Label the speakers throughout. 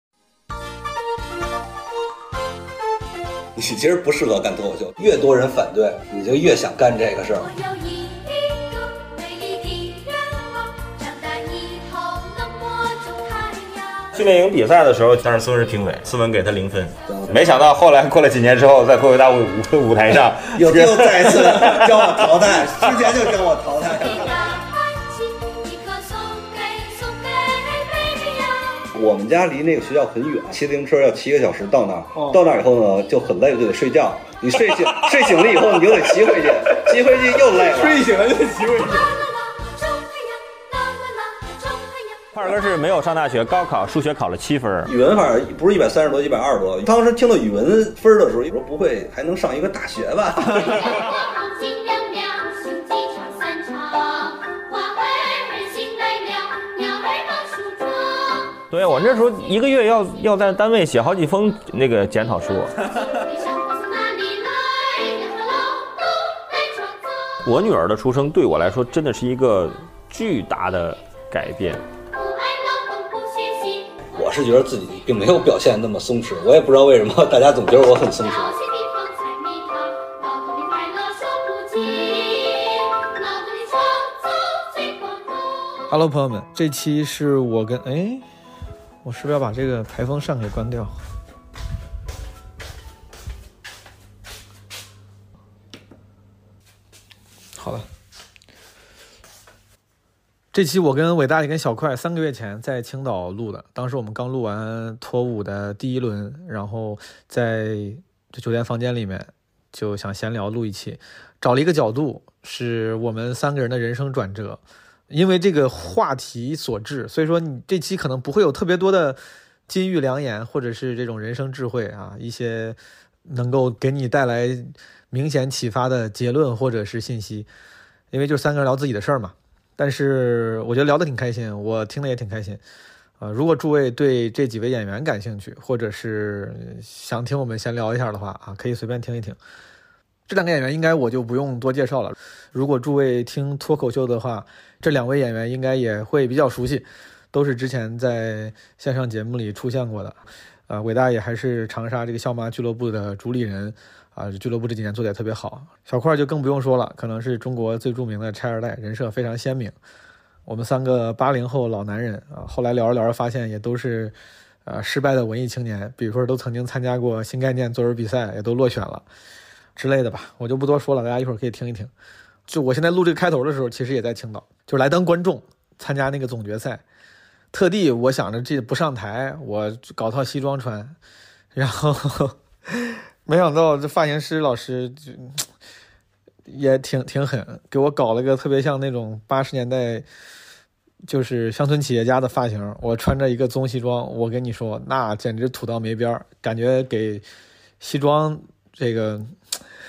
Speaker 1: 你其实不适合干脱口秀。越多人反对，你就越想干这个事儿
Speaker 2: 我。 有一个美丽的愿望，长大以后能播种太阳。
Speaker 3: 训练营比赛的时候，当时孙文是评委，斯文给他零分。没想到后来过了几年之后，在脱口大舞舞台上，
Speaker 4: 又又再一次将我淘汰，之前就将我淘汰。
Speaker 2: 一个爱情，一颗送给送给美丽呀。
Speaker 1: 我们家离那个学校很远，骑自行车要骑一个小时到那儿。到那儿以后呢，就很累，就得睡觉。你睡醒睡醒了以后，你就得骑回去，骑回去又累了。
Speaker 4: 睡醒了就机会。
Speaker 2: 啦啦啦，种太阳，啦啦啦，种太阳。
Speaker 3: 胖儿哥是没有上大学，高考数学考了七分儿。
Speaker 1: 语文反正不是一百三十多，一百二十多。当时听到语文分儿的时候，我说不会还能上一个大学吧？
Speaker 2: 红星亮亮，雄鸡唱三唱，花儿醒来了，鸟儿忙梳妆。
Speaker 3: 对啊我那时候一个月要要在单位写好几封那个检讨书。
Speaker 2: 悲伤从哪里来？然后劳动来创造。
Speaker 3: 我女儿的出生对我来说真的是一个巨大的改变。
Speaker 2: 不爱劳动不学习，
Speaker 1: 我是觉得自己并没有表现那么松弛，我也不知道为什么大家总觉得我很松弛。
Speaker 2: 找些地方采蜜糖，劳动的快乐说不尽，劳动的创造最光荣。
Speaker 5: Hello，朋友们，这期是我跟哎，我是不是要把这个排风扇给关掉？好了，这期我跟伟大爷跟小快三个月前在青岛录的，当时我们刚录完脱舞的第一轮，然后在这酒店房间里面就想闲聊录一期，找了一个角度是我们三个人的人生转折，因为这个话题所致，所以说你这期可能不会有特别多的金玉良言，或者是这种人生智慧啊，一些能够给你带来明显启发的结论或者是信息，因为就三个人聊自己的事儿嘛。但是我觉得聊得挺开心，我听得也挺开心。呃，如果诸位对这几位演员感兴趣，或者是想听我们闲聊一下的话啊，可以随便听一听。这两个演员应该我就不用多介绍了。如果诸位听脱口秀的话，这两位演员应该也会比较熟悉，都是之前在线上节目里出现过的。呃，伟大爷还是长沙这个笑妈俱乐部的主理人啊、俱乐部这几年做得也特别好。小块儿就更不用说了，可能是中国最著名的拆二代，人设非常鲜明。我们三个八零后老男人啊、后来聊着聊着发现也都是。呃，失败的文艺青年，比如说都曾经参加过新概念作文比赛，也都落选了之类的吧，我就不多说了，大家一会儿可以听一听。就我现在录这个开头的时候，其实也在青岛，就是来当观众参加那个总决赛。特地我想着这不上台，我搞套西装穿，然后没想到这发型师老师就也挺挺狠，给我搞了个特别像那种八十年代就是乡村企业家的发型。我穿着一个棕西装，我跟你说，那简直土到没边儿，感觉给西装这个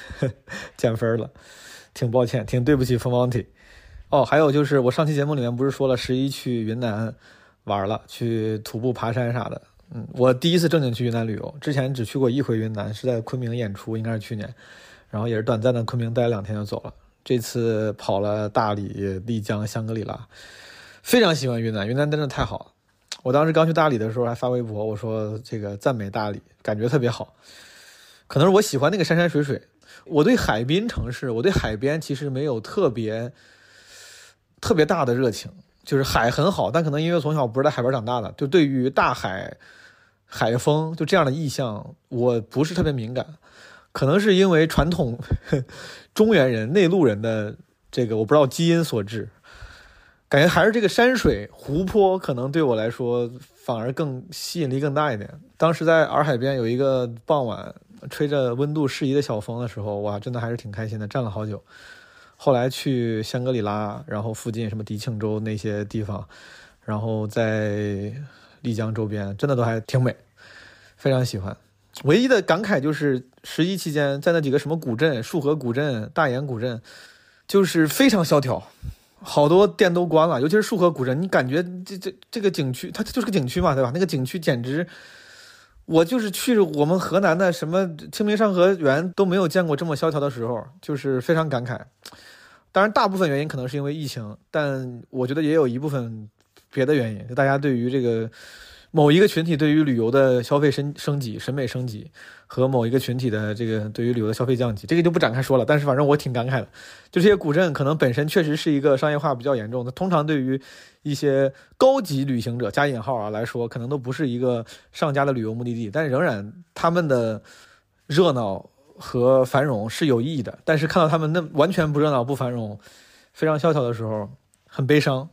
Speaker 5: 减分了。挺抱歉，挺对不起凤凰体。哦，还有就是我上期节目里面不是说了十一去云南玩了，去徒步爬山啥的。嗯，我第一次正经去云南旅游，之前只去过一回云南，是在昆明演出，应该是去年，然后也是短暂的昆明待了两天就走了。这次跑了大理、丽江、香格里拉，非常喜欢云南，云南真的太好了。我当时刚去大理的时候还发微博，我说这个赞美大理，感觉特别好。可能是我喜欢那个山山水水，我对海滨城市，我对海边其实没有特别特别大的热情。就是海很好，但可能因为从小不是在海边长大的，就对于大海、海呃风就这样的意象，我不是特别敏感。可能是因为传统呃中原人、内陆人的这个我不知道基因所致，感觉还是这个山水、湖泊可能对我来说反而更吸引力更大一点。当时在洱海边有一个傍晚，吹着温度适宜的小风的时候，哇，真的还是挺开心的，站了好久。后来去香格里拉，然后附近什么迪庆州那些地方，然后在丽江周边，真的都还挺美，非常喜欢。唯一的感慨就是十一期间在那几个什么古镇，束河古镇、大研古镇，就是非常萧条，好多店都关了，尤其是束河古镇，你感觉这这这个景区，它它就是个景区嘛，对吧？那个景区简直我就是去我们河南的什么清明上河园都没有见过这么萧条的时候，就是非常感慨。当然，大部分原因可能是因为疫情，但我觉得也有一部分别的原因，就大家对于这个某一个群体对于旅游的消费升升级、审美升级，和某一个群体的这个对于旅游的消费降级，这个就不展开说了。但是反正我挺感慨的，就这些古镇可能本身确实是一个商业化比较严重的，通常对于一些高级旅行者（加引号啊）来说，可能都不是一个上佳的旅游目的地，但仍然他们的热闹和繁荣是有意义的。但是看到他们那完全不热闹、不繁荣、非常萧条的时候，很悲伤。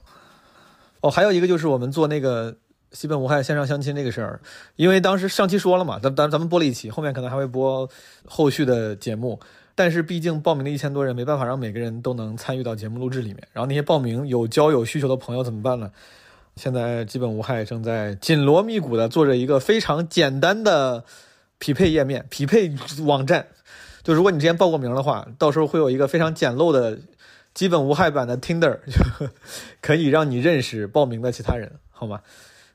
Speaker 5: 哦，还有一个就是我们做那个西本无害线上相亲这个事儿，因为当时上期说了嘛，咱咱咱们播了一期，后面可能还会播后续的节目。但是毕竟报名了一千多人，没办法让每个人都能参与到节目录制里面。然后那些报名有交友需求的朋友怎么办呢？现在基本无害正在紧锣密鼓地做着一个非常简单的匹配页面、匹配网站。就如果你之前报过名的话，到时候会有一个非常简陋的基本无害版的 Tinder，就可以让你认识报名的其他人，好吗？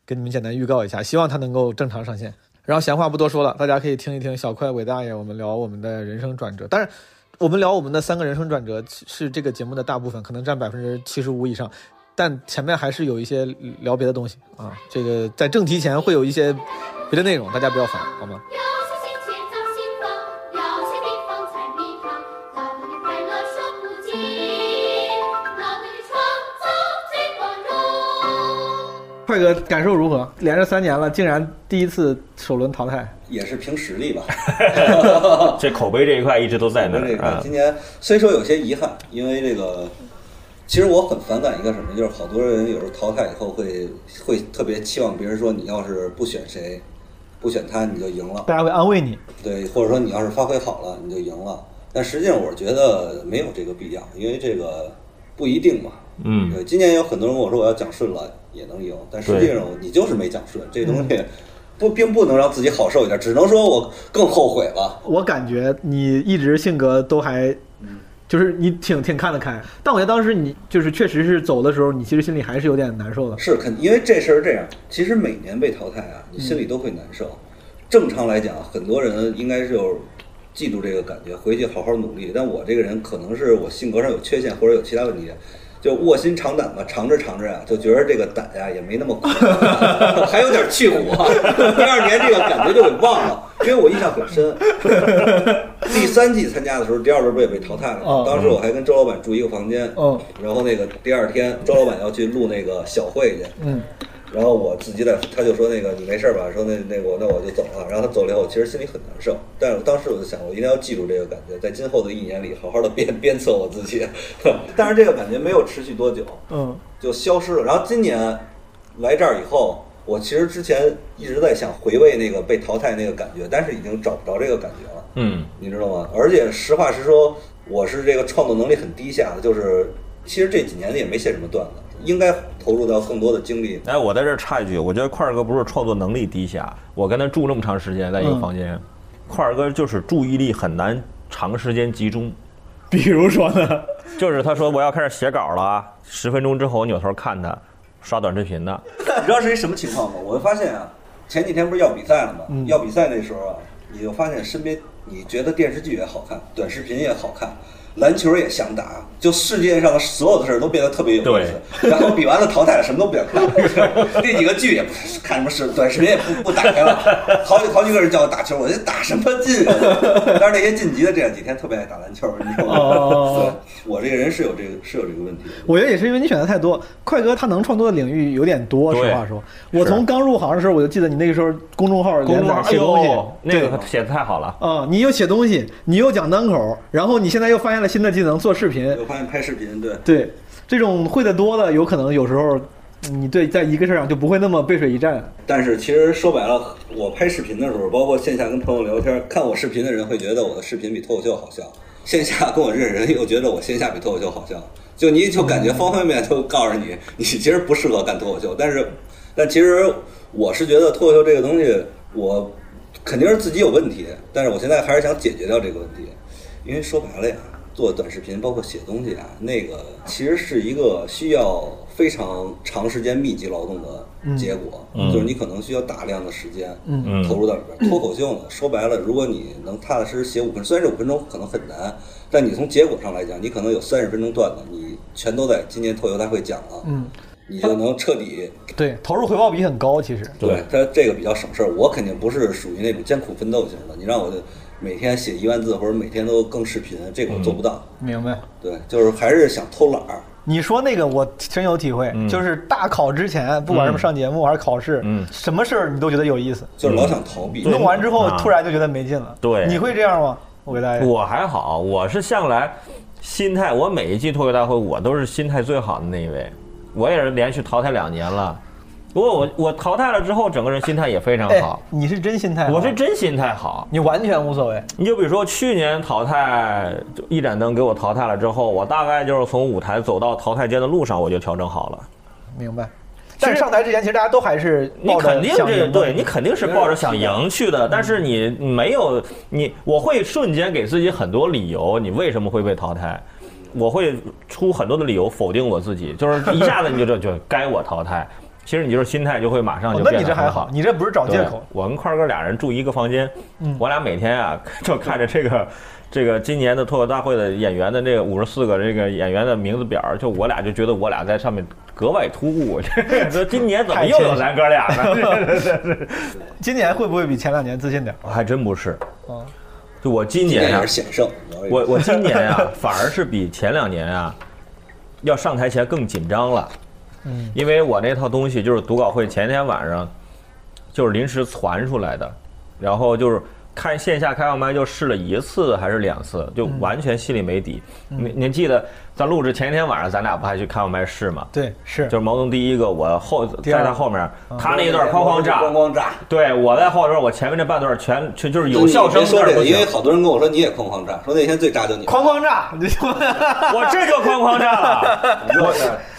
Speaker 5: 跟你们简单预告一下，希望它能够正常上线。然后闲话不多说了，大家可以听一听小快伟大爷我们聊我们的人生转折。当然，我们聊我们的三个人生转折其是这个节目的大部分，可能占百分之七十五以上，但前面还是有一些聊别的东西啊。这个在正题前会有一些别的内容，大家不要烦，好吗？
Speaker 2: 有些新鲜造新风，有些地方才迷航。劳动的快乐说不尽，劳动的创造最光荣。
Speaker 5: 快哥感受如何？连着三年了，竟然第一次首轮淘汰，
Speaker 1: 也是凭实力吧。
Speaker 3: 这口碑这一块一直都在那
Speaker 1: 那这
Speaker 3: 儿
Speaker 1: 个
Speaker 3: 啊
Speaker 1: 今。年虽说有些遗憾，因为这个，其实我很反感一个什么，就是好多人有时候淘汰以后会会特别期望别人说你要是不选谁，不选他你就赢了，
Speaker 5: 大家会安慰你。
Speaker 1: 对，或者说你要是发挥好了你就赢了。但实际上我觉得没有这个必要，因为这个不一定嘛。
Speaker 3: 嗯，
Speaker 1: 对，今年有很多人跟我说我要讲顺了也能赢，但实际上你就是没讲顺，这东
Speaker 3: 嗯
Speaker 1: 西不并不能让自己好受一点，只能说我更后悔了。
Speaker 5: 我感觉你一直性格都还，就是你挺挺看得开，但我觉得当时你就是确实是走的时候，你其实心里还是有点难受的。
Speaker 1: 是肯，因为这事儿是这样，其实每年被淘汰啊，你心里都会难受。正常来讲，很多人应该是有嫉妒这个感觉，回去好好努力。但我这个人可能是我性格上有缺陷，或者有其他问题。就卧薪尝胆吧，尝着尝着呀、啊就觉得这个胆啊呀、也没那么苦， 还有点去火。第二年这个感觉就给忘了，因为我印象很深。第三季参加的时候，第二轮不也被淘汰了
Speaker 5: 哦
Speaker 1: 吗？当时我还跟周老板住一个房间，
Speaker 5: 嗯
Speaker 1: 然后那个第二天周老板要去录那个小会去，
Speaker 5: 嗯，
Speaker 1: 然后我自己在，他就说那个你没事儿吧？说那那我那我就走了。然后他走了以后，我其实心里很难受，但是我当时我就想，我一定要记住这个感觉，在今后的一年里好好的鞭鞭策我自己。 但是这个感觉没有持续多久，
Speaker 5: 嗯，
Speaker 1: 就消失了。然后今年来这儿以后，我其实之前一直在想回味那个被淘汰那个感觉，但是已经找不着这个感觉了。
Speaker 3: 嗯，
Speaker 1: 你知道吗？而且实话实说，我是这个创作能力很低下的，就是其实这几年也没写什么段子，应该投入到更多的精力。
Speaker 3: 哎，我在这儿插一句，我觉得块儿哥不是创作能力低下，我跟他住那么长时间在一
Speaker 5: 嗯
Speaker 3: 个房间，块儿哥就是注意力很难长时间集中。
Speaker 5: 比如说呢，
Speaker 3: 就是他说我要开始写稿了啊，十分钟之后我扭头看他刷短视频呢，
Speaker 1: 你知道是一什么情况吗？我就发现啊，前几天不是要比赛了吗？
Speaker 5: 嗯
Speaker 1: 要比赛那时候啊，你就发现身边你觉得电视剧也好看，短视频也好看。篮球也想打，就世界上的所有的事儿都变得特别有意思。 然后比完了淘汰了，什么都不想看。 那几个剧也不看什么视，短视频也不不打开了。 好几好几个人叫我打球，我这打什么劲啊？ 但是那些晋级的这两几天特别爱打篮球，你知道吗？
Speaker 5: 哦
Speaker 1: 对，我这个人是有这个是有这个问题的。
Speaker 5: 我觉得也是因为你选的太多。快哥他能创作的领域有点多，
Speaker 3: 对
Speaker 5: 实话说，我从刚入行的时候，我就记得你那个时候公众号
Speaker 3: 公
Speaker 5: 连
Speaker 3: 众号
Speaker 5: 载
Speaker 3: 哎
Speaker 5: 写东西
Speaker 3: 呦，，那
Speaker 5: 对
Speaker 3: 个他写的太好了。
Speaker 5: 啊、你又写东西，你又讲单口，然后你现在又发现了新的技能，做视频，
Speaker 1: 我发现拍视频对。
Speaker 5: 对，这种会的多的，有可能有时候你对在一个事儿上就不会那么背水一战。
Speaker 1: 但是其实说白了，我拍视频的时候，包括线下跟朋友聊天，看我视频的人会觉得我的视频比脱口秀好笑，线下跟我认识人又觉得我线下比脱口秀好笑，就你就感觉方方面面都告诉你，你其实不适合干脱口秀。但是，但其实我是觉得脱口秀这个东西，我肯定是自己有问题，但是我现在还是想解决掉这个问题，因为说白了呀，做短视频包括写东西啊，那个其实是一个需要非常长时间密集劳动的结果，就是你可能需要大量的时间
Speaker 3: 嗯
Speaker 1: 投入到里边。脱口秀呢，说白了，如果你能踏踏实实写五分钟，虽然这五分钟可能很难，但你从结果上来讲，你可能有三十分钟段子，你全都在今年脱口秀大会讲了。
Speaker 5: 嗯，
Speaker 1: 你就能彻底
Speaker 5: 对，投入回报比很高，其实
Speaker 1: 对他这个比较省事儿。我肯定不是属于那种艰苦奋斗型的，你让我每天写一万字或者每天都更视频，这个我
Speaker 3: 嗯
Speaker 1: 做不到。
Speaker 5: 明白。
Speaker 1: 对，就是还是想偷懒儿。
Speaker 5: 你说那个我深有体会，就是大考之前，不管是不是上节目还是考试，
Speaker 3: 嗯
Speaker 5: 什么事儿你都觉得有意思，
Speaker 1: 就是老想逃避，
Speaker 5: 弄完之后
Speaker 3: 啊
Speaker 5: 突然就觉得没劲了。
Speaker 3: 对
Speaker 5: 你会这样吗？我给大家，
Speaker 3: 我还好，我是向来心态，我每一季脱口大会我都是心态最好的那一位，我也是连续淘汰两年了。不过我我淘汰了之后，整个人心态也非常
Speaker 5: 哎
Speaker 3: 好，，
Speaker 5: 你是真心态好，
Speaker 3: 我是真心态好。
Speaker 5: 你完全无所谓，
Speaker 3: 你就比如说去年淘汰就一盏灯给我淘汰了之后，我大概就是从舞台走到淘汰间的路上，我就调整好了。
Speaker 5: 明白。但是上台之前，其实大家都还是
Speaker 3: 你
Speaker 5: 抱着
Speaker 3: 肯定
Speaker 5: 想
Speaker 3: 这个
Speaker 5: 赢的
Speaker 3: 对你肯定是抱着想赢嗯去的，但是你没有你，我会瞬间给自己很多理由，你为什么会被淘汰？我会出很多的理由否定我自己，就是一下子你就这就该我淘汰。其实你就是心态就会马上
Speaker 5: 哦
Speaker 3: 就
Speaker 5: 那
Speaker 3: 变
Speaker 5: 你
Speaker 3: 得
Speaker 5: 这还
Speaker 3: 很
Speaker 5: 好，你这不是找借
Speaker 3: 对
Speaker 5: 口，
Speaker 3: 我跟块哥俩人住一个房间，我俩每天啊 就看着这个这个今年的脱口大会的演员的这个五十四个这个演员的名字表儿，就我俩就觉得我俩在上面格外突兀。 说今年怎么又有咱哥俩呢？
Speaker 5: 今年会不会比前两年自信点？
Speaker 3: 我还真不是
Speaker 5: 哦，
Speaker 3: 就我今
Speaker 1: 这
Speaker 3: 年啊
Speaker 1: 也是，险胜。
Speaker 3: 我我今年啊，反而是比前两年啊，要上台前更紧张了。
Speaker 5: 嗯，
Speaker 3: 因为我那套东西就是读稿会前天晚上，就是临时传出来的，然后就是看线下开放麦就试了一次还是两次，就完全心里没底。
Speaker 5: 嗯
Speaker 3: 您您记得咱录制前一天晚上，咱俩不还去开放麦试吗？
Speaker 5: 对，是
Speaker 3: 就是毛东第一个，我后
Speaker 5: 第二
Speaker 3: 在
Speaker 5: 个
Speaker 3: 他后面，他那一段哐哐炸，
Speaker 1: 咣咣炸，
Speaker 3: 啊对我在后边，我前面这半段全全就是有笑声，
Speaker 1: 你别说这
Speaker 3: 但是
Speaker 1: 个，
Speaker 3: 不
Speaker 1: 因
Speaker 3: 行
Speaker 1: 为好多人跟我说你也哐哐炸，说那天最炸就你。
Speaker 5: 哐哐炸，你 就
Speaker 3: 我这就哐哐炸 了。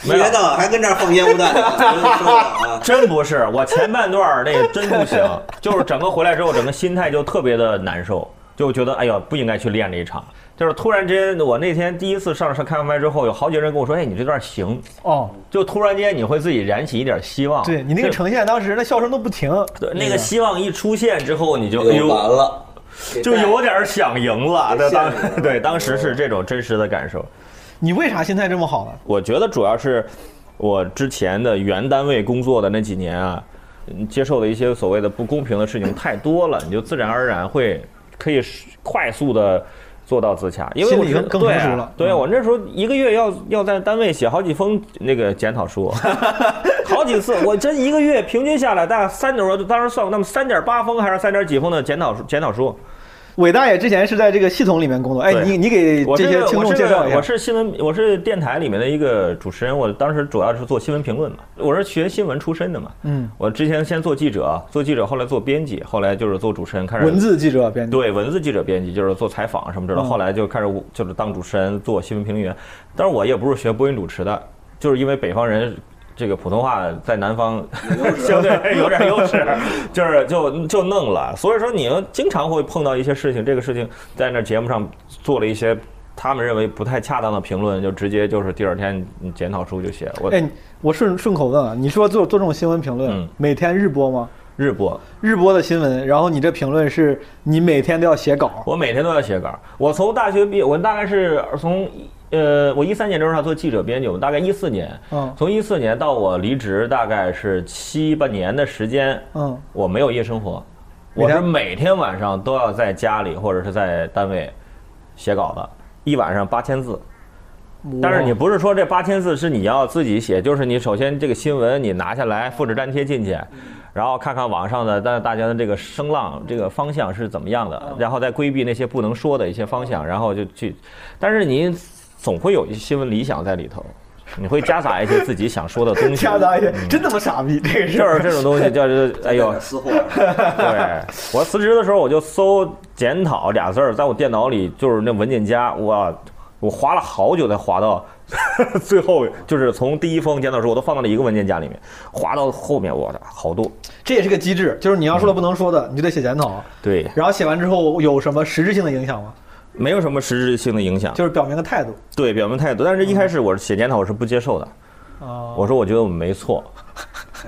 Speaker 1: 一天到晚还跟这儿放烟雾弹呢，真是受不了啊！
Speaker 3: 真不是，我前半段儿那个真不行，就是整个回来之后，整个心态就特别的难受，就觉得哎呀不应该去练这一场。就是突然之间，我那天第一次上上开完麦之后，有好几个人跟我说：“哎，你这段行。
Speaker 5: 哦，”
Speaker 3: 就突然间你会自己燃起一点希望。
Speaker 5: 对你那个呈现，当时那笑声都不停，
Speaker 3: 对那个希望一出现之后，你就 哎
Speaker 1: 又啊完
Speaker 3: 呦，
Speaker 1: 了，
Speaker 3: 就有点想赢了。对
Speaker 1: 给
Speaker 3: 当
Speaker 1: 吓着了
Speaker 3: 对当时是这种真实的感受。
Speaker 5: 你为啥心态这么好呢？
Speaker 3: 我觉得主要是我之前的原单位工作的那几年啊，嗯接受的一些所谓的不公平的事情太多了，你就自然而然会可以快速的做到自洽，因为我
Speaker 5: 心里
Speaker 3: 觉得
Speaker 5: 更
Speaker 3: 对
Speaker 5: 成熟
Speaker 3: 啊
Speaker 5: 了嗯
Speaker 3: 对啊我那时候一个月要要在单位写好几封那个检讨 书，好几次，我真一个月平均下来大概三我当时算过，那么三点八封还是三点几封的检讨书检讨书。
Speaker 5: 伟大爷之前是在这个系统里面工作，哎，
Speaker 3: 对
Speaker 5: 你你给
Speaker 3: 我
Speaker 5: 这些
Speaker 3: 个
Speaker 5: 听
Speaker 3: 我
Speaker 5: 众
Speaker 3: 是
Speaker 5: 介绍一
Speaker 3: 我
Speaker 5: 下，
Speaker 3: 是新闻，我是电台里面的一个主持人，我当时主要是做新闻评论嘛，我是学新闻出身的嘛。
Speaker 5: 嗯，
Speaker 3: 我之前先做记者，啊做记者，后来做编辑，后来就是做主持人，开始
Speaker 5: 文字记者编辑，
Speaker 3: 对文字记者、编辑，就是做采访什么之类的。
Speaker 5: 嗯
Speaker 3: 后来就开始就是当主持人，做新闻评论员。但是我也不是学播音主持的，就是因为北方人这个普通话在南方 相对有点优势，就是就就弄了。所以说你们经常会碰到一些事情，这个事情在那节目上做了一些。他们认为不太恰当的评论，就直接就是第二天你检讨书就写我
Speaker 5: 哎，我顺顺口问啊，你说做做这种新闻评论
Speaker 3: 嗯，
Speaker 5: 每天日播吗？
Speaker 3: 日播，
Speaker 5: 日播的新闻，然后你这评论是你每天都要写稿，
Speaker 3: 我每天都要写稿儿。我从大学毕业，我大概是从呃，我一三年的时候做记者编辑，我大概一四年，
Speaker 5: 嗯
Speaker 3: 从一四年到我离职，大概是七八年的时间，
Speaker 5: 嗯，
Speaker 3: 我没有夜生活，
Speaker 5: 每
Speaker 3: 我
Speaker 5: 天
Speaker 3: 是每天晚上都要在家里或者是在单位写稿子，一晚上八千字。但是你不是说这八千字是你要自己写，就是你首先这个新闻你拿下来复制粘贴进去，
Speaker 5: 嗯
Speaker 3: 然后看看网上的大大家的这个声浪这个方向是怎么样
Speaker 5: 嗯
Speaker 3: 的，然后再规避那些不能说的一些方向，然后就去，但是你总会有一些新闻理想在里头，你会夹杂一些自己想说的东 西，
Speaker 5: 掐杂一些，真他妈傻逼，这个
Speaker 3: 嗯
Speaker 5: 事
Speaker 3: 就是
Speaker 5: 儿。
Speaker 3: 这种东西叫做哎呦
Speaker 1: 有点，私货。
Speaker 3: 对我辞职的时候，我就搜“检讨”俩字儿，在我电脑里就是那文件夹，我我划了好久才划到 最后，就是从第一封检讨书我都放到了一个文件夹里面，划到后面，我操，好多。
Speaker 5: 这也是个机制，就是你要
Speaker 3: 嗯
Speaker 5: 说了不能说的，你就得写检讨，
Speaker 3: 对，
Speaker 5: 然后写完之后有什么实质性的影响吗？
Speaker 3: 没有什么实质性的影响，
Speaker 5: 就是表明个态度
Speaker 3: 对表明态度。但是一开始我写检讨，我是不接受的，
Speaker 5: 啊。
Speaker 3: 我说我觉得我没错。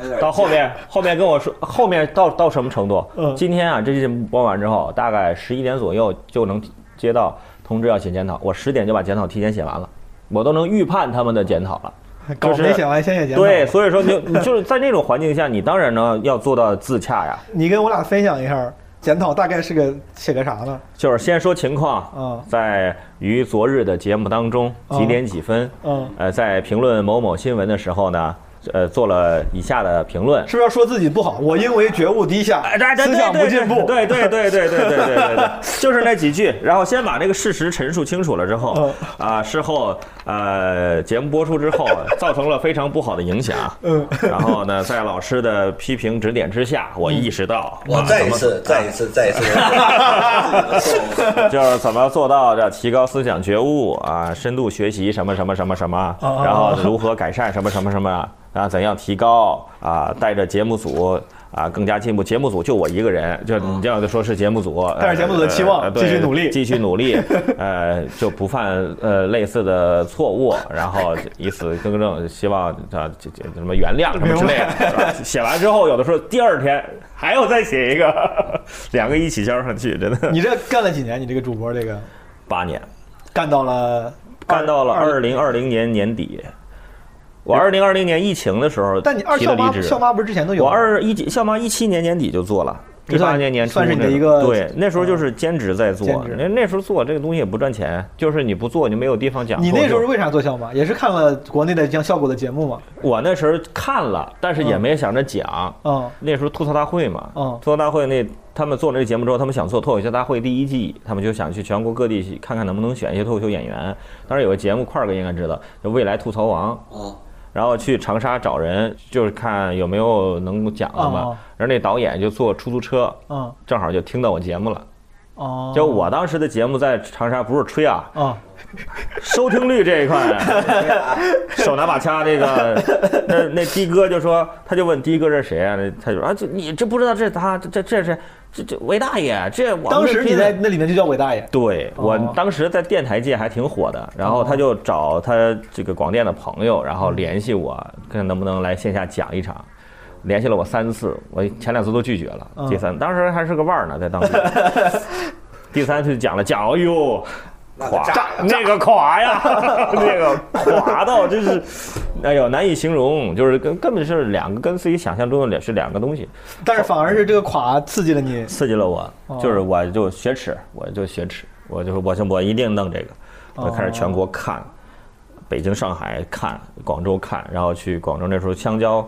Speaker 1: 有点
Speaker 3: 到后 面，后面跟我说，后面到到什么程度？
Speaker 5: 嗯
Speaker 3: 今天啊，这期节目播完之后，大概十一点左右就能接到通知要写检讨，我十点就把检讨提前写完了，我都能预判他们的检讨了。
Speaker 5: 稿
Speaker 3: 就是
Speaker 5: 没写完，先写结论。
Speaker 3: 对，，所以说你就你就是在那种环境下，你当然呢要做到自洽呀，
Speaker 5: 你跟我俩分享一下，检讨大概是个写个啥呢？
Speaker 3: 就是先说情
Speaker 5: 嗯
Speaker 3: 况，在于昨日的节目当中
Speaker 5: 嗯
Speaker 3: 几点几分，
Speaker 5: 嗯，
Speaker 3: 呃，在评论某某新闻的时候呢，呃，做了以下的评论。
Speaker 5: 是不是要说自己不好？我因为觉悟低下
Speaker 3: 哎，对，对
Speaker 5: 思想不进步。
Speaker 3: 对对对对对对对对对对，就是那几句，然后先把这个事实陈述清楚了之后，
Speaker 5: 嗯
Speaker 3: 啊，事后呃节目播出之后，造成了非常不好的影响。
Speaker 5: 嗯，
Speaker 3: 然后呢，在老师的批评指点之下，我意识到，
Speaker 6: 我
Speaker 3: 啊
Speaker 6: 再一，
Speaker 3: 怎么
Speaker 6: 次，再一次， 再一次，我
Speaker 3: 就是怎么做到这提高思想觉悟啊，深度学习什么什么什么什么，
Speaker 5: 哦
Speaker 3: 然后如何改善什么什么什么，然后怎样提高啊，带着节目组。啊，更加进步。节目组就我一个人，就你这样就说是节目组，
Speaker 5: 带嗯着节目组的期望
Speaker 3: 呃对
Speaker 5: 继续努力
Speaker 3: 继续努 力，呃，就不犯呃类似的错误，然后以此更正，希望啊这这什么原谅什么之类的。是吧写完之后，有的时候第二天还要再写一个， 两个一起交上去，真的
Speaker 5: 你这干了几年？你这个主播这个
Speaker 3: 八年。
Speaker 5: 干到了
Speaker 3: 干到了二零二零年年底。我二零二零年疫情的时候，
Speaker 5: 但你二
Speaker 3: 提
Speaker 5: 校
Speaker 3: 的离
Speaker 5: 妈
Speaker 3: 职。
Speaker 5: 校妈不是之前都有
Speaker 3: 我
Speaker 5: 吗？
Speaker 3: 二一几校妈一七年年底就做了，
Speaker 5: 这
Speaker 3: 一
Speaker 5: 算
Speaker 3: 八年年初
Speaker 5: 算是你的
Speaker 3: 那
Speaker 5: 一个嗯
Speaker 3: 对，那时候就是兼职在
Speaker 5: 兼
Speaker 3: 做。
Speaker 5: 职
Speaker 3: 那那时候做这个东西也不赚钱，就是你不做你就没有地方讲。
Speaker 5: 你那时候是为啥做校妈？也是看了国内的这样效果的节目嘛？
Speaker 3: 我那时候看了，但是也没想着讲。
Speaker 5: 嗯
Speaker 3: 那时候吐槽大会嘛，
Speaker 5: 嗯
Speaker 3: 吐槽大会那他们做了这节目之后，他们想做脱口秀大会第一季，他们就想去全国各地去看看能不能选一些脱口秀演员。当时有个节目，块儿哥应该知道，就未来吐槽王。
Speaker 1: 啊，
Speaker 3: 然后去长沙找人，就是看有没有能够讲的
Speaker 5: 哦
Speaker 3: 嘛。然后那导演就坐出租车，
Speaker 5: 嗯
Speaker 3: 正好就听到我节目了。
Speaker 5: 哦，
Speaker 3: 就我当时的节目在长沙不是吹啊，
Speaker 5: 嗯
Speaker 3: 收听率这一块，手拿把掐那个，那那的哥就说，他就问的哥这是谁啊？那他就说啊，这你这不知道这是他这这这是这这韦大爷，这我们
Speaker 5: 当
Speaker 3: 这
Speaker 5: 时你在那里面就叫伟大爷。
Speaker 3: 对我
Speaker 5: 哦
Speaker 3: 当时在电台界还挺火的，然后他就找他这个广电的朋友，然后联系我，看能不能来线下讲一场。联系了我三次，我前两次都拒绝了，
Speaker 5: 嗯
Speaker 3: 第三当时还是个腕儿呢，在 当时。第三次讲了讲，哎呦，垮那个垮呀， 那个垮到真是，哎呦难以形容，就是跟根本是两个跟自己想象中的两是两个东西，
Speaker 5: 但是反而是这个垮刺激了你，
Speaker 3: 刺激了我
Speaker 5: 哦，
Speaker 3: 就是我就雪耻，我就雪耻，我就说我就我一定弄这个，我开始全国看，北京、上海看，广州看，然后去广州那时候香蕉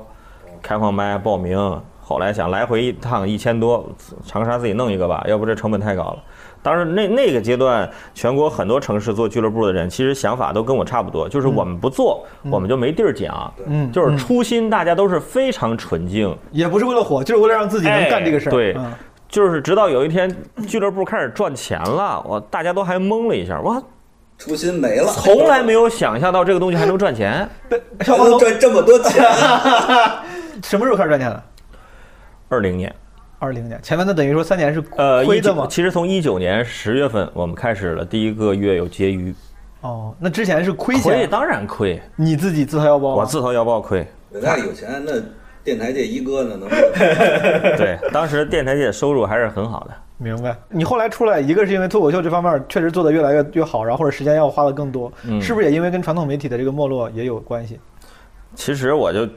Speaker 3: 开放麦报名，后来想来回一趟一千多，长沙自己弄一个吧，要不这成本太高了。当时那那个阶段，全国很多城市做俱乐部的人，其实想法都跟我差不多，就是我们不做，我们就没地儿讲，
Speaker 5: 嗯
Speaker 3: 就是
Speaker 5: 嗯
Speaker 3: 初心大家都是非常纯净，
Speaker 5: 也不是为了火，就是为了让自己能干这个事儿。
Speaker 3: 哎对
Speaker 5: 嗯
Speaker 3: 就是直到有一天俱乐部开始赚钱了，我大家都还懵了一下，哇，
Speaker 1: 初心没了，
Speaker 3: 从来没有想象到这个东西还能赚钱。
Speaker 5: 小
Speaker 1: 还
Speaker 5: 马
Speaker 1: 能
Speaker 5: 从
Speaker 1: 赚这么多 钱，
Speaker 5: 什么时候开始赚钱的？
Speaker 3: 二零年，
Speaker 5: 二零年，前面那等于说三年是
Speaker 3: 呃，
Speaker 5: 亏的
Speaker 3: 19
Speaker 5: 嘛？
Speaker 3: 其实从一九年十月份我们开始了第一个月有结余，
Speaker 5: 哦，那之前是亏
Speaker 3: 亏
Speaker 5: 钱，
Speaker 3: 当然亏，
Speaker 5: 你自己自掏腰包吗。
Speaker 3: 我自掏腰包 亏。
Speaker 1: 伟大有钱，那电台界一哥呢，能不能？
Speaker 3: 对，当时电台界收入还是很好的。
Speaker 5: 明白。你后来出来，一个是因为脱口秀这方面确实做得越来越越好，然后或者时间要花的更多，
Speaker 3: 嗯
Speaker 5: 是不是也因为跟传统媒体的这个没落也有关系？
Speaker 3: 其实我就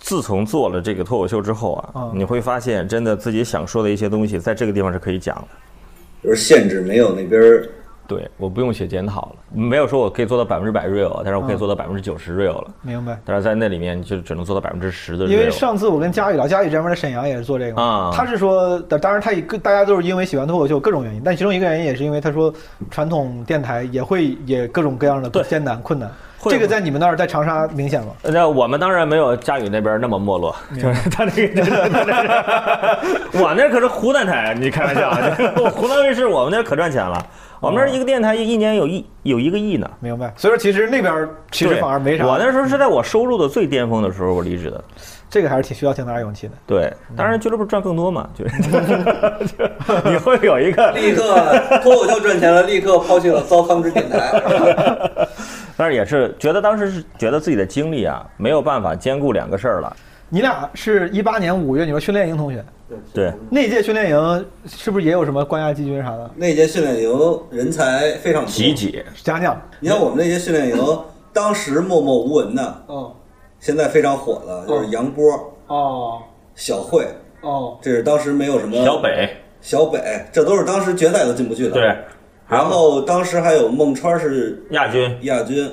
Speaker 3: 自从做了这个脱口秀之后啊，
Speaker 5: 嗯
Speaker 3: 你会发现真的自己想说的一些东西，在这个地方是可以讲的。
Speaker 1: 就是限制没有那边儿
Speaker 3: 对，我不用写检讨了，没有说我可以做到百分之百 real，但是
Speaker 5: 嗯
Speaker 3: 我可以做到百分之九十 real 了。
Speaker 5: 明白。
Speaker 3: 但是在那里面就只能做到百分之十的 real。
Speaker 5: 因为上次我跟佳宇聊，佳宇专门在沈阳也是做这个嘛
Speaker 3: 啊，
Speaker 5: 他是说，当然他也大家都是因为喜欢脱口秀各种原因，但其中一个原因也是因为他说传统电台也会也各种各样的
Speaker 3: 对
Speaker 5: 艰难困难，
Speaker 3: 会
Speaker 5: 这个在你们那儿在长沙明显吗？
Speaker 3: 那我们当然没有佳宇那边那么没落，就是 他那个， 我那可是湖南台，你开玩笑啊，我湖南卫视我们那可赚钱了，我们那
Speaker 5: 哦
Speaker 3: 一个电台一年有一有一个亿呢。
Speaker 5: 明白。所以说其实那边儿其实
Speaker 3: 对
Speaker 5: 反而没啥，嗯
Speaker 3: 我那时候是在我收入的最巅峰的时候我离职的，
Speaker 5: 这个还是挺需要挺大勇气的。
Speaker 3: 对，
Speaker 5: 嗯
Speaker 3: 当然俱乐部赚更多嘛，就是 就你会有一个
Speaker 1: 立刻脱口秀赚钱了，立刻抛弃了糟糠之电台。
Speaker 3: 但是也是觉得当时是觉得自己的经历啊没有办法兼顾两个事儿了，
Speaker 5: 你俩是一八年五月，你说训练营同学，
Speaker 3: 对，
Speaker 5: 那届训练营是不是也有什么关押季军啥的？
Speaker 1: 那届训练营人才非常多
Speaker 3: 集，体
Speaker 5: 讲讲。
Speaker 1: 你看我们那届训练营，当时默默无闻的，
Speaker 5: 嗯，
Speaker 1: 现在非常火
Speaker 3: 嗯
Speaker 1: 的，就是杨波、
Speaker 5: 哦
Speaker 1: 小慧，
Speaker 5: 哦，
Speaker 1: 这是当时没有什么
Speaker 3: 小、北，
Speaker 1: 小北，这都是当时决赛都进不去的。
Speaker 3: 对，
Speaker 1: 然后当时还有孟川是
Speaker 3: 亚军，
Speaker 1: 亚军，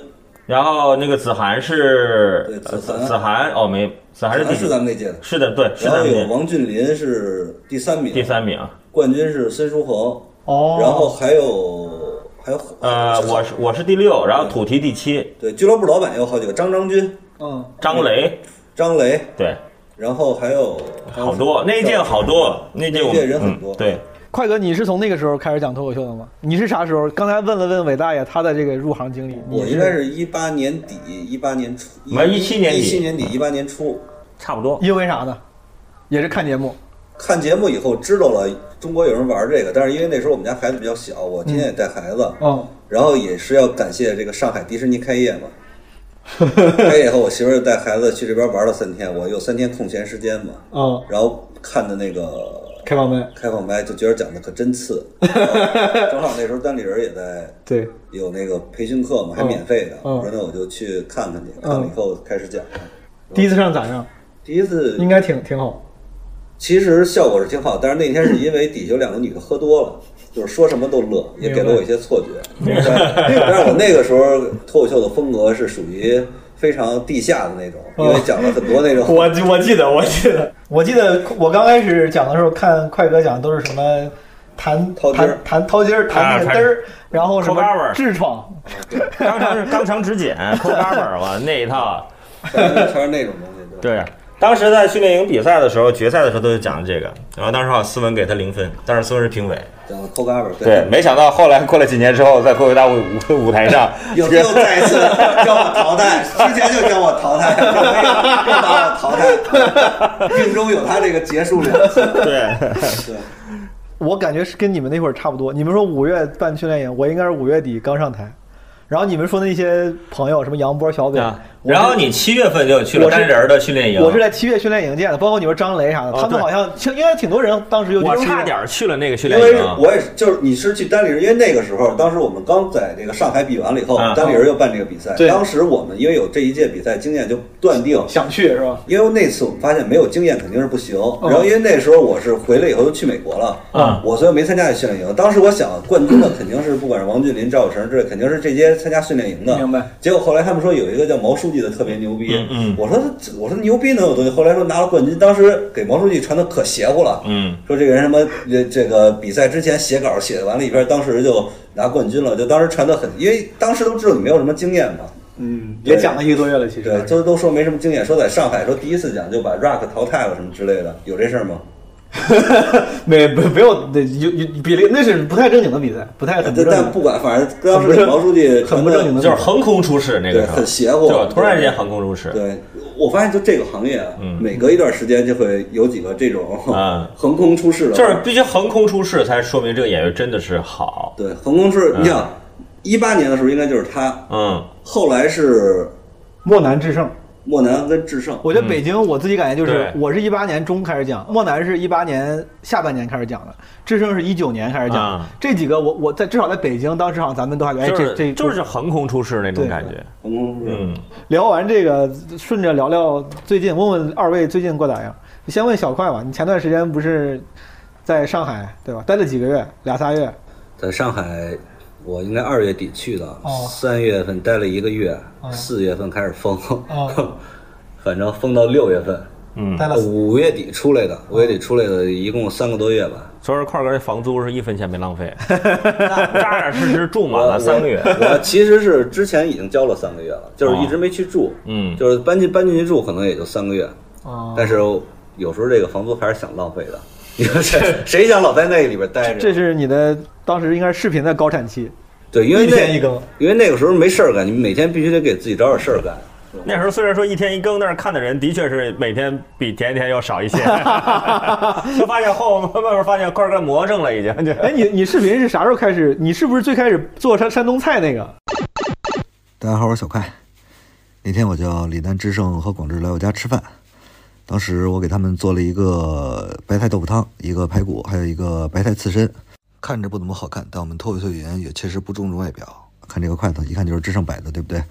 Speaker 3: 然后那个子涵是
Speaker 1: 对
Speaker 3: 呃
Speaker 1: 子
Speaker 3: 子
Speaker 1: 涵
Speaker 3: 子涵哦没，子涵是第
Speaker 1: 还
Speaker 3: 几
Speaker 1: 是？咱们那届的。
Speaker 3: 是的，对，是
Speaker 1: 然后
Speaker 3: 的，
Speaker 1: 有王俊林是第三名，
Speaker 3: 第三名。
Speaker 1: 冠军是孙书恒，
Speaker 5: 哦
Speaker 1: 然后还有还有
Speaker 3: 呃，我是我是第六，然后土提第七，
Speaker 1: 对俱乐部老板有好几个，张张军、
Speaker 5: 嗯，
Speaker 3: 张雷
Speaker 1: 张雷，
Speaker 3: 对，
Speaker 1: 然后还有
Speaker 3: 好多那一届好多，那一届我
Speaker 1: 那
Speaker 3: 们
Speaker 1: 一届人很多
Speaker 3: 嗯对，
Speaker 5: 快哥，你是从那个时候开始讲脱口秀的吗？你是啥时候？刚才问了问韦大爷他的这个入行经历，
Speaker 1: 我
Speaker 5: 你
Speaker 1: 应该是一八年底、一八年初，
Speaker 3: 没17年底
Speaker 1: 一七年底、一八年初
Speaker 3: 差不多。
Speaker 5: 因为啥呢？也是看节目，
Speaker 1: 看节目以后知道了中国有人玩这个，但是因为那时候我们家孩子比较小，我天天也带孩子，
Speaker 5: 嗯，
Speaker 1: 然后也是要感谢这个上海迪士尼开业嘛。开业以后，我媳妇儿就带孩子去这边玩了三天，我有三天空闲时间嘛，
Speaker 5: 嗯，
Speaker 1: 然后看的那个
Speaker 5: 开放麦，
Speaker 1: 哦开放麦，就觉得讲的可真次。正好那时候单立人也在
Speaker 5: 对，
Speaker 1: 有那个培训课嘛，还免费的。
Speaker 5: 嗯
Speaker 1: 我说那我就去看看去，看了以后开始讲。
Speaker 5: 第一次上咋样？
Speaker 1: 第一次
Speaker 5: 应该挺挺好。
Speaker 1: 其实效果是挺好，但是那天是因为底下有两个女的喝多了，就是说什么都乐，也给了我一些错觉。但但是我那个时候脱口秀的风格是属于非常地下的那种，因为讲了很多那种。
Speaker 5: 我 我记得，我记得，我记得我刚开始讲的时候，看快哥讲都是什么弹
Speaker 1: 掏筋儿
Speaker 5: 弹弹掏筋儿，弹那
Speaker 3: 啊
Speaker 5: 个嘚儿，然后什么
Speaker 3: 抠嘎巴儿
Speaker 5: 痔疮，
Speaker 3: 肛肠肛肠指 检、抠嘎巴儿哇那一套，
Speaker 1: 全是全是那种东西。对吧，
Speaker 3: 对。当时在训练营比赛的时候，决赛的时候都是讲这个，然后当时好像斯文给他零分，当时斯文是评委。
Speaker 1: 讲了抠嘎巴儿。
Speaker 3: 对，没想到后来过了几年之后，在脱口大舞舞舞 台上，
Speaker 1: 又又再一次叫我淘汰，之前就叫我淘汰，又把我淘汰，命中有他这个结束两次。
Speaker 3: 对，
Speaker 1: 对，
Speaker 5: 我感觉是跟你们那会儿差不多。你们说五月办训练营，我应该是五月底刚上台。然后你们说那些朋友，什么杨波、小北，我是
Speaker 3: 啊然后你七月份就去了
Speaker 5: 我是
Speaker 3: 单人儿的训练营，
Speaker 5: 我是在七月训练营见的，包括你说张雷啥的，
Speaker 3: 哦
Speaker 5: 他们
Speaker 3: 对
Speaker 5: 好像其实应该挺多人当时有
Speaker 3: 我
Speaker 5: 这种
Speaker 3: 差点儿去了那个训
Speaker 1: 因
Speaker 3: 练
Speaker 1: 为
Speaker 3: 营，啊
Speaker 1: 我也是，就是你是去单立人，因为那个时候，当时我们刚在这个上海比完了以后，
Speaker 3: 啊
Speaker 1: 单立人又办这个比赛。
Speaker 5: 对
Speaker 1: 当时我们因为有这一届比赛经验，就断定，
Speaker 5: 想去是吧？
Speaker 1: 因为那次我们发现没有经验肯定是不行。然后因为那时候我是回来以后就去美国了，
Speaker 3: 哦啊
Speaker 1: 我所以没参加这训练营。当时我想冠军的肯定是不管是王俊林、赵有成，这肯定是这些参加训练营的。
Speaker 5: 明白。
Speaker 1: 结果后来他们说有一个叫毛书记的特别牛逼，
Speaker 3: 嗯嗯
Speaker 1: 我说我说牛逼能有多牛？后来说拿了冠军，当时给毛书记传的可邪乎了，
Speaker 3: 嗯，
Speaker 1: 说这个人什么这这个比赛之前写稿写完了一篇，当时就拿冠军了，就当时传的很，因为当时都知道你没有什么经验嘛。
Speaker 5: 嗯，
Speaker 1: 也讲
Speaker 5: 了一个多月了，其
Speaker 1: 对，都都说没什么经验，说在上海说第一次讲就把 Rock 淘汰了什么之类的，有这事儿吗？
Speaker 5: 没不没有那有有比例，那是不太正经的比赛，不太很
Speaker 1: 但
Speaker 5: 不正
Speaker 1: 呃但
Speaker 5: 经。
Speaker 1: 不管，反正当时给毛书记
Speaker 5: 很不正经
Speaker 1: 传的
Speaker 5: 的
Speaker 3: 就是横空出世那个
Speaker 1: 对
Speaker 3: 时候，
Speaker 1: 很邪乎
Speaker 3: 就突然之间横空出世，
Speaker 1: 对，我发现就这个行业啊，
Speaker 3: 嗯
Speaker 1: 每隔一段时间就会有几个这种
Speaker 3: 啊
Speaker 1: 横空出世的，
Speaker 3: 就是必须横空出世，才说明这个演员真的是好。
Speaker 1: 对横空出世。
Speaker 3: 嗯
Speaker 1: 你想，一八年的时候应该就是他，
Speaker 3: 嗯，
Speaker 1: 后来是
Speaker 5: 莫南制胜，
Speaker 1: 莫南跟智胜，
Speaker 5: 我觉得北京我自己感觉就是，
Speaker 3: 嗯对
Speaker 5: 我是一八年中开始讲，莫南是一八年下半年开始讲的，智胜是一九年开始讲的
Speaker 3: 啊，
Speaker 5: 这几个我我在至少在北京当时好像咱们都还觉得哎
Speaker 3: 就
Speaker 5: 这这
Speaker 3: 是就是横空出世那种
Speaker 5: 对
Speaker 3: 感觉。
Speaker 1: 横空出世。
Speaker 3: 嗯，
Speaker 5: 聊完这个，顺着聊聊最近，问问二位最近过咋样？先问小快吧，你前段时间不是在上海对吧？待了几个月，俩仨月。
Speaker 1: 在上海，我应该二月底去的
Speaker 5: 哦，
Speaker 1: 三、月份待了一个月
Speaker 5: 哦，
Speaker 1: 四、月份开始封，
Speaker 5: 哦
Speaker 1: 反正封到六月份，
Speaker 3: 嗯
Speaker 5: 待了
Speaker 1: 五月底出来的，五月底出来的，一共三个多月吧。
Speaker 3: 说是块儿哥这房租是一分钱没 浪费，扎扎实实住满
Speaker 1: 我
Speaker 3: 了三 个月。啊
Speaker 1: 我其实是之前已经交了三个月了，就是一直没去住，
Speaker 3: 嗯，
Speaker 1: 就是搬进搬进去住可能也就三个月，
Speaker 5: 哦
Speaker 1: 但是有时候这个房租还是想浪费的。你说谁谁想老在那里边待着？
Speaker 5: 这是你的当时应该是视频的高产期，
Speaker 1: 对，因为
Speaker 5: 一天一
Speaker 1: 那
Speaker 5: 更。
Speaker 1: 因为那个时候没事儿干，你每天必须得给自己找点事儿干。
Speaker 3: 那时候虽然说一天一更，但是看的人的确是每天比前一天要少一 些。就发现后慢慢发现块儿哥魔怔了，已经就。
Speaker 5: 哎，你你视频是啥时候开始？你是不是最开始做山山东菜那个？
Speaker 6: 大家好，我是小快。那天我叫李诞、志胜和广志来我家吃饭，当时我给他们做了一个白菜豆腐汤，一个排骨，还有一个白菜刺身。看着不怎么好看，但我们脱口秀演员也确实不注重外表。看这个筷子，一看就是志胜摆的，对不对？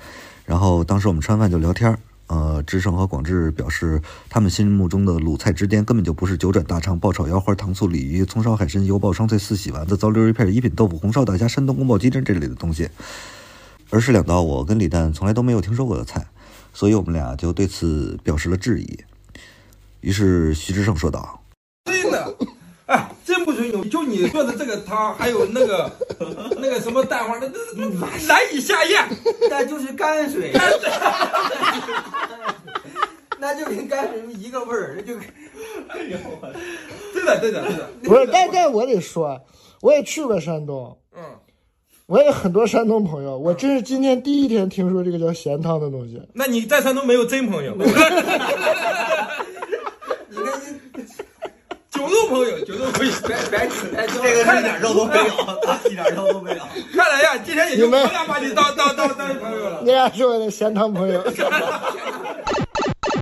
Speaker 6: 然后当时我们吃完饭就聊天儿呃，知盛和广智表示，他们心目中的鲁菜之巅根本就不是九转大肠、爆炒腰花、糖醋鲤鱼、葱烧海参、油爆双脆、四喜丸子、糟溜鱼片、一品豆腐、红烧大虾、山东宫保鸡丁这类的东西，而是两道我跟李诞从来都没有听说过的菜，所以我们俩就对此表示了质疑。于是徐志胜说道。
Speaker 7: 真的，哎，真不准有，就你做的这个汤，还有那个那个什么蛋黄，那那那难以下咽。
Speaker 8: 那就是泔水，那就跟泔水一个味儿，那就
Speaker 7: 真的，真的，真的。
Speaker 9: 不是，但但我得说，我也去过山东，嗯，我也有很多山东朋友，我真是今天第一天听说这个叫咸汤的东西。
Speaker 7: 那你在山东没有真朋友，
Speaker 8: 你跟
Speaker 7: 酒肉朋友，酒肉朋友。
Speaker 8: 白白起来就
Speaker 7: 这个
Speaker 8: 看
Speaker 7: 一点
Speaker 8: 着
Speaker 7: 肉都没有，
Speaker 8: 一点肉都没有。
Speaker 7: 看来呀，今天也就
Speaker 9: 你们
Speaker 7: 我俩把你当当当当朋友了。
Speaker 9: 你俩是我的咸汤朋友，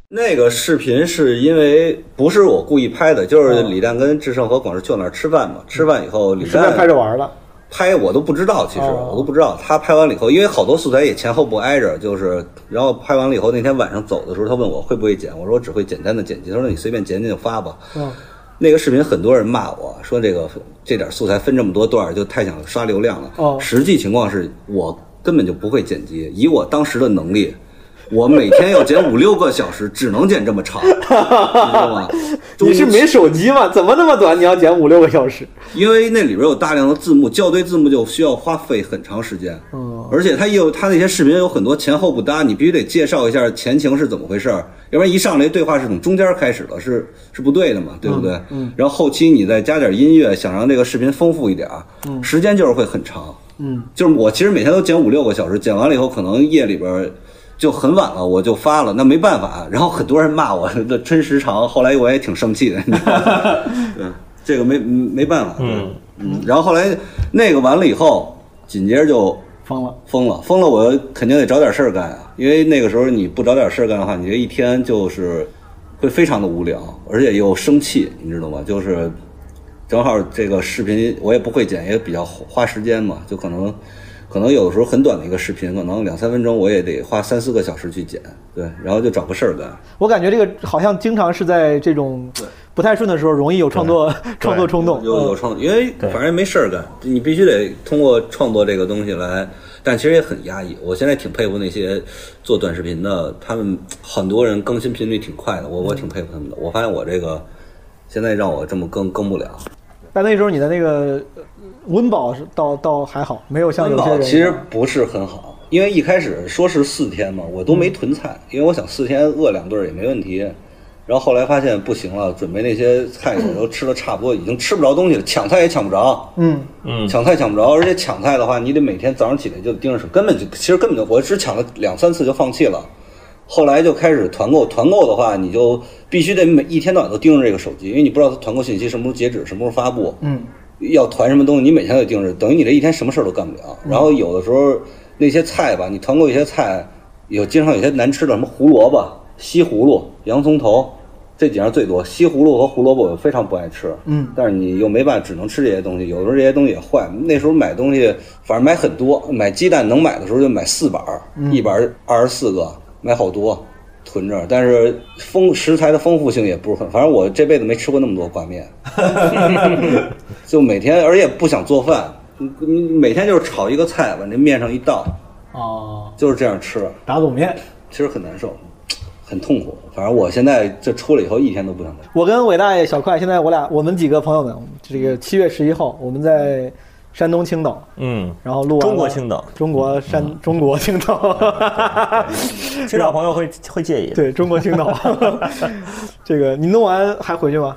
Speaker 1: 那个视频是因为不是我故意拍的，就是李诞跟志胜和广志去我那儿吃饭嘛。吃饭以后，李
Speaker 5: 顺便
Speaker 1: 诞
Speaker 5: 拍着玩了。
Speaker 1: 拍我都不知道，其实
Speaker 5: 哦
Speaker 1: 我都不知道。他拍完了以后，因为好多素材也前后不挨着，就是然后拍完了以后，那天晚上走的时候，他问我会不会剪，我说我只会简单的剪辑。他说那你随便剪剪就发吧。
Speaker 5: 哦
Speaker 9: 嗯
Speaker 1: 那个视频很多人骂我说这个这点素材分这么多段儿就太想刷流量了。
Speaker 5: 哦
Speaker 1: 实际情况是我根本就不会剪辑，以我当时的能力。我每天要剪五六个小时，只能剪这么长，你知道吗？
Speaker 5: 你是没手机吗？怎么那么短？你要剪五六个小时？
Speaker 1: 因为那里边有大量的字幕，校对字幕就需要花费很长时间。嗯，而且它也有它那些视频有很多前后不搭，你必须得介绍一下前情是怎么回事儿，要不然一上来对话是从中间开始的，是是不对的嘛，对不对？嗯，然后后期你再加点音乐，想让这个视频丰富一点儿，时间就是会很长。嗯，就是我其实每天都剪五六个小时，剪完了以后可能夜里边儿就很晚了，我就发了，那没办法。然后很多人骂我的真时长，后来我也挺生气的，你知道 吗？嗯，这个没没办法。嗯嗯，然后后来那个完了以后，紧接着就
Speaker 5: 疯了。
Speaker 1: 疯了，疯了，我肯定得找点事儿干啊，因为那个时候你不找点事儿干的话，你这一天就是会非常的无聊，而且又生气，你知道吗？就是正好这个视频我也不会剪，也比较花时间嘛，就可能可能有的时候很短的一个视频，可能两三分钟我也得花三四个小时去剪，对，然后就找个事儿干。
Speaker 5: 我感觉这个好像经常是在这种不太顺的时候，容易有创作创作冲动。嗯
Speaker 1: 有有创，因为反正没事儿干，你必须得通过创作这个东西来。但其实也很压抑。我现在挺佩服那些做短视频的，他们很多人更新频率挺快的，我
Speaker 5: 嗯
Speaker 1: 我挺佩服他们的。我发现我这个现在让我这么更更不了。
Speaker 5: 但那时候你的那个呃温饱是倒倒还好，没有像
Speaker 1: 温
Speaker 5: 有些
Speaker 1: 饱
Speaker 5: 人
Speaker 1: 其实不是很好，因为一开始说是四天嘛，我都
Speaker 5: 嗯
Speaker 1: 没囤菜，因为我想四天饿两顿儿也没问题。然后后来发现不行了，准备那些菜也都吃的差不多，已经吃不着东西了，抢菜也抢不着。
Speaker 5: 嗯，
Speaker 3: 嗯，
Speaker 1: 抢菜抢不着，而且抢菜的话，你得每天早上起来就盯着手，根本就其实根本就我只抢了两三次就放弃了。后来就开始团购，团购的话，你就必须得每一天到晚都盯着这个手机，因为你不知道它团购信息什么时候截止，什么时候发布，
Speaker 5: 嗯，
Speaker 1: 要团什么东西，你每天都得盯着，等于你这一天什么事儿都干不了。然后有的时候那些菜吧，你团购一些菜，有经常有些难吃的，什么胡萝卜、西葫芦、洋葱头，这几样最多。西葫芦和胡萝卜我非常不爱吃，
Speaker 5: 嗯
Speaker 1: 但是你又没办法，只能吃这些东西。有的时候这些东西也坏。那时候买东西，反正买很多，买鸡蛋能买的时候就买四板儿，一板儿二十四个，买好多囤着。但是丰食材的丰富性也不是很，反正我这辈子没吃过那么多挂面，就每天，而且不想做饭，你你每天就是炒一个菜，往这面上一倒，
Speaker 5: 哦，
Speaker 1: 就是这样吃，
Speaker 5: 打卤面。
Speaker 1: 其实很难受，很痛苦。反正我现在这出来以后，一天都不想再。
Speaker 5: 我跟伟大爷、小快，现在我俩我们几个朋友们，这个七月十一号，我们在山东青岛，
Speaker 3: 嗯，
Speaker 5: 然后录完了
Speaker 3: 中国青岛，嗯
Speaker 5: 中国山，中国青 岛，
Speaker 3: 青岛朋友会会介意。
Speaker 5: 对中国 青岛，这个你弄完还回去吗？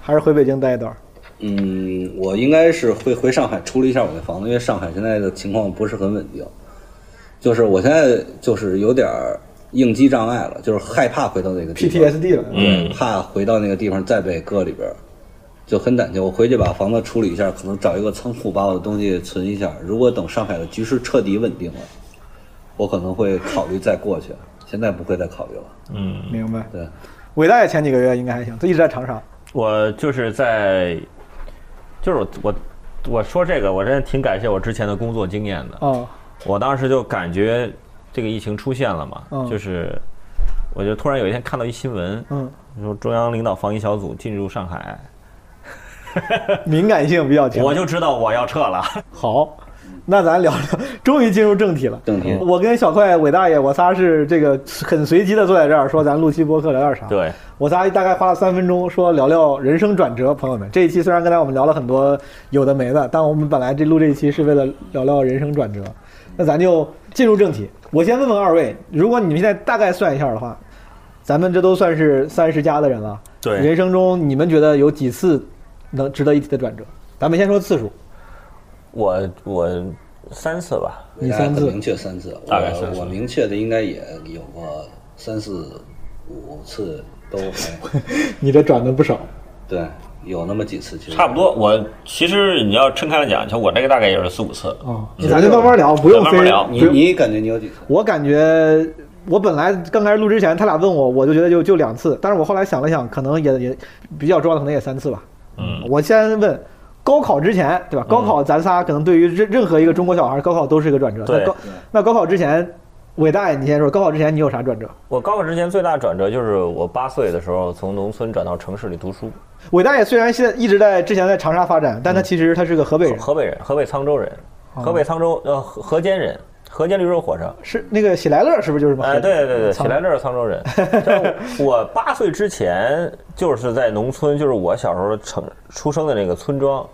Speaker 5: 还是回北京待一段？
Speaker 1: 嗯，我应该是会回上海处理一下我的房子，因为上海现在的情况不是很稳定，就是我现在就是有点儿应激障碍了，就是害怕回到那个地方
Speaker 5: PTSD 了
Speaker 3: 嗯
Speaker 1: 对，怕回到那个地方再被搁里边儿，就很胆怯。我回去把房子处理一下，可能找一个仓库把我的东西存一下。如果等上海的局势彻底稳定了，我可能会考虑再过去，现在不会再考虑了。
Speaker 5: 明白。
Speaker 1: 对，
Speaker 5: 伟大爷前几个月应该还行，他一直在长沙。
Speaker 3: 我就是在，就是我我我说这个，我真的挺感谢我之前的工作经验的。
Speaker 5: 哦，
Speaker 3: 我当时就感觉这个疫情出现了嘛，
Speaker 5: 嗯
Speaker 3: 就是我就突然有一天看到一新闻，
Speaker 5: 嗯，
Speaker 3: 说中央领导防疫小组进入上海，
Speaker 5: 敏感性比较强。
Speaker 3: 我就知道我要撤了。
Speaker 5: 好，那咱聊 聊，终于进入正题了。
Speaker 1: 正题
Speaker 5: 我跟小快、伟大爷，我仨是这个很随机的坐在这儿说，咱录期播客聊点啥？，
Speaker 3: 对，
Speaker 5: 我仨大概花了三分钟说聊聊人生转折。朋友们，这一期虽然刚才我们聊了很多有的没的，但我们本来这录这一期是为了聊聊人生转折。那咱就进入正题。我先问问二位，如果你们现在大概算一下的话，咱们这都算是三十加的人了。
Speaker 3: 对
Speaker 5: 人生中你们觉得有几次能值得一提的转折？咱们先说次数，
Speaker 3: 我我三次吧，
Speaker 5: 你三次
Speaker 1: 很明确三次，
Speaker 3: 大概三次
Speaker 1: 我我明确的应该也有过三四五次都还
Speaker 5: 你这转的不少。
Speaker 1: 对，有那么几次其实
Speaker 3: 差不。多。我其实你要撑开了讲，像我这个大概也是四五次。
Speaker 5: 哦，咱就慢慢聊，不用
Speaker 3: 慢
Speaker 5: 非
Speaker 3: 慢聊
Speaker 5: 不
Speaker 1: 你
Speaker 5: 用
Speaker 1: 你感觉你有几次？
Speaker 5: 我感觉我本来刚开始录之前，他俩问我，我就觉得就就两次，但是我后来想了想，可能也也比较重要的，可能也三次吧。
Speaker 3: 嗯，
Speaker 5: 我先问。高考之前，对吧？高考，咱仨可能对于任任何一个中国小孩，高考都是一个转折。那
Speaker 3: 对
Speaker 5: 高那高考之前，伟大爷，你先说，高考之前你有啥转折？
Speaker 3: 我高考之前最大转折就是我八岁的时候从农村转到城市里读书，
Speaker 5: 伟大爷虽然现在一直在之前在长沙发展，
Speaker 3: 嗯
Speaker 5: 但他其实他是个河北人，
Speaker 3: 河北人，河北沧州人，河北沧州呃河河间人，河间驴肉火烧。
Speaker 5: 是那个喜来乐，是不是就是什么？
Speaker 3: 哎，对对对，
Speaker 5: 沧
Speaker 3: 喜来乐是沧州 人。就是我八岁之前就是在农村，就是我小时候成出生的那个村庄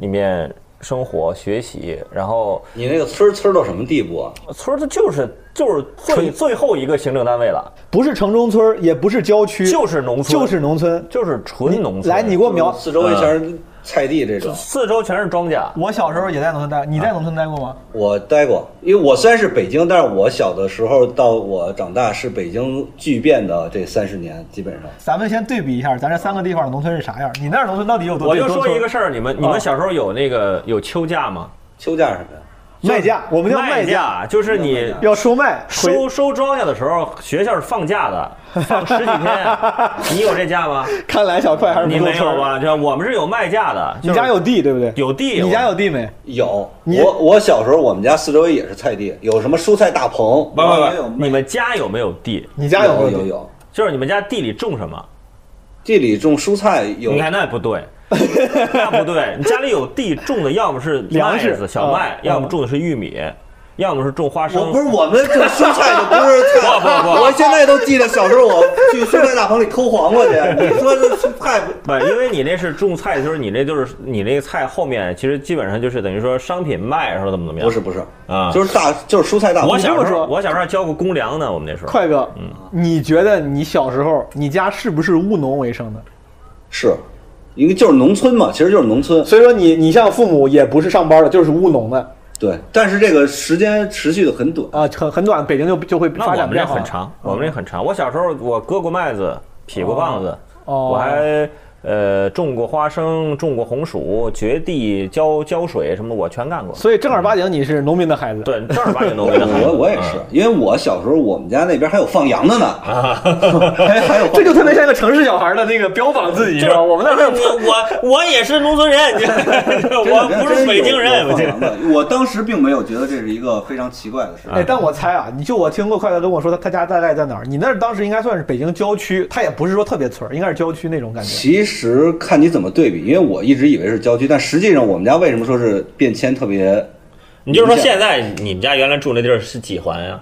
Speaker 3: 里面生活学习，然后
Speaker 1: 你那个村儿村儿到什么地步啊？
Speaker 3: 村儿它就是就是最最后一个行政单位了，
Speaker 5: 不是城中村儿，也不是郊区，
Speaker 3: 就是农村
Speaker 5: 就是农村。
Speaker 3: 就是纯农村。
Speaker 5: 来，你给我描。
Speaker 1: 四周围全是菜地这种。
Speaker 3: 四周全是庄稼，
Speaker 5: 我小时候也在农村待，你
Speaker 3: 啊
Speaker 5: 在农村待过吗？
Speaker 1: 我待过，因为我虽然是北京，但是我小的时候到我长大是北京巨变的这三十年，基本上。
Speaker 5: 咱们先对比一下，咱这三个地方的农村是啥样？你那儿农村到底有多？
Speaker 3: 我就
Speaker 5: 多
Speaker 3: 说
Speaker 5: 村
Speaker 3: 一个事儿，你们
Speaker 5: 啊
Speaker 3: 你们小时候有那个有秋假吗？
Speaker 1: 秋假是什么呀？
Speaker 5: 卖价，我们叫
Speaker 3: 卖
Speaker 5: 价，
Speaker 3: 假就是你
Speaker 5: 要收卖，
Speaker 3: 收收庄稼的时候，学校是放假的，放十几 天。你有这假吗？
Speaker 5: 回。看来小快还是不
Speaker 3: 你
Speaker 5: 够
Speaker 3: 没
Speaker 5: 村
Speaker 3: 有
Speaker 5: 儿。
Speaker 3: 吧？就我们是有卖价的，
Speaker 5: 你家有地对不对？
Speaker 3: 有地，
Speaker 5: 你家有地没？
Speaker 1: 有，
Speaker 5: 你
Speaker 1: 我我小时候我们家四周围也是菜地，有什么蔬菜大棚，
Speaker 3: 不不
Speaker 1: 然后也有
Speaker 3: 不，你们家有没有地？
Speaker 5: 你
Speaker 1: 家
Speaker 5: 家有没
Speaker 1: 有
Speaker 5: 地
Speaker 1: 有？有，
Speaker 3: 就是你们家地里种什么？
Speaker 1: 地里种蔬菜有
Speaker 3: 你，看那不对，那不对，你家里有地种的，要么是
Speaker 5: 粮食
Speaker 3: 麦子小麦，
Speaker 5: 嗯
Speaker 3: 要么种的是玉米，要么是种花
Speaker 1: 我
Speaker 3: 生
Speaker 1: 不。是我们种蔬菜就不是菜，
Speaker 3: 不不不
Speaker 1: 我现在都记得小时候我去蔬菜大棚里偷黄 瓜去，你说这蔬菜不
Speaker 3: 不，因为你那是种菜，就是你那就是你那个菜后面其实基本上就是等于说商品卖，说怎么怎么样。
Speaker 1: 不是不是
Speaker 3: 啊
Speaker 1: 就是大就是蔬菜大棚
Speaker 3: 我，小
Speaker 5: 你这
Speaker 3: 时
Speaker 5: 么
Speaker 3: 候，
Speaker 5: 说
Speaker 3: 我小时候还交过公粮呢，我们那时候。
Speaker 5: 快哥，
Speaker 3: 嗯
Speaker 5: 你觉得你小时候你家是不是务农为生的？
Speaker 1: 是，因为就是农村嘛，其实就是农村，
Speaker 5: 所以说你你像父母也不是上班的，就是务农的
Speaker 1: 对，但是这个时间持续的很短，
Speaker 5: 啊，很很短，北京就就会
Speaker 3: 那
Speaker 5: 发
Speaker 3: 我们
Speaker 5: 展不
Speaker 3: 这
Speaker 5: 太好
Speaker 3: 很长，我们这很长。我小时候我割过麦子，劈过棒子，
Speaker 5: 哦
Speaker 3: 我还呃种过花生，种过红薯，掘地、浇浇水什么，我 全干过。
Speaker 5: 所以正儿八经你是农民的孩子。
Speaker 3: 对，正儿八经农民的孩
Speaker 5: 嗯
Speaker 3: 子
Speaker 1: 我我也是，因为我小时候我们家那边还有放羊的呢，
Speaker 5: 啊
Speaker 1: 还还有放
Speaker 5: 这就特别像一个城市小孩的那个标榜自
Speaker 3: 就
Speaker 5: 己，
Speaker 3: 是
Speaker 5: 知道吗我们那边 有
Speaker 3: 我我我也是农村人， 我
Speaker 1: 真的
Speaker 3: 不是北京人，我
Speaker 1: 真
Speaker 3: 这
Speaker 1: 是有有放羊的我当时并没有觉得这是一个非常奇怪的事情。
Speaker 5: 哎，但我猜啊，你就我听过快乐跟我说他他家大概在哪儿，你那儿当时应该算是北京郊区，他也不是说特别村儿，应该是郊区那种感觉。
Speaker 1: 其实看你怎么对比，因为我一直以为是郊区，但实际上我们家为什么说是变迁特别？
Speaker 3: 你就是说现在你们家原来住那地儿是几环啊呀？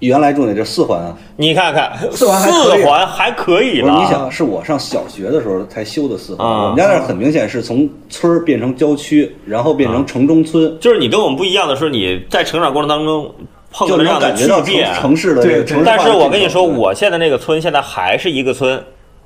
Speaker 1: 原来住那地儿四环啊，
Speaker 3: 你看看，
Speaker 1: 四环还可以
Speaker 3: 四环还可以
Speaker 1: 不
Speaker 3: 了
Speaker 1: 是。你想，是我上小学的时候才修的四环。
Speaker 3: 啊
Speaker 1: 我们家那儿很明显是从村儿变成郊区，然后变成城中村，
Speaker 3: 就是你跟我们不一样的是，你在成长过程当中碰
Speaker 1: 就
Speaker 3: 到这
Speaker 1: 能
Speaker 3: 样的
Speaker 1: 感
Speaker 3: 巨
Speaker 1: 觉到城
Speaker 3: 变。
Speaker 1: 城市的这
Speaker 5: 对
Speaker 1: 个城市化
Speaker 3: 但
Speaker 1: 的啊这
Speaker 3: 是
Speaker 1: 种。
Speaker 3: 我跟你说，我现在那个村现在还是一个村，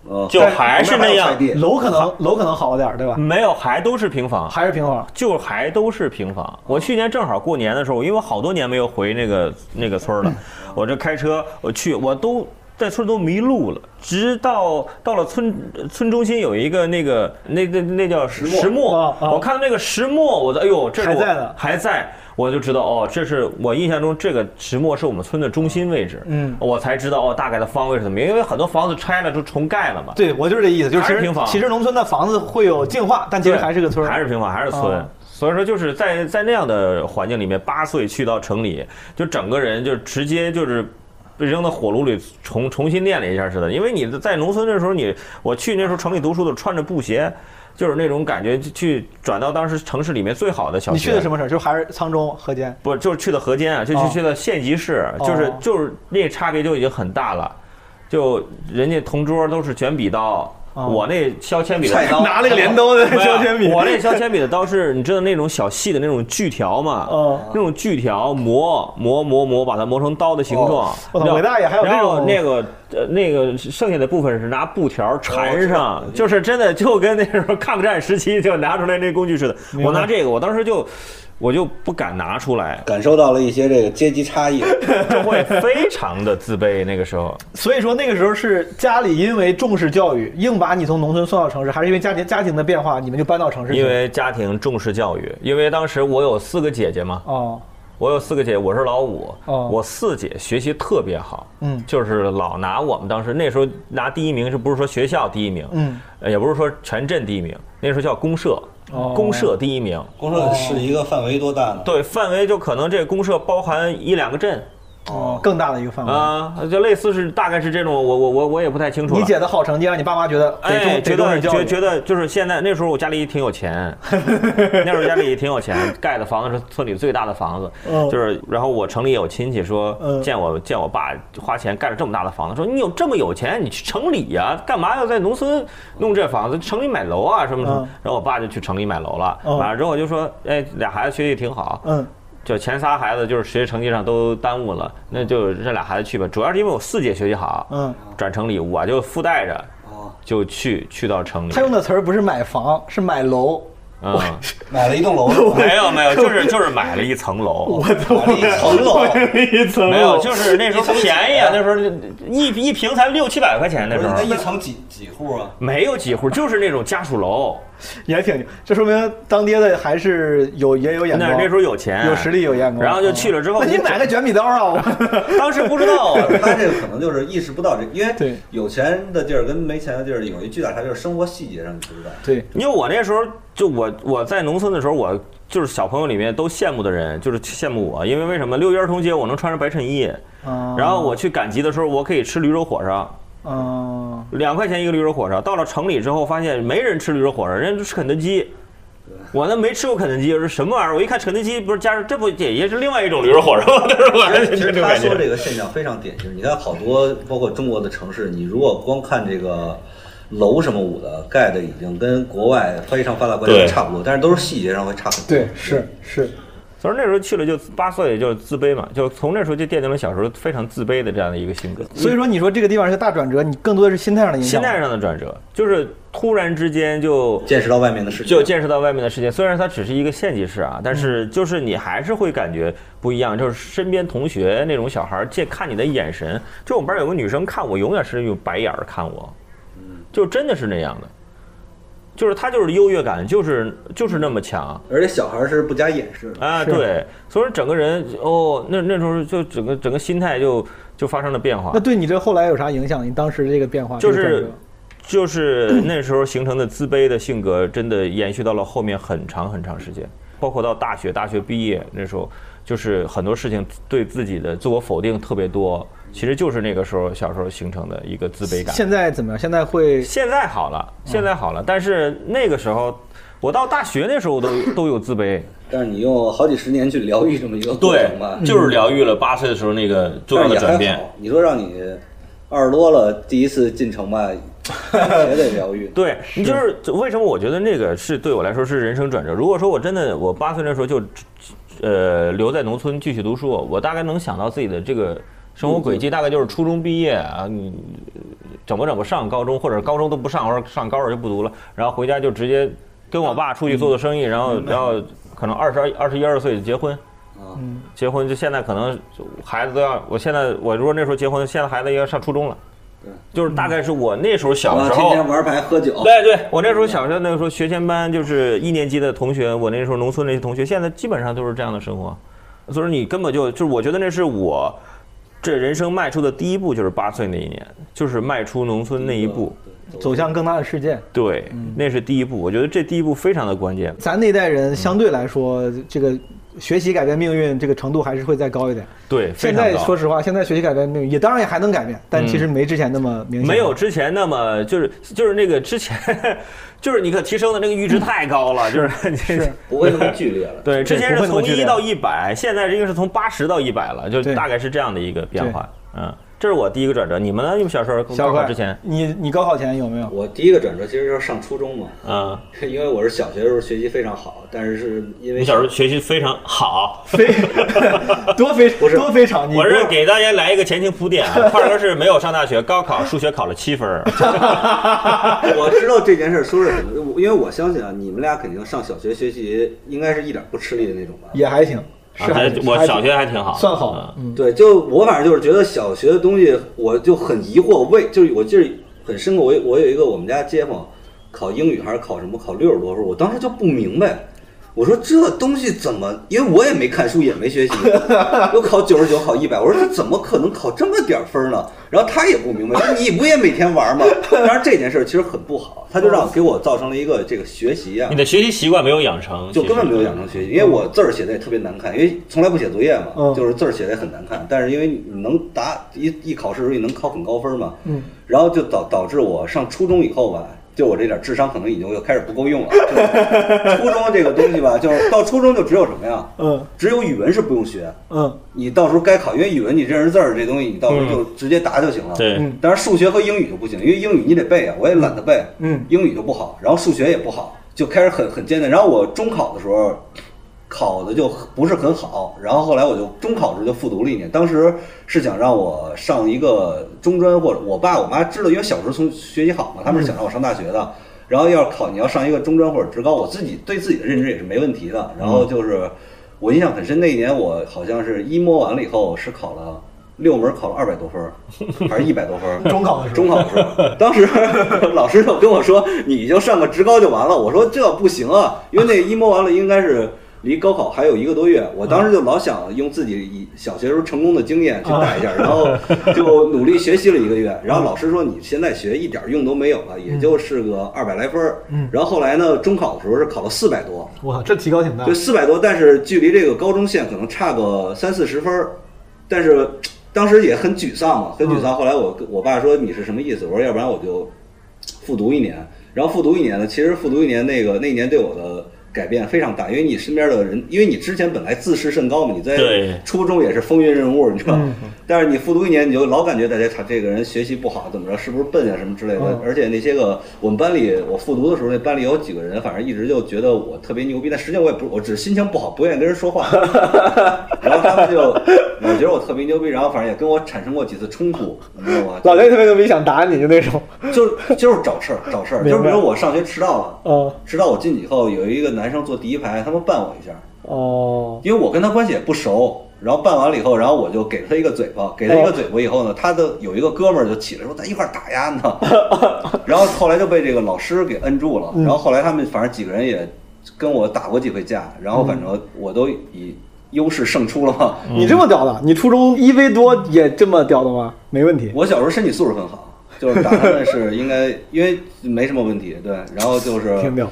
Speaker 1: 呃
Speaker 3: 就还是那
Speaker 1: 旁边还
Speaker 3: 样
Speaker 1: 有菜地
Speaker 5: 楼可能楼可能好嗯点儿，对吧？
Speaker 3: 没有，还都是平房，
Speaker 5: 还是平房。
Speaker 3: 就还都是平房。我
Speaker 5: 哦
Speaker 3: 去年正好过年的时候，因为我好多年没有回那个那个村儿了，
Speaker 5: 嗯
Speaker 3: 我这开车我去，我都在村儿都迷路了，直到到了村村中心有一个那个那那那叫石
Speaker 1: 石
Speaker 3: 磨，
Speaker 5: 啊啊
Speaker 3: 我看到那个石磨，我的哎呦，这是我
Speaker 5: 还在呢
Speaker 3: 还在，我就知道哦，这是我印象中这个石磨是我们村的中心位置，
Speaker 5: 嗯
Speaker 3: 我才知道哦大概的方位是怎么样，因为很多房子拆了就重盖了嘛，
Speaker 5: 对，我就是这意思，就是
Speaker 3: 还
Speaker 5: 其
Speaker 3: 是
Speaker 5: 实
Speaker 3: 平房
Speaker 5: 其实农村的房子会有进化，但其实
Speaker 3: 对
Speaker 5: 还是个村儿，
Speaker 3: 还是平房，还是村
Speaker 5: 啊。
Speaker 3: 所以说，就是在在那样的环境里面，八岁去到城里，就整个人就直接就是被扔到火炉里重重新练了一下似的。因为你在农村的时候，你我去那时候城里读书的，穿着布鞋，就是那种感觉，就去转到当时城市里面最好的小学。
Speaker 5: 你去的什么省？就是还是沧州、河 间。
Speaker 3: 不就是去的河间啊，就去
Speaker 5: 哦
Speaker 3: 去的县级市，就是
Speaker 5: 哦
Speaker 3: 就是那差别就已经很大了。就人家同桌都是卷笔刀，
Speaker 5: 哦
Speaker 3: 我那削铅笔的
Speaker 1: 菜刀
Speaker 5: 拿了 个镰 刀的
Speaker 3: 没有
Speaker 5: 削铅笔
Speaker 3: 我那削铅笔的刀是，你知道那种小细的那种锯条吗？
Speaker 5: 哦
Speaker 3: 那种锯条磨磨磨磨，把它磨成刀的形状。
Speaker 5: 哦我操
Speaker 3: 然后
Speaker 5: 伟大爷还有这种
Speaker 3: 然后那个呃那个剩下的部分是拿布条
Speaker 5: 哦
Speaker 3: 缠上，就是真的就跟那时候抗战时期就拿出来那工具似的。
Speaker 5: 明白
Speaker 3: 我拿这个，我当时就我就不敢拿出来，
Speaker 1: 感受到了一些这个阶级差异。
Speaker 3: 就会非常的自卑。那个时 候，
Speaker 5: 所以说那个时候是家里因为重视教育，硬把你从农村送到城市，还是因为家庭家庭的变化，你们就搬到城市去？
Speaker 3: 因为家庭重视教育，因为当时我有四个姐姐嘛，
Speaker 5: 哦，
Speaker 3: 我有四个姐，我是老五，
Speaker 5: 哦
Speaker 3: 我四姐学习特别好，
Speaker 5: 嗯
Speaker 3: 就是老拿我们当时那时候拿第一名，是不是说学校第一名，
Speaker 5: 嗯
Speaker 3: 呃，也不是说全镇第一名，那时候叫公社，
Speaker 5: 哦
Speaker 3: 公社第一名，
Speaker 1: 公社是一个范围多大呢？
Speaker 3: 对，范围就可能这公社包含一两个镇
Speaker 5: 哦，更大的一个范围。
Speaker 3: 啊、就类似是大概是这种，我我我我也不太清楚了。
Speaker 5: 你姐的好成绩让你爸妈觉得得重、
Speaker 3: 哎，
Speaker 5: 得
Speaker 3: 觉
Speaker 5: 重
Speaker 3: 得
Speaker 5: 视教
Speaker 3: 觉
Speaker 5: 育，
Speaker 3: 觉得就是现在那时候我家里挺有钱，那时候家里挺有钱，盖的房子是村里最大的房子，
Speaker 5: 嗯
Speaker 3: 就是然后我城里有亲戚说
Speaker 5: 嗯
Speaker 3: 见我见我爸花钱盖了这么大的房子，说你有这么有钱，你去城里呀、干嘛要在农村弄这房子？城里买楼啊什么什么
Speaker 5: 嗯？
Speaker 3: 然后我爸就去城里买楼了，
Speaker 5: 嗯
Speaker 3: 买了之后我就说，哎，俩孩子学习挺好，
Speaker 5: 嗯
Speaker 3: 就前仨孩子就是学习成绩上都耽误了，那就让俩孩子去吧。主要是因为我四姐学习好，
Speaker 5: 嗯，
Speaker 3: 转城里我就附带着。
Speaker 1: 哦，
Speaker 3: 就去去到城里
Speaker 5: 他，用的词儿不是买房，是买 楼。
Speaker 3: 嗯，
Speaker 1: 买了一栋楼， 是吧
Speaker 3: 没有没有，就是就是买了一层楼，
Speaker 1: 买了一层 楼，
Speaker 5: 一层
Speaker 3: 没有，就是那时候
Speaker 1: 一层几
Speaker 3: 便宜啊，那时候一一平才六七百块钱那
Speaker 1: 不
Speaker 3: 时
Speaker 1: 是那
Speaker 3: 候，
Speaker 1: 一层几几户啊？
Speaker 3: 没有几户，就是那种家属楼，
Speaker 5: 也挺，这说明当爹的还是有也有眼
Speaker 3: 那
Speaker 5: 光，
Speaker 3: 那时候有钱，
Speaker 5: 有实力有眼光。嗯
Speaker 3: 然后就去了之后，
Speaker 5: 那你买个卷笔刀啊？我
Speaker 3: 当时不知道啊，
Speaker 1: 哦他这个可能就是意识不到这，因
Speaker 5: 对
Speaker 1: 为有钱的地儿跟没钱的地儿有一巨大差，别，就是生活细节上你不 知道。
Speaker 5: 对，
Speaker 3: 因为我那时候就我我在农村的时候，我就是小朋友里面都羡慕的人，就是羡慕我，因为为什么六一儿童节我能穿着白衬衣，
Speaker 1: 哦
Speaker 5: 嗯
Speaker 3: 然后我去赶集的时候我可以吃驴肉火烧。
Speaker 5: 嗯，
Speaker 3: 两块钱一个驴肉火烧。到了城里之后，发现没人吃驴肉火烧，人家都吃肯德基。我那没吃过肯德基，我说什么玩意儿？我一看肯德基，不是加上这不也也是另外一种驴肉火烧吗？但 是我
Speaker 1: 其
Speaker 3: 这
Speaker 1: 实
Speaker 3: 种
Speaker 1: 他
Speaker 3: 感
Speaker 1: 说
Speaker 3: 觉。
Speaker 1: 这个现象非常典型，你看好多包括中国的城市，你如果光看这个楼什么舞的盖的，已经跟国外非常发达国家
Speaker 3: 对
Speaker 1: 差不多，但是都是细节上会差很多。
Speaker 5: 对，是是，
Speaker 3: 所以那时候去了就八岁，就自卑嘛，就从那时候就奠定了小时候非常自卑的这样的一个性格。
Speaker 5: 所以说你说这个地方是个大转折，你更多的是心态上的影响。
Speaker 3: 心态上的转折，就是突然之间就
Speaker 1: 见识到外面的世界，
Speaker 3: 就见识到外面的世界。虽然它只是一个县级市啊，但是就是你还是会感觉不一样。就是身边同学那种小孩儿，见看你的眼神，就我们班有个女生看我，永远是用白眼儿看我，就真的是那样的。就是她就是优越感，就是就是那么强
Speaker 1: 而且小孩是不加掩饰的。
Speaker 3: 啊，
Speaker 5: 是
Speaker 3: 对，所以说整个人哦，那那时候就整个整个心态就就发生了变化
Speaker 5: 那。对你这后来有啥影响？你当时这个变
Speaker 1: 啊
Speaker 5: 化
Speaker 3: 就
Speaker 5: 这个转
Speaker 3: 是
Speaker 5: 折
Speaker 3: 就是 那时候形成的自卑的性格，真的延续到了后面很长很长时间，包括到大学，大学毕业那时候，就是很多事情对自己的自我否定特别多，其实就是那个时候小时候形成的一个自卑感。
Speaker 5: 现在怎么样？现在会
Speaker 3: 现在好了，现在好了，但是那个时候，我到大学那时候都都有自卑，
Speaker 1: 但是你用好几十年去疗愈这么一个过程吧，
Speaker 3: 就是疗愈了八岁的时候那个重
Speaker 1: 嗯但是也还好。你说让你二十多了第一次进城吧，也得疗愈。
Speaker 3: 对，你就是就为什么我觉得那个是对我来说是人生转折。如果说我真的我八岁那时候就，呃，留在农村继续读书，我大概能想到自己的这个生活轨迹，大概就是初中毕业啊，你整吧整吧上高中，或者高中都不上，或者上高二就不读了，然后回家就直接跟我爸出去做做生意，然后然后可能二十二二十一二岁就结婚。结婚就现在可能孩子都要，我现在我如果那时候结婚，现在孩子也要上初中了，就是大概是我那时候小
Speaker 1: 然后
Speaker 3: 时
Speaker 1: 天
Speaker 3: 候，
Speaker 1: 天玩牌喝酒，
Speaker 3: 对对，我那时候小时候那个时候学前班就是一年级的同学，我那时候农村那些同学，现在基本上都是这样的生活，所以说你根本就就是我觉得那是我这人生迈出的第一步，就是八岁那一年，就是迈出农村那一步，
Speaker 5: 走向更大的世界。
Speaker 3: 对，那是第一步，我觉得这第一步非常的关键。
Speaker 5: 咱那代人相对来说，这个学习改变命运这个程度还是会再高一点。
Speaker 3: 对，非
Speaker 5: 现
Speaker 3: 常
Speaker 5: 在
Speaker 3: 高嗯
Speaker 5: 说实话，现在学习改变命运也当然也还能改变，但其实没之前那么明显。
Speaker 3: 没有，之前那么就是就是那个之前 就是你可提升的那个阈值太高了， 就是你
Speaker 5: 是
Speaker 1: 不会那么剧烈了。
Speaker 3: 对，之前
Speaker 5: 不
Speaker 3: 是
Speaker 5: 会那么
Speaker 3: 从
Speaker 5: 剧烈
Speaker 3: 一到一百，现在这个是从八十到一百了，就
Speaker 5: 对
Speaker 3: 大概是这样的一个变化。嗯，这是我第一个转折。你们呢？你们小时候
Speaker 5: 小
Speaker 3: 高考
Speaker 5: 块
Speaker 3: 之前，
Speaker 5: 你你高考前有没有？
Speaker 1: 我第一个转折其实就是上初中嘛，
Speaker 3: 嗯，
Speaker 1: 因为我是小学的时候学习非常好，但是是因为
Speaker 3: 你小时候学习 非 常好。
Speaker 5: 非多非
Speaker 1: 不是
Speaker 5: 多非常，你
Speaker 3: 我是给大家来一个前情铺垫 啊，块儿哥是没有上大学，高考数学考了七分儿， 啊
Speaker 1: 我知道这件事儿说是什么，因为我相信啊，你们俩肯定上小学学习应该是一点不吃力的那种吧？
Speaker 5: 也还行，
Speaker 3: 啊
Speaker 5: 是还
Speaker 3: 咱我
Speaker 5: 还
Speaker 3: 小学还挺好，
Speaker 5: 算好
Speaker 3: 嗯，
Speaker 5: 嗯，
Speaker 1: 对，就我反正就是觉得小学的东西，我就很疑惑，为就是我记得很深刻，我有我有一个我们家街坊考英语还是考什么，考六十多分，我当时就不明白。我说这东西怎么？因为我也没看书，也没学习，又考九十九，考一百。我说这怎么可能考这么点儿分儿呢？然后他也不明白，说你不也每天玩吗？当然这件事儿其实很不好，他就让给我造成了一个这个学习啊，
Speaker 3: 你的学习习惯没有养成，
Speaker 1: 就根本
Speaker 3: 其实
Speaker 1: 没有养成学习，因为我字儿写的也特别难看，因为从来不写作业嘛，
Speaker 5: 嗯
Speaker 1: 就是字儿写的很难看。但是因为你能答一一考试的时候你能考很高分嘛，
Speaker 5: 嗯，
Speaker 1: 然后就导导致我上初中以后吧，就我这点智商可能已经又开始不够用了。就是 初中这个东西吧，就是到初中就只有什么呀？
Speaker 5: 嗯
Speaker 1: 只有语文是不用学，
Speaker 5: 嗯
Speaker 1: 你到时候该考，因为语文你认识字儿这东西，你到时候就直接答就行了。
Speaker 3: 对
Speaker 5: 嗯
Speaker 1: 但是数学和英语就不行，因为英语你得背啊，我也懒得背，
Speaker 5: 嗯
Speaker 1: 英语就不好，然后数学也不好，就开始很很艰难。然后我中考的时候考的就不是很好，然后后来我就中考的时候就复读了一年，当时是想让我上一个中专或者我爸我妈知道，因为小时候从学习好嘛，他们是想让我上大学的。
Speaker 5: 嗯
Speaker 1: 然后要是考你要上一个中专或者职高，我自己对自己的认知也是没问题的。然
Speaker 5: 嗯
Speaker 1: 后就是我印象很深，那一年我好像是一摸完了以后是考了六门，考了二百多分儿，还是一百多分儿？
Speaker 5: 中考的时候
Speaker 1: 中考的时候，当时 老师就跟我说：“你就上个职高就完了。”我说：“这不行啊，因为那一摸完了应该是。”离高考还有一个多月，我当时就老想用自己以小学时候成功的经验去带
Speaker 5: 啊
Speaker 1: 一下，然后就努力学习了一个月。然后老师说你现在学一点用都没有了，也就是个二百来分儿。
Speaker 5: 嗯
Speaker 1: 然后后来呢，中考的时候是考了四百多，
Speaker 5: 哇，这提高挺大
Speaker 1: 对，四百多，但是距离这个高中线可能差个三四十分儿，但是当时也很沮丧嘛，很沮丧。后来我我爸说你是什么意思？我说要不然我就复读一年。然后复读一年呢，其实复读一年那个那一年对我的改变非常大，因为你身边的人，因为你之前本来自视甚高嘛，你在
Speaker 3: 对
Speaker 1: 初中也是风云人物，你知道。
Speaker 5: 嗯
Speaker 1: 但是你复读一年，你就老感觉大家他这个人学习不好，怎么着，是不是笨啊什么之类的。
Speaker 5: 嗯
Speaker 1: 而且那些个我们班里，我复读的时候，那班里有几个人，反正一直就觉得我特别牛逼，但实际上我也不，我只是心情不好，不愿意跟人 说话。然后他们就，我觉得我特别牛逼，然后反正也跟我产生过几次冲突，你知道吗？
Speaker 5: 老雷特别牛逼，想打你就那种，
Speaker 1: 就是就是找事儿，找事儿，
Speaker 5: 明
Speaker 1: 就
Speaker 5: 白
Speaker 1: 是比如我上学迟到了，
Speaker 5: 嗯
Speaker 1: 迟到我进去以后，有一个男生坐第一排，他们绊我一下，
Speaker 5: 哦，
Speaker 1: 因为我跟他关系也不熟，然后办完了以后，然后我就给了他一个嘴巴，给他一个嘴巴以后呢，他的有一个哥们儿就起来说咱一块儿打压呢，然后后来就被这个老师给摁住了，然后后来他们反正几个人也跟我打过几回架，然后反正我都以优势胜出了嘛。
Speaker 5: 你这么屌的，你初中一 v 多也这么屌的吗？没问题，
Speaker 1: 我小时候身体素质很好，就是打他们是应该因为没什么问题，对，然后就是
Speaker 5: 挺屌，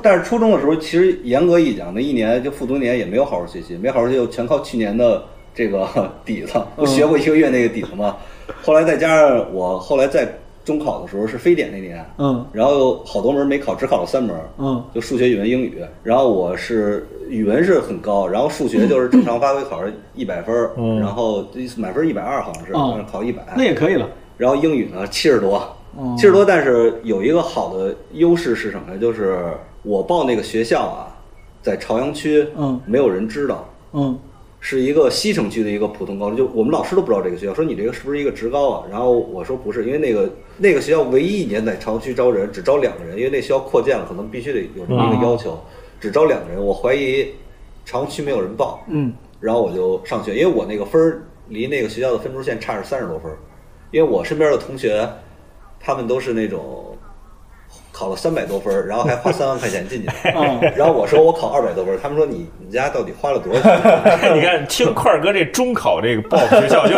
Speaker 1: 但是初中的时候，其实严格一讲，那一年就复读年也没有好好学习，没好好学习，全靠去年的这个 底子，我学过一个月那个底子嘛。后来再加上我后来在中考的时候是非典那年，
Speaker 5: 嗯
Speaker 1: 然后好多门没考，只考了三门，
Speaker 5: 嗯
Speaker 1: 就数学、语文、英语。然后我是语文是很高，然后数学就是正常发挥，考试一百分儿，然后满分一百二好像是，
Speaker 5: 哦
Speaker 1: 但是考一百，
Speaker 5: 那也可以了，
Speaker 1: 然后英语呢七十多
Speaker 5: 哦，
Speaker 1: 七十多，但是有一个好的优势是什么呢？就是我报那个学校啊，在朝阳区，
Speaker 5: 嗯
Speaker 1: 没有人知道，
Speaker 5: 嗯
Speaker 1: 是一个西城区的一个普通高中，就我们老师都不知道这个学校，说你这个是不是一个职高啊？然后我说不是，因为那个那个学校唯一一年在朝阳区招人，只招两个人，因为那学校扩建了，可能必须得有这么一个要求，只招两个人。我怀疑朝阳区没有人报，
Speaker 5: 嗯，
Speaker 1: 然后我就上学，因为我那个分儿离那个学校的分数线差着三十多分儿，因为我身边的同学，他们都是那种考了三百多分儿，然后还花三万块钱进去，然后我说我考二百多分儿，他们说你你家到底花了多少钱？
Speaker 3: 你看，听块儿哥这中考这个报学校，就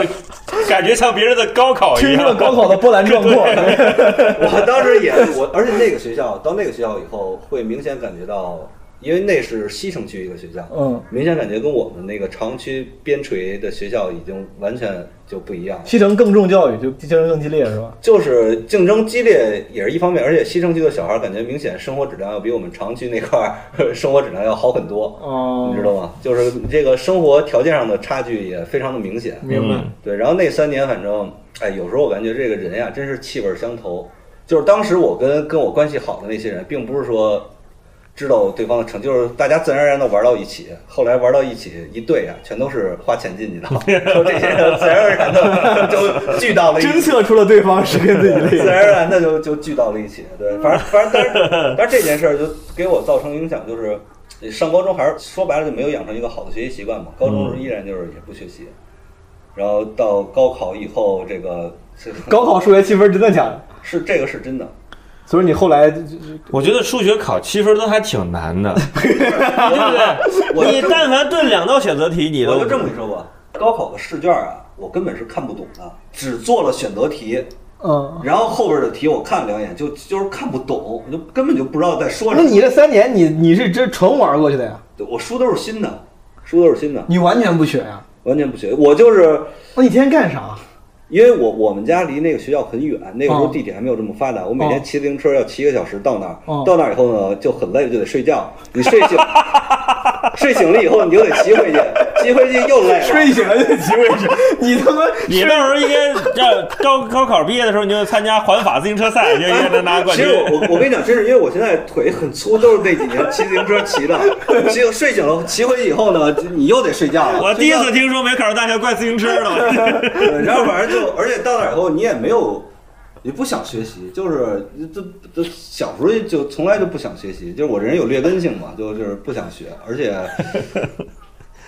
Speaker 3: 感觉像别人的高 考一
Speaker 5: 听出了
Speaker 3: 样。
Speaker 5: 高考的波澜壮阔，
Speaker 1: 我当时也我，而且那个学校到那个学校以后，会明显感觉到因为那是西城区一个学校，
Speaker 5: 嗯，
Speaker 1: 明显感觉跟我们那个长区边陲的学校已经完全就不一样了。
Speaker 5: 西城更重教育，就竞争更激烈是吧？
Speaker 1: 就是竞争激烈也是一方面，而且西城区的小孩感觉明显生活质量要比我们长区那块儿 生活质量要好很多，
Speaker 5: 哦
Speaker 1: 你知道吗？就是这个生活条件上的差距也非常的明显。
Speaker 5: 明白
Speaker 3: 嗯。
Speaker 1: 对，然后那三年反正，哎，有时候我感觉这个人呀，真是气味相投。就是当时我跟跟我关系好的那些人，并不是说知道对方的成，就是大家自然而然的玩到一起。后来玩到一起一对啊，全都是花钱进去的， 说这些人自然而然的 就聚到了一起。
Speaker 5: 侦测出了对方是跟自己类
Speaker 1: 自然
Speaker 5: 似。
Speaker 1: 而然的就就聚到了一起。对，反正反正但是但是这件事儿就给我造成影响，就是你上高中还是说白了就没有养成一个好的学习习惯嘛。高
Speaker 3: 嗯
Speaker 1: 中时依然就是也不学习，然后到高考以后，这个这个
Speaker 5: 高考数学七分真的假的？
Speaker 1: 是这个是 真的。
Speaker 5: 所以你后来就就
Speaker 3: 我觉得数学考七分都还挺难的，对不
Speaker 1: 我
Speaker 3: 对？你但凡对两道选择题，你都
Speaker 1: 我就这么跟你说吧，高考的试卷啊，我根本是看不懂的，只做了选择题。
Speaker 5: 嗯，
Speaker 1: 然后后边的题我看了两眼，就就是看不懂，我就根本就不知道在说什
Speaker 5: 那
Speaker 1: 么。
Speaker 5: 你这三年你你是真纯玩过去的呀？
Speaker 1: 对我书都是新的，书都是新的，
Speaker 5: 你完全不学呀？
Speaker 1: 完全不学。我就是
Speaker 5: 那你天天干啥？
Speaker 1: 因为我我们家离那个学校很远，那个时候
Speaker 3: 啊
Speaker 5: 哦
Speaker 1: 地铁还没有这么发达，我每
Speaker 5: 哦
Speaker 1: 天骑自行车要骑一个小时到那儿，
Speaker 3: 啊
Speaker 5: 哦
Speaker 1: 到那儿以后呢就很累，就得睡觉。你睡 醒，睡醒了以后你就得骑回去，骑回去又累了。
Speaker 5: 睡醒了就骑回去， 你他妈
Speaker 3: 你到时候应该要高高考毕业的时候，你就参加环法自行车赛，你就应该能拿冠
Speaker 1: 其
Speaker 3: 军
Speaker 1: 实。我我我跟你讲，真是因为我现在腿很粗，都是那几年骑自行车骑的。骑睡醒了，骑回去以后呢，你又得睡觉了。
Speaker 3: 我第一次
Speaker 1: 睡
Speaker 3: 听说没考上大学怪自行车 的， 我
Speaker 1: 觉，对然后反正就，而且到那儿以后你也没有，你不想学习，就是这这小时候就从来就不想学习，就是我这人有劣根性嘛，就就是不想学，而 且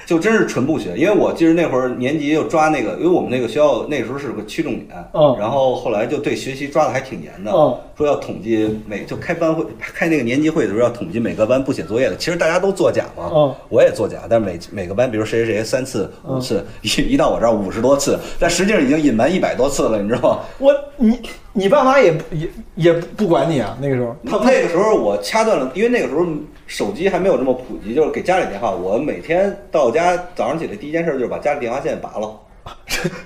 Speaker 1: 就真是纯不学。因为我记得那会儿年级又抓那个，因为我们那个学校那时候是个区重点，
Speaker 5: 嗯
Speaker 1: 然后后来就对学习抓的还挺严的，
Speaker 5: 嗯
Speaker 1: 说要统计每就开班会开那个年级会的时候要统计每个班不写作业的，其实大家都作假嘛，
Speaker 5: 嗯
Speaker 1: 我也作假，但是每每个班比如谁谁谁三次五次， 一一到我这儿五十多次，但实际上已经隐瞒一百多次了，你知道吗？
Speaker 5: 我你你爸妈也也也不管你啊？那个时候
Speaker 1: 他那个时候我掐断了，因为那个时候手机还没有这么普及，就是给家里电话。我每天到家早上起来第一件事就是把家里电话线拔了，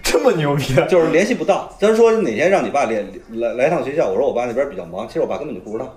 Speaker 5: 这么牛逼啊？
Speaker 1: 就是联系不到。他说哪天让你爸联来来趟学校，我说我爸那边比较忙，其实我爸根本就不知道。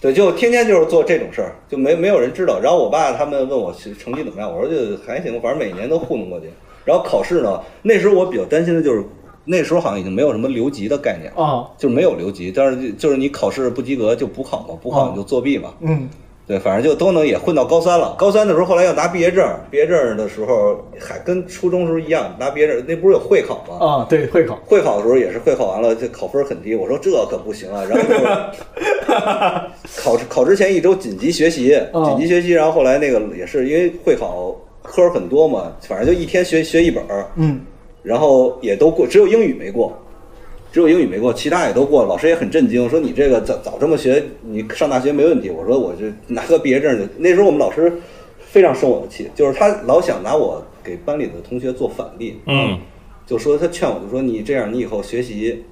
Speaker 1: 对，就天天就是做这种事儿，就没没有人知道。然后我爸他们问我学成绩怎么样，我说就还行，反正每年都糊弄过去。然后考试呢，那时候我比较担心的就是，那时候好像已经没有什么留级的概念了，
Speaker 5: 啊，
Speaker 1: 就是没有留级，但是就就是你考试不及格就补考嘛，补考你就作弊嘛。
Speaker 5: 嗯，
Speaker 1: 对，反正就都能也混到高三了。高三的时候，后来要拿毕业证，毕业证的时候还跟初中时候一样，拿毕业证那不是有会考吗？
Speaker 5: 啊，对，会考。
Speaker 1: 会考的时候也是会考完了，这考分很低。我说这可不行啊，然后就是考试考之前一周紧急学习，
Speaker 5: 哦
Speaker 1: 紧急学习，然后后来那个也是因为会考科儿很多嘛，反正就一天学学一本儿，
Speaker 5: 嗯，
Speaker 1: 然后也都过，只有英语没过，只有英语没过，其他也都过。老师也很震惊，说你这个早早这么学，你上大学没问题。我说我这拿个毕业证就，那时候我们老师非常生我的气，就是他老想拿我给班里的同学做反例，
Speaker 3: 嗯，
Speaker 1: 就说他劝我，就说你这样，你以后学习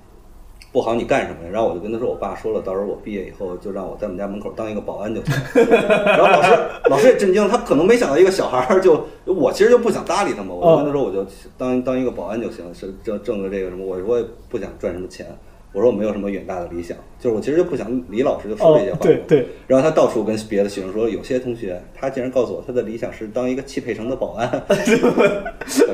Speaker 1: 不好，你干什么呀？然后我就跟他说，我爸说了，到时候我毕业以后就让我在我们家门口当一个保安 就行。然后老师老师也震惊，他可能没想到一个小孩儿就我其实就不想搭理他嘛，我就跟他说我就当当一个保安就行，是挣挣个这个什么，我我也不想赚什么钱。我说我没有什么远大的理想，就是我其实就不想理老师就说这些
Speaker 5: 哦
Speaker 1: 话。
Speaker 5: 对对。
Speaker 1: 然后他到处跟别的学生说，有些同学他竟然告诉我他的理想是当一个汽配城的 保安，反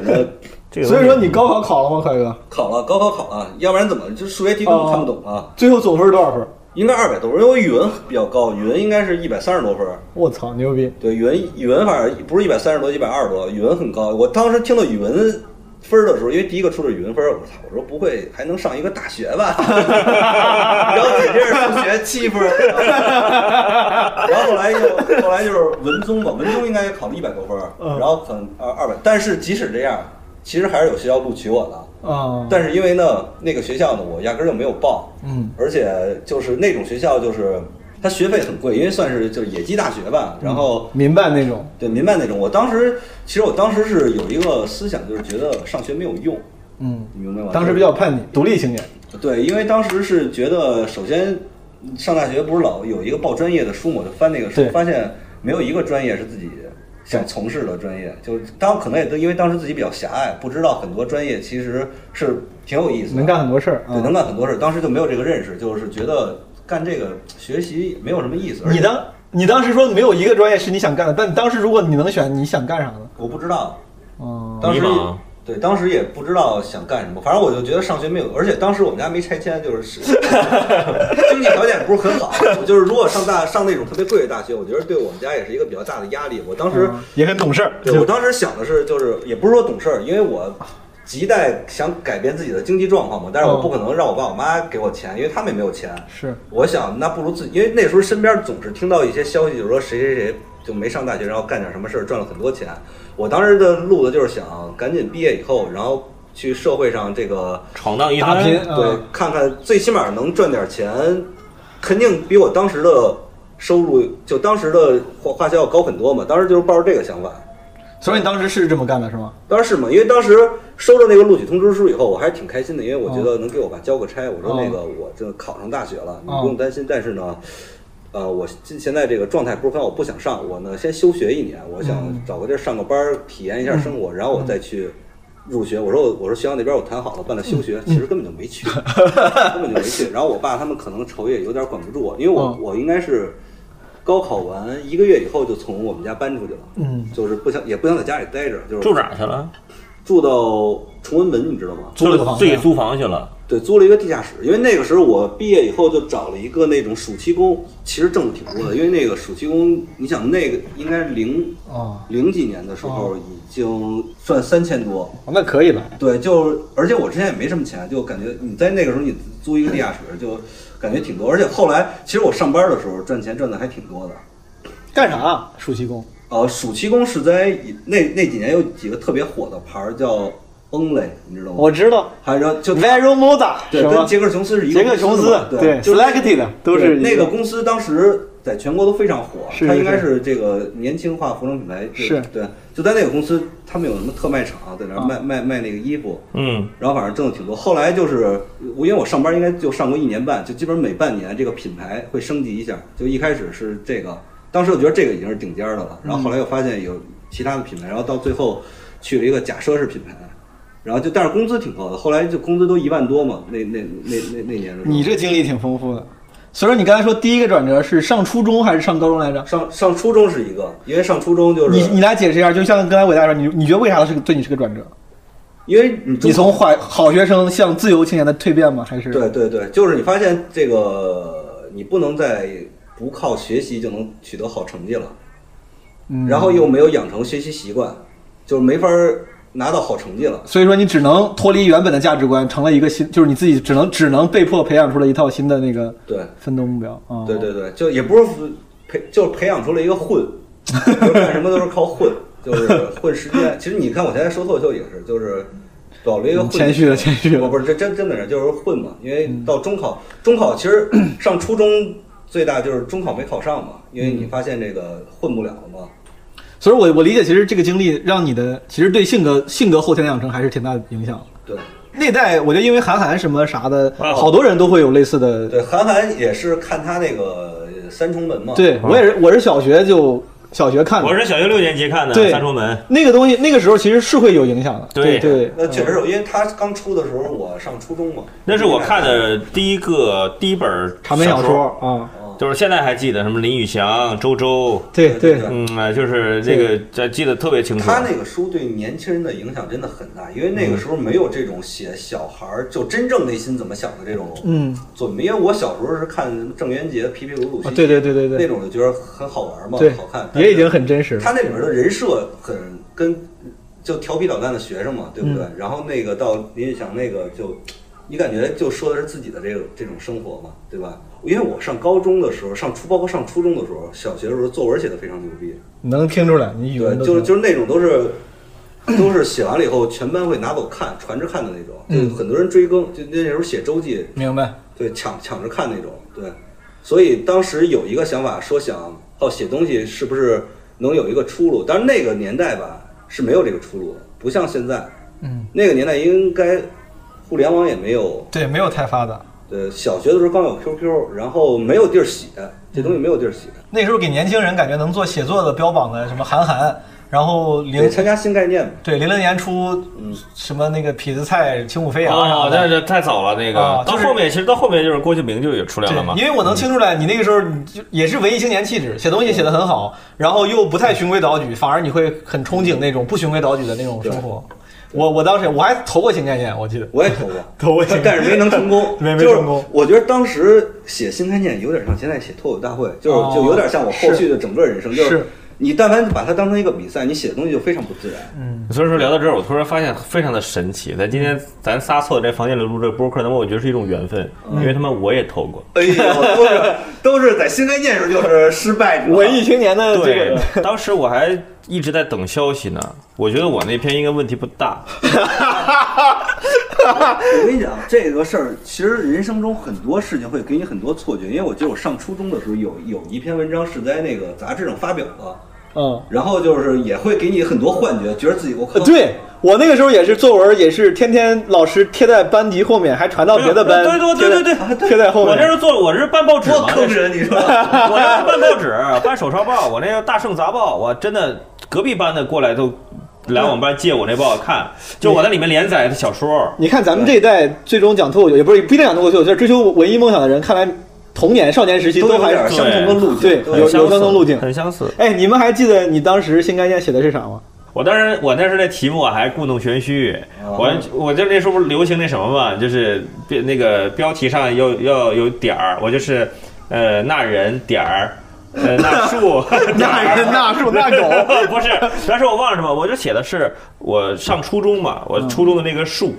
Speaker 1: 正
Speaker 3: 这个
Speaker 5: 所以说你高考考了吗，凯哥？
Speaker 1: 考了，高考考了，要不然怎么就数学题根本看不懂啊？
Speaker 5: 最后总分多少分？
Speaker 1: 应该二百多分，因为我语文比较高，语文应该是一百三十多分。
Speaker 5: 我操，牛逼！
Speaker 1: 对，语文语文反正不是一百三十多，一百二十多，语文很高。我当时听到语文分儿的时候，因为第一个出的是语文分儿，我操，我说不会还能上一个大学吧？然后紧接着数学七分儿，然后后来就后来就是文综嘛，文综应该也考了一百多分儿，然后可能二二百，但是即使这样，其实还是有学校录取我的。
Speaker 5: 啊，
Speaker 1: 但是因为呢，那个学校呢，我压根儿就没有报，
Speaker 5: 嗯，
Speaker 1: 而且就是那种学校，就是它学费很贵，因为算是就是野鸡大学
Speaker 5: 嗯
Speaker 1: 吧，然后。
Speaker 5: 民办那种，
Speaker 1: 对民办那种，我当时其实我当时是有一个思想，就是觉得上学没有用，
Speaker 5: 嗯，
Speaker 1: 你明白吗？
Speaker 5: 当时比较叛逆，独立青年。
Speaker 1: 对，因为当时是觉得，首先上大学不是老有一个报专业的书嘛，我就翻那个书
Speaker 5: 对，
Speaker 1: 发现没有一个专业是自己想从事的专业。就是当可能也都因为当时自己比较狭隘，不知道很多专业其实是挺有意思的，
Speaker 5: 能干很多事儿。
Speaker 1: 对，
Speaker 5: 啊
Speaker 1: 能干很多事。当时就没有这个认识，就是觉得干这个学习没有什么意思。而且
Speaker 5: 你当你当时说没有一个专业是你想干的，但你当时如果你能选，你想干啥呢？
Speaker 1: 我不知道，
Speaker 5: 哦，
Speaker 1: 当时
Speaker 3: 迷茫
Speaker 1: 对，当时也不知道想干什么，反正我就觉得上学没有，而且当时我们家没拆迁，就是 经济条件也不是很好。我就是如果上大上那种特别贵的大学，我觉得对我们家也是一个比较大的压力。我当时、
Speaker 5: 也很懂事儿。
Speaker 1: 对我当时想的是，就是也不是说懂事儿，因为我亟待想改变自己的经济状况嘛，但是我
Speaker 5: 嗯
Speaker 1: 不可能让我爸我妈给我钱，因为他们也没有钱。
Speaker 5: 是
Speaker 1: 我想，那不如自己，因为那时候身边总是听到一些消息，就是说谁谁谁就没上大学，然后干点什么事儿，赚了很多钱。我当时的路子就是想赶紧毕业以后，然后去社会上这个
Speaker 3: 闯荡一
Speaker 5: 打
Speaker 3: 番，
Speaker 5: 拼，
Speaker 1: 对
Speaker 5: 啊，
Speaker 1: 看看最起码能赚点钱，肯定比我当时的收入就当时的花花销要高很多嘛。当时就是抱着这个想法，
Speaker 5: 所以你当时是这么干的，是吗？
Speaker 1: 当时是嘛，因为当时收到那个录取通知书以后，我还是挺开心的，因为我觉得能给我爸交个差。我说那个我这考上大学了，你
Speaker 5: 哦
Speaker 1: 不用担心。但是呢，呃，我现现在这个状态不是很好，我不想上，我呢先休学一年，我想找个地儿上个班儿，体验一下生活，然后我再去。入学，我说我我说学校那边我谈好了办了休学，
Speaker 5: 嗯
Speaker 1: 其实根本就没 去，根本就没去。然后我爸他们可能愁也有点管不住我，因为我、
Speaker 5: 哦
Speaker 1: 我应该是高考完一个月以后就从我们家搬出去了，
Speaker 5: 嗯，
Speaker 1: 就是不想也不想在家里待着，就是
Speaker 3: 住哪儿去了？
Speaker 1: 住到崇文门，你知道吗？
Speaker 5: 租了个房子
Speaker 3: 自己租房去了。
Speaker 1: 对，租了一个地下室，因为那个时候我毕业以后就找了一个那种暑期工，其实挣的挺多的，
Speaker 5: 嗯
Speaker 1: 因为那个暑期工，你想那个应该是零
Speaker 5: 哦，
Speaker 1: 零几年的时候已经算三千多，
Speaker 5: 哦那可以了。
Speaker 1: 对，就是而且我之前也没什么钱，就感觉你在那个时候你租一个地下室就感觉挺多，而且后来其实我上班的时候赚钱赚的还挺多的，
Speaker 5: 干啥？啊暑期工？
Speaker 1: 呃，暑期工是在那那几年有几个特别火的牌儿叫 Only，你知道吗？
Speaker 5: 我知道
Speaker 1: 还有就
Speaker 5: ，Vero Moda
Speaker 1: 对，
Speaker 5: 什
Speaker 1: 跟
Speaker 5: 么？
Speaker 1: 杰克琼斯是一个
Speaker 5: 杰克琼斯
Speaker 1: 嘛，
Speaker 5: 对
Speaker 1: 对，就是
Speaker 5: Selected 都
Speaker 1: 对
Speaker 5: 是一
Speaker 1: 那个公司当时在全国都非常火，
Speaker 5: 是
Speaker 1: 它
Speaker 5: 是
Speaker 1: 应该
Speaker 5: 是
Speaker 1: 是这个年轻化服装品牌，对
Speaker 5: 是啊
Speaker 1: 对，就在那个公司，他们有什么特卖场，啊在那儿卖卖卖那个衣服，
Speaker 3: 嗯，
Speaker 1: 然后反正挣的挺多。后来就是我，因为我上班应该就上过一年半，就基本每半年这个品牌会升级一下。就一开始是这个，当时我觉得这个已经是顶尖儿的了，然后后来又发现有其他的品牌，然后到最后去了一个假奢侈品牌，然后就但是工资挺高的，后来就工资都一万多嘛，那那那那那年的时候。
Speaker 5: 你这经历挺丰富的。所以说你刚才说第一个转折是上初中还是上高中来着？
Speaker 1: 上上初中是一个，因为上初中就是
Speaker 5: 你你来解释一下，就像刚才伟大说，你你觉得为啥是个对你是个转折？
Speaker 1: 因为你
Speaker 5: 你从坏好学生向自由青年的蜕变吗？还是
Speaker 1: 对对对，就是你发现这个你不能再不靠学习就能取得好成绩了，
Speaker 5: 嗯
Speaker 1: 然后又没有养成学习习惯，就是没法儿拿到好成绩了。
Speaker 5: 所以说你只能脱离原本的价值观，成了一个新，就是你自己只能只能被迫培养出了一套新的那个
Speaker 1: 对
Speaker 5: 奋斗目标啊。
Speaker 1: 对对对，就也不是培，就是培养出了一个混，就是干什么都是靠混， 就是混时间。其实你看我现在说脱口秀也是，就是搞了一个混。
Speaker 5: 嗯谦虚了，谦虚
Speaker 1: 我
Speaker 5: 了。嗯
Speaker 1: 不是这真真的是就是混嘛，因为到中考，中考其实上初中最大就是中考没考上嘛，因为你
Speaker 5: 嗯
Speaker 1: 发现这个混不了了嘛。
Speaker 5: 所以我我理解，其实这个经历让你的其实对性格性格后天的养成还是挺大的影响。
Speaker 1: 对
Speaker 5: 那代我觉得因为韩寒什么啥的，
Speaker 3: 哇
Speaker 5: 好多人都会有类似的。
Speaker 1: 对，韩寒也是看他那个呃三重门嘛。
Speaker 5: 对我也是，我是小学就小学看的
Speaker 3: 啊我，是小学六年级看的
Speaker 5: 对
Speaker 3: 《三重门》，
Speaker 5: 那个东西那个时候其实是会有影响的。对
Speaker 3: 对
Speaker 5: 对，
Speaker 1: 那确实
Speaker 5: 嗯
Speaker 1: 有，因为他刚出的时候我上初中嘛。
Speaker 3: 那是我看的第一个第一本
Speaker 5: 长篇小说
Speaker 3: 说，
Speaker 5: 啊，
Speaker 3: 就是现在还记得什么林语祥、周周，
Speaker 5: 对
Speaker 1: 对
Speaker 5: 对
Speaker 1: 对
Speaker 3: 嗯，啊就是这个这记得特别清楚。
Speaker 1: 他那个书对年轻人的影响真的很大，因为那个
Speaker 5: 嗯
Speaker 1: 时候没有这种写小孩儿就真正内心怎么想的这种
Speaker 5: 嗯
Speaker 1: 作品。因为我小时候是看什么郑渊洁、皮皮鲁鲁西
Speaker 5: 啊，对对对对
Speaker 1: 那
Speaker 5: 对
Speaker 1: 种就觉得很好玩嘛，
Speaker 5: 对
Speaker 1: 好看，，但是
Speaker 5: 也已经很真实了。
Speaker 1: 他那里面的人设很跟就调皮捣蛋的学生嘛，对不对？然后那个到林语祥那个就，你感觉就说的是自己的这种这种生活嘛，对吧？因为我上高中的时候，上初包括上初中的时候，小学的时候作文写的非常牛逼，
Speaker 5: 能听出来，你语
Speaker 1: 对
Speaker 5: 文，都
Speaker 1: 就是
Speaker 5: 行
Speaker 1: 就是那种都是都是写完了以后全班会拿走看，传着看的那种，就很多人追更，就那时候写周记，
Speaker 5: 明白。
Speaker 1: 对，抢抢着看那种，对。所以当时有一个想法，说想哦，写东西是不是能有一个出路？但是那个年代吧是没有这个出路的，不像现在。
Speaker 5: 嗯，
Speaker 1: 那个年代应该互联网也没有，
Speaker 5: 对，没有太发达。
Speaker 1: 呃，小学的时候刚有 QQ，然后没有地儿写，这东西没有地儿写，
Speaker 5: 那时候给年轻人感觉能做写作的标榜的什么韩寒，然后
Speaker 1: 得
Speaker 5: 零
Speaker 1: 参加新概念嘛。
Speaker 5: 对零零年初什么那个痞子蔡、轻舞飞扬啥
Speaker 3: 哦，
Speaker 5: 的。
Speaker 3: 那这太早了，那个、
Speaker 5: 啊就是
Speaker 3: 到后面，其实到后面就是郭敬明就有出来了嘛嗯
Speaker 5: 对，。因为我能听出来，你那个时候你就也是文艺青年气质，写东西写得很好，然后又不太循规蹈矩，反而你会很憧憬那种不循规蹈矩的那种生活。我我当时我还投过新概念，我记得
Speaker 1: 我也投过，
Speaker 5: 投过新概
Speaker 1: 但
Speaker 5: 念，
Speaker 1: 是没能成功
Speaker 5: ，没没
Speaker 1: 就是
Speaker 5: 成功
Speaker 1: 我觉得当时写新概念有点像现在写脱口大会，就是、
Speaker 5: 哦
Speaker 1: 就有点像我后续的整个人生，就是你但凡把它当成一个比赛，你写的东西就非常不自然。
Speaker 5: 嗯
Speaker 3: 所以说聊到这儿，我突然发现非常的神奇。咱今天咱仨凑在这房间里录这播客，他妈我觉得是一种缘分，因为他妈我也投过。
Speaker 1: 哎呦，都是 都是在新概念时候就是失败者，
Speaker 5: 文艺青年的这
Speaker 3: 对
Speaker 5: 个，
Speaker 3: 当时我还一直在等消息呢。我觉得我那篇应该问题不大。
Speaker 1: 我跟你讲，这个事儿其实人生中很多事情会给你很多错觉，因为我记得我上初中的时候有有一篇文章是在那个杂志上发表的，
Speaker 5: 嗯。
Speaker 1: 然后就是也会给你很多幻觉，觉得自己我靠，
Speaker 5: 呃，对我那个时候也是作文，也是天天老师贴在班级后面，还传到啊别的班，
Speaker 3: 哎对对对对
Speaker 5: 贴在
Speaker 3: 对对，
Speaker 5: 贴在后
Speaker 3: 我这
Speaker 5: 面。
Speaker 3: 是做，我这是办报纸嘛
Speaker 1: 多，坑人，你说？
Speaker 3: 我要办报纸，办手抄报，我那个大圣杂报，我真的隔壁班的过来都来我们班借我那报看，就我在里面连载的小说。
Speaker 5: 你看咱们这一代最终讲脱口秀，也不是不一定讲脱口秀，就是追求文艺梦想的人，看来童年少年时期
Speaker 1: 都有
Speaker 5: 还
Speaker 1: 点
Speaker 5: 是
Speaker 1: 相同的路径，
Speaker 5: 对
Speaker 1: 都
Speaker 5: 有
Speaker 3: 很相似
Speaker 5: 相同路径
Speaker 3: 很相似。
Speaker 5: 哎，你们还记得你当时新概念写的是啥 吗？
Speaker 3: 我当时我那时候那题目我还故弄玄虚，
Speaker 5: 啊
Speaker 3: 我我就那时候不是流行那什么嘛，就是标那个标题上要要有点儿，我就是呃那人点儿。呃，那 树，
Speaker 5: 那人哦那树那狗，
Speaker 3: 不是，但是我忘了什么，我就写的是我上初中嘛，我
Speaker 5: 嗯
Speaker 3: 初中的那个树，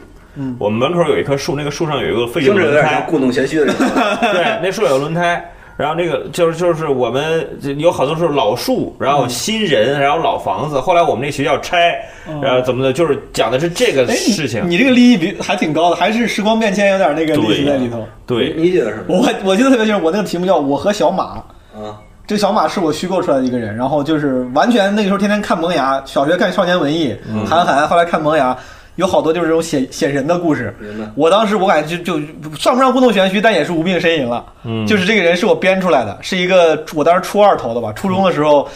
Speaker 3: 我们门口有一棵树，那个树上有一个废旧
Speaker 1: 听着有
Speaker 3: 轮
Speaker 1: 点像
Speaker 3: 胎，
Speaker 1: 故弄玄虚的人。
Speaker 3: 对，那树有轮胎。然后那个就是就是我们这有好多是老树，然
Speaker 5: 嗯
Speaker 3: 后新人，然后老房子。后来我们那学校拆，然后怎么的，就是讲 的是这个
Speaker 5: 哦哎，你
Speaker 3: 事情。
Speaker 5: 你这个利益比还挺高的，还是时光变迁有点那个利息在里头。
Speaker 3: 对，
Speaker 1: 你觉得什么？
Speaker 5: 我我记得特别清楚，我那个题目叫《我和小马》。
Speaker 1: 啊，
Speaker 5: 这小马是我虚构出来的一个人，然后就是完全那个时候天天看《萌芽》，小学看《少年文艺》
Speaker 1: 嗯
Speaker 5: 韩寒，后来看《萌芽》，有好多就是这种写写人的故事。
Speaker 1: 明白
Speaker 5: 我当时我感觉就就算不上故弄玄虚，但也是无病呻吟了。
Speaker 3: 嗯
Speaker 5: 就是这个人是我编出来的，是一个我当时初二投的吧，初中的时候。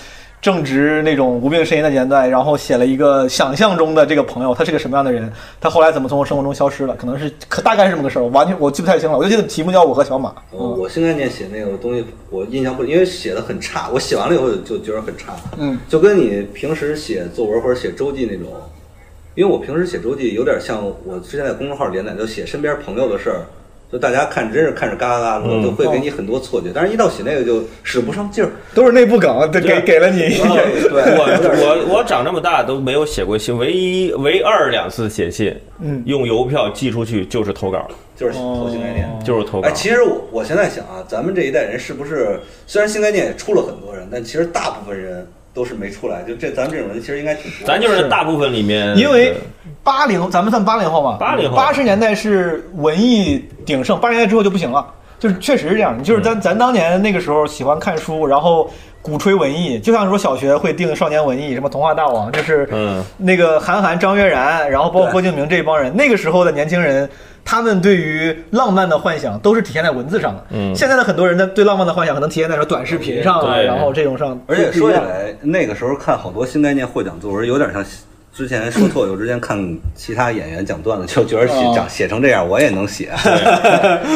Speaker 5: 正值那种无病呻吟的年代，然后写了一个想象中的这个朋友，他是个什么样的人？他后来怎么从我生活中消失了？可能是可大概是这么个事儿，我完全我记不太清了。我就记得题目叫《我和小马》。
Speaker 1: 我我新概念写那个东西，我印象不，因为写的很差，我写完了以后就觉得很差，
Speaker 5: 嗯，
Speaker 1: 就跟你平时写作文或者写周记那种，因为我平时写周记有点像我之前在公众号连载，就写身边朋友的事儿，就大家看真是看着嘎嘎嘎的，就会给你很多错觉，但是一到写那个就使不上劲儿，
Speaker 5: 都是内部梗，对给给了你一个
Speaker 1: 对，
Speaker 3: 我我我长这么大都没有写过信，唯一唯二两次写信，
Speaker 5: 嗯
Speaker 3: 用邮票寄出去就是投稿，
Speaker 5: 哦
Speaker 1: 就是投新概念。
Speaker 3: 就是投稿
Speaker 1: 哎，。其实我我现在想啊，咱们这一代人是不是虽然新概念也出了很多人，但其实大部分人都是没出来。就这咱们这种人其实应该挺多的。
Speaker 3: 咱就是大部分里面，
Speaker 5: 因为八零，咱们算八零后吧，
Speaker 3: 80后
Speaker 5: 八十年代是文艺鼎盛，八十年代之后就不行了，就是确实是这样，就是
Speaker 3: 嗯
Speaker 5: 咱、咱当年那个时候喜欢看书，然后鼓吹文艺，就像说小学会定少年文艺，什么童话大王，就是
Speaker 3: 嗯
Speaker 5: 那个韩寒、张悦然，然后包括郭敬明这一帮人，那个时候的年轻人。他们对于浪漫的幻想都是体现在文字上的。
Speaker 3: 嗯
Speaker 5: 现在的很多人的对浪漫的幻想可能体现在说短视频上啊，
Speaker 3: 对
Speaker 5: 然后这种上。
Speaker 1: 而且说起来，那个时候看好多新概念获奖作文，有点像之前说脱口秀之前看其他演员讲段子，就觉得写讲写成这样我也能写。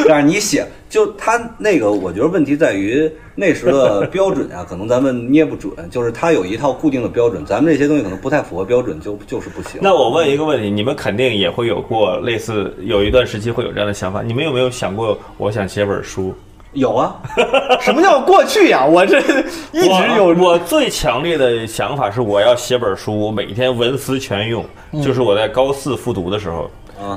Speaker 1: 但是你写，就他那个，我觉得问题在于那时的标准啊，可能咱们捏不准，就是他有一套固定的标准，咱们这些东西可能不太符合标准，就就是不行。
Speaker 3: 那我问一个问题，你们肯定也会有过类似，有一段时期会有这样的想法。你们有没有想过，我想写本书？
Speaker 1: 有啊，
Speaker 5: 什么叫过去呀、我这一直有
Speaker 3: 我我最强烈的想法是，我要写本书，我每天文思泉涌。
Speaker 5: 嗯
Speaker 3: 就是我在高四复读的时候，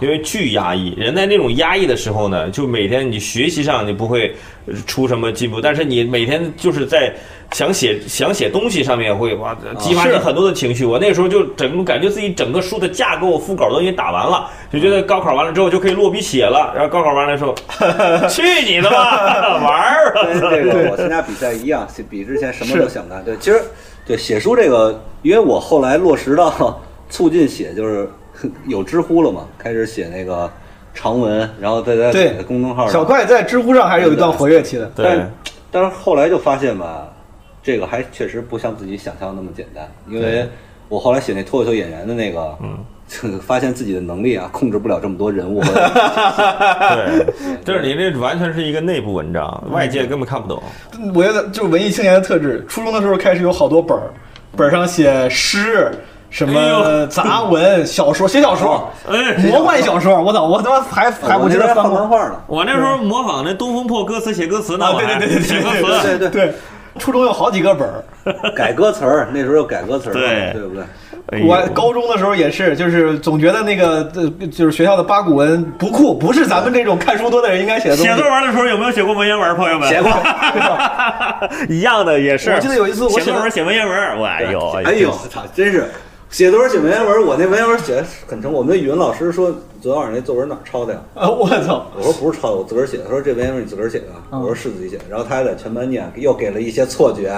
Speaker 3: 因为巨压抑。人在那种压抑的时候呢，就每天你学习上你不会呃出什么进步，但是你每天就是在想写想写东西上面会哇激发你很多的情绪。我那时候就整个感觉自己整个书的架构、副稿都已经打完了，就觉得高考完了之后就可以落笔写了。然后高考完了之后， 去你的吧，玩儿吧！
Speaker 1: 跟这个我参加比赛一样，比之前什么都想干。对，其实对写书这个，因为我后 来落实到促进写，就是有知乎了嘛，开始写那个。长文，然后在在
Speaker 5: 对
Speaker 1: 公众号上
Speaker 5: 小快在知乎上还是有一段活跃期的，
Speaker 3: 对，
Speaker 1: 但是后来就发现吧，这个还确实不像自己想象那么简单，因为我后来写那脱口秀演员的那个，嗯， 发现自己的能力啊，控制不了这么多人物和。
Speaker 3: 对，就是你这完全是一个内部文章，外界根本看不懂。
Speaker 5: 我觉得就是文艺青年的特质。初中的时候开始有好多本儿，本儿上写诗。什么杂文、小说、写小说、
Speaker 3: 哎，
Speaker 5: 魔幻小说，我操，我他妈还 还
Speaker 1: 我
Speaker 5: 我记
Speaker 1: 那边
Speaker 5: 得翻
Speaker 1: 看
Speaker 5: 过
Speaker 1: 漫，画呢，
Speaker 3: 我那时候模仿那东风破歌词写歌词呢，我还
Speaker 5: 对对对
Speaker 3: 写歌
Speaker 1: 对
Speaker 3: 词。
Speaker 1: 对
Speaker 5: 对，初中有好几个本儿，
Speaker 1: 改歌词儿，那时候又改歌词儿嘛，
Speaker 3: 对
Speaker 1: 对不对？
Speaker 3: 哎呦
Speaker 5: 我高中的时候也是，就是总觉得那个呃就是学校的八股文不酷，不是咱们这种看书多的人应该写的东西。
Speaker 3: 写作文的时候有没有写过文言文，朋友们？
Speaker 1: 写过，
Speaker 3: 一样的也是。
Speaker 5: 我记得有一次我
Speaker 3: 写
Speaker 5: 写
Speaker 3: 作文写文言文，我哎呦
Speaker 1: 哎呦，我操，真是写作文写文言文，我那文言文写的很成功。我们那语文老师说，昨天晚上那作文哪儿抄的呀？
Speaker 5: 啊，我操！
Speaker 1: 我说不是抄的，我自个儿写的。他说这文言文你自个儿写的啊？
Speaker 5: 嗯
Speaker 1: 我说是自己写的。然后他还在全班念，又给了一些错觉。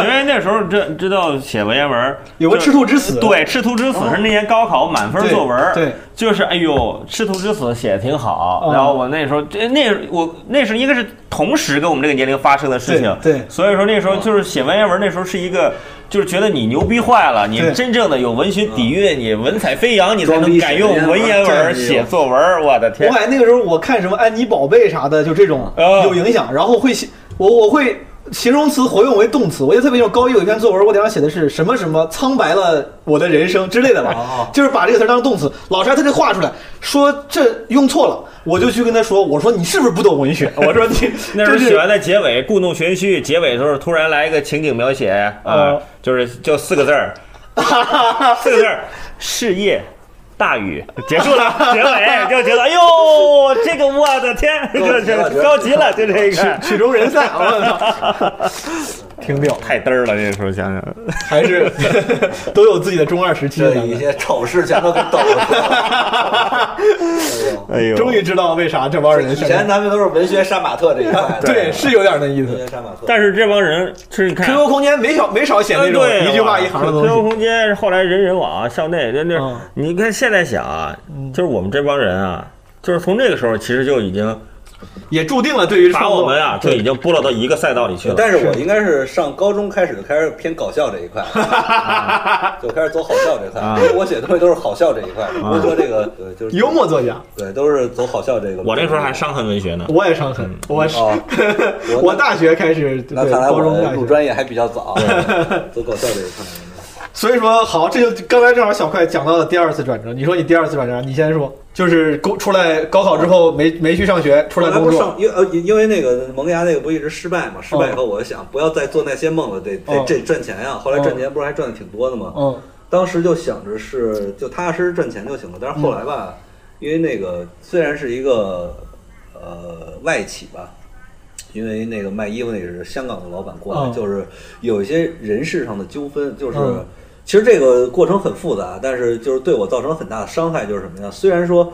Speaker 3: 因为那时候这知道写文言文，
Speaker 5: 有个
Speaker 3: 就
Speaker 5: 赤兔之死，，
Speaker 3: 对，赤兔之死是那年高考满分作文，
Speaker 5: 对对
Speaker 3: 就是哎呦，赤兔之死写的挺好。
Speaker 5: 嗯
Speaker 3: 然后我那时候，这那我那时候应该是同时跟我们这个年龄发生的事情，
Speaker 5: 对对
Speaker 3: 所以说那时候就是写文言文，那时候是一个。就是觉得你牛逼坏了，你
Speaker 5: 对
Speaker 3: 真正的有文学底蕴，你文采飞扬，你才
Speaker 1: 装
Speaker 3: 能
Speaker 1: 逼
Speaker 3: 敢
Speaker 1: 写
Speaker 3: 用
Speaker 1: 文
Speaker 3: 文
Speaker 1: 言
Speaker 3: 言
Speaker 1: 文
Speaker 3: 文
Speaker 1: 对
Speaker 3: 写作文。我的天
Speaker 5: 我！哎感觉那个时候我看什么安妮宝贝啥的，就这种
Speaker 3: 啊
Speaker 5: 有影响。然后会写，我我会形容词活用为动词。我记得特别清楚，高一有一篇作文，我顶上写的是什么什么苍白了我的人生之类的吧， 就是把这个词当动词。老师还特地画出来说这用错了，我就去跟他说，我说你是不是不懂文学？我说你
Speaker 3: 那时候
Speaker 5: 这是
Speaker 3: 写完的结尾故弄玄虚，结尾的时候突然来一个情景描写啊、
Speaker 5: 哦
Speaker 3: 就是就四个字 儿，四个字儿，事业。大雨结束 了，结尾就觉得，哎呦，这个我的天，
Speaker 1: 高
Speaker 3: 就
Speaker 1: 级了
Speaker 3: 就高级了，就这 个
Speaker 5: 曲终人散，啊我操，挺屌，
Speaker 3: 太嘚儿了。那时候想想，
Speaker 5: 还是 都有自己的中二时期的
Speaker 1: 这
Speaker 5: 感
Speaker 1: 一
Speaker 5: 觉。
Speaker 1: 些丑事全都给抖出来 了。哎呦
Speaker 3: 哎呦，
Speaker 5: 终于知道为啥这帮人
Speaker 1: 以
Speaker 5: 现在，
Speaker 1: 前咱们都是文学杀马特这一块对
Speaker 5: 对，是有点那意
Speaker 1: 文
Speaker 5: 思
Speaker 1: 学。杀马特。
Speaker 3: 但是这帮人是你看啊
Speaker 5: QQ 空间没少没少写那种
Speaker 3: 呃哎对
Speaker 5: 一句话一行的东
Speaker 3: QQ
Speaker 5: 西，
Speaker 3: 空间后来人人网、校内，那那、
Speaker 5: 嗯
Speaker 3: 你看现在想啊，就是我们这帮人啊，就是从这个时候其实就已经
Speaker 5: 也注定了对于
Speaker 3: 把
Speaker 5: 创作
Speaker 3: 我们啊就已经拨落到一个赛道里去了。
Speaker 1: 但是我应该是上高中开始就开始偏搞笑这一块，啊就开始走好笑这一块。
Speaker 3: 啊
Speaker 1: 因为我写的东西都是好笑这一块，不是说这个呃就是
Speaker 5: 幽，默作家。
Speaker 1: 对，都是走好笑这个。
Speaker 3: 我那时候还伤痕文学呢。
Speaker 5: 我也伤痕，我是、
Speaker 1: 哦
Speaker 5: 我大学开始，对
Speaker 1: 那看来
Speaker 5: 高中
Speaker 1: 我
Speaker 5: 大
Speaker 1: 入
Speaker 5: 学，
Speaker 1: 专业还比较早，走搞笑这一块。
Speaker 5: 所以说好，这就刚才正好小快讲到了第二次转折。你说你第二次转折，你先说，就是高出来高考之后没没去上学，出
Speaker 1: 后
Speaker 5: 来
Speaker 1: 来
Speaker 5: 工
Speaker 1: 不
Speaker 5: 作，
Speaker 1: 上，因为呃因为那个萌芽那个不一直失败嘛，失败以后我就想不要再做那些梦了，得
Speaker 5: 哦
Speaker 1: 得这赚钱呀。后来赚钱不是还赚的挺多的吗？
Speaker 5: 嗯
Speaker 1: 当时就想着是就踏踏实实赚钱就行了，但是后来
Speaker 5: 嗯
Speaker 1: 吧，因为那个虽然是一个呃外企吧，因为那个卖衣服那个是香港的老板过来，
Speaker 5: 嗯
Speaker 1: 就是有一些人事上的纠纷，就是、
Speaker 5: 嗯
Speaker 1: 其实这个过程很复杂，但是就是对我造成很大的伤害，就是什么呀？虽然说。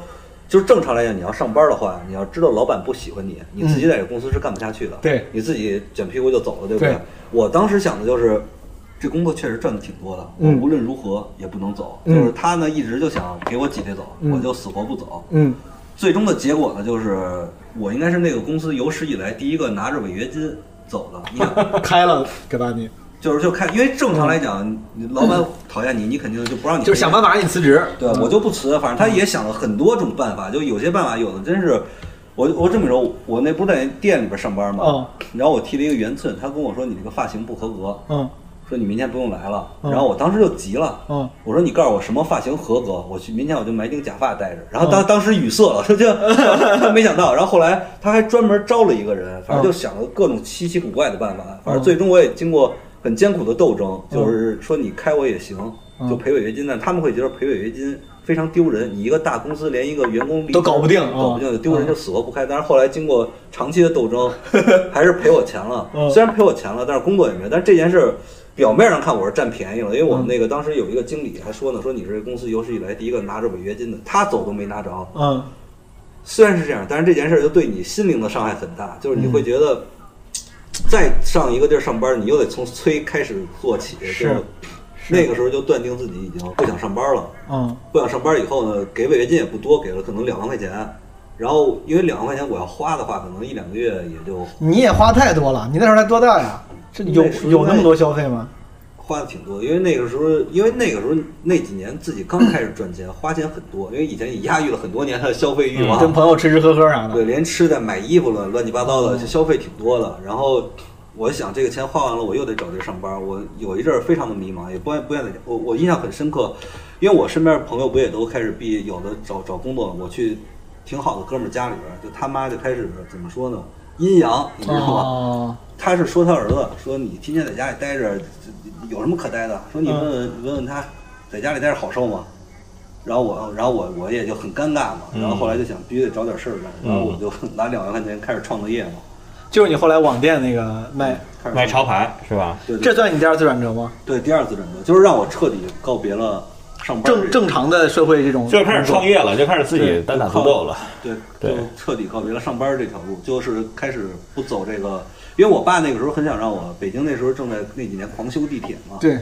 Speaker 1: 就是正常来讲，你要上班的话，你要知道老板不喜欢你，你自己在这公司是干不下去的。
Speaker 5: 嗯对
Speaker 1: 你自己卷屁股就走了，对不
Speaker 5: 对
Speaker 1: 我当时想的就是，这工作确实赚的挺多的，我
Speaker 5: 嗯
Speaker 1: 无论如何也不能走。
Speaker 5: 嗯
Speaker 1: 就是他呢，一直就想给我挤兑走，
Speaker 5: 嗯
Speaker 1: 我就死活不走。
Speaker 5: 嗯
Speaker 1: 最终的结果呢，就是我应该是那个公司有史以来第一个拿着违约金走的。你 想，
Speaker 5: 开了给大你，
Speaker 1: 就是就看，因为正常来讲，你老板讨厌你，你肯定就不让你
Speaker 5: 就是想办
Speaker 1: 法。
Speaker 5: 法让你嗯辞职，
Speaker 1: 对，啊我就不辞，反正他也想了很多种办法，就有些办法，有的真是。我我这么说，我那不是在店里边上班吗？
Speaker 5: 嗯
Speaker 1: 然后我提了一个圆寸，他跟我说你这个发型不合格。
Speaker 5: 嗯
Speaker 1: 说你明天不用来了，
Speaker 5: 嗯
Speaker 1: 然后我当时就急了，
Speaker 5: 嗯
Speaker 1: 我说你告诉我什么发型合格，我去明天我就买顶假发戴着。然后
Speaker 5: 嗯
Speaker 1: 当、当时语塞了，他就他 没想到，然后后来他还专门招了一个人，反正就
Speaker 5: 嗯
Speaker 1: 想了各种稀奇古怪的办法，反正最终我也经过很艰苦的斗争，就是说你开我也行，
Speaker 5: 嗯
Speaker 1: 就赔违约金，但他们会觉得赔违约金。非常丢人，你一个大公司连一个员工离职
Speaker 5: 都搞不定嗯
Speaker 1: 搞不定就丢人就死活不开。但是后来经过长期的斗争，还是赔我钱了。
Speaker 5: 嗯
Speaker 1: 虽然。虽然赔我钱了，但是工作也没有。但是这件事表面上看我是占便宜了，因为我
Speaker 5: 嗯
Speaker 1: 们那个当时有一个经理还说呢，说你是公司有史以来第一个拿着违约金的，他走都没拿着。
Speaker 5: 嗯
Speaker 1: 虽然是这样，但是这件事就对你心灵的伤害很大，就是你
Speaker 5: 嗯
Speaker 1: 会觉得。再上一个地儿上班，你又得从催开始做起，
Speaker 5: 是
Speaker 1: 就那个时候就断定自己已经不想上班了。
Speaker 5: 嗯
Speaker 1: 不想上班以后呢，给违约金也不多，给了可能两万块钱。然后因为两万块钱我要花的话，可能一两个月也就
Speaker 5: 你也花太多了，你那时候才多大呀？这有
Speaker 1: 对
Speaker 5: 有那么多消费吗？
Speaker 1: 花的挺多，因为那个时候，因为那个时候那几年自己刚开始赚钱，花钱很多，因为以前也压抑了很多年的消费欲望，
Speaker 5: 跟朋友吃吃喝喝啥的
Speaker 1: 啊对，，连吃的、买衣服了，乱七八糟的，就消费挺多的。然后我想，这个钱花完了，我又得找地儿上班。我有一阵儿非常的迷茫，也不愿不愿意。我我印象很深刻，因为我身边朋友不也都开始毕业，有的找找工作了。我去挺好的哥们儿家里边儿，就他妈就开始怎么说呢？阴阳，你知道吗？
Speaker 5: 哦，
Speaker 1: 他是说他儿子说你天天在家里待着，有什么可待的？说你问问、
Speaker 5: 嗯
Speaker 1: 问问他，在家里待着好受吗？然后我，然后我我也就很尴尬嘛。
Speaker 5: 嗯
Speaker 1: 然后后来就想必须得找点事儿干，然后我就拿两万块钱开始创个业嘛，
Speaker 5: 就是你后来网店那个卖，
Speaker 1: 开始
Speaker 3: 卖潮牌是吧？
Speaker 1: 对对
Speaker 5: 这算你第二次转折吗？
Speaker 1: 对第二次转折，就是让我彻底告别了上班
Speaker 5: 正正常的社会这种
Speaker 3: 就开始创业了，就开始自己单打独斗了。
Speaker 1: 对，
Speaker 3: 对
Speaker 1: 就彻底告别了上班这条路，就是开始不走这个。因为我爸那个时候很想让我，北京那时候正在那几年狂修地铁嘛，
Speaker 5: 对，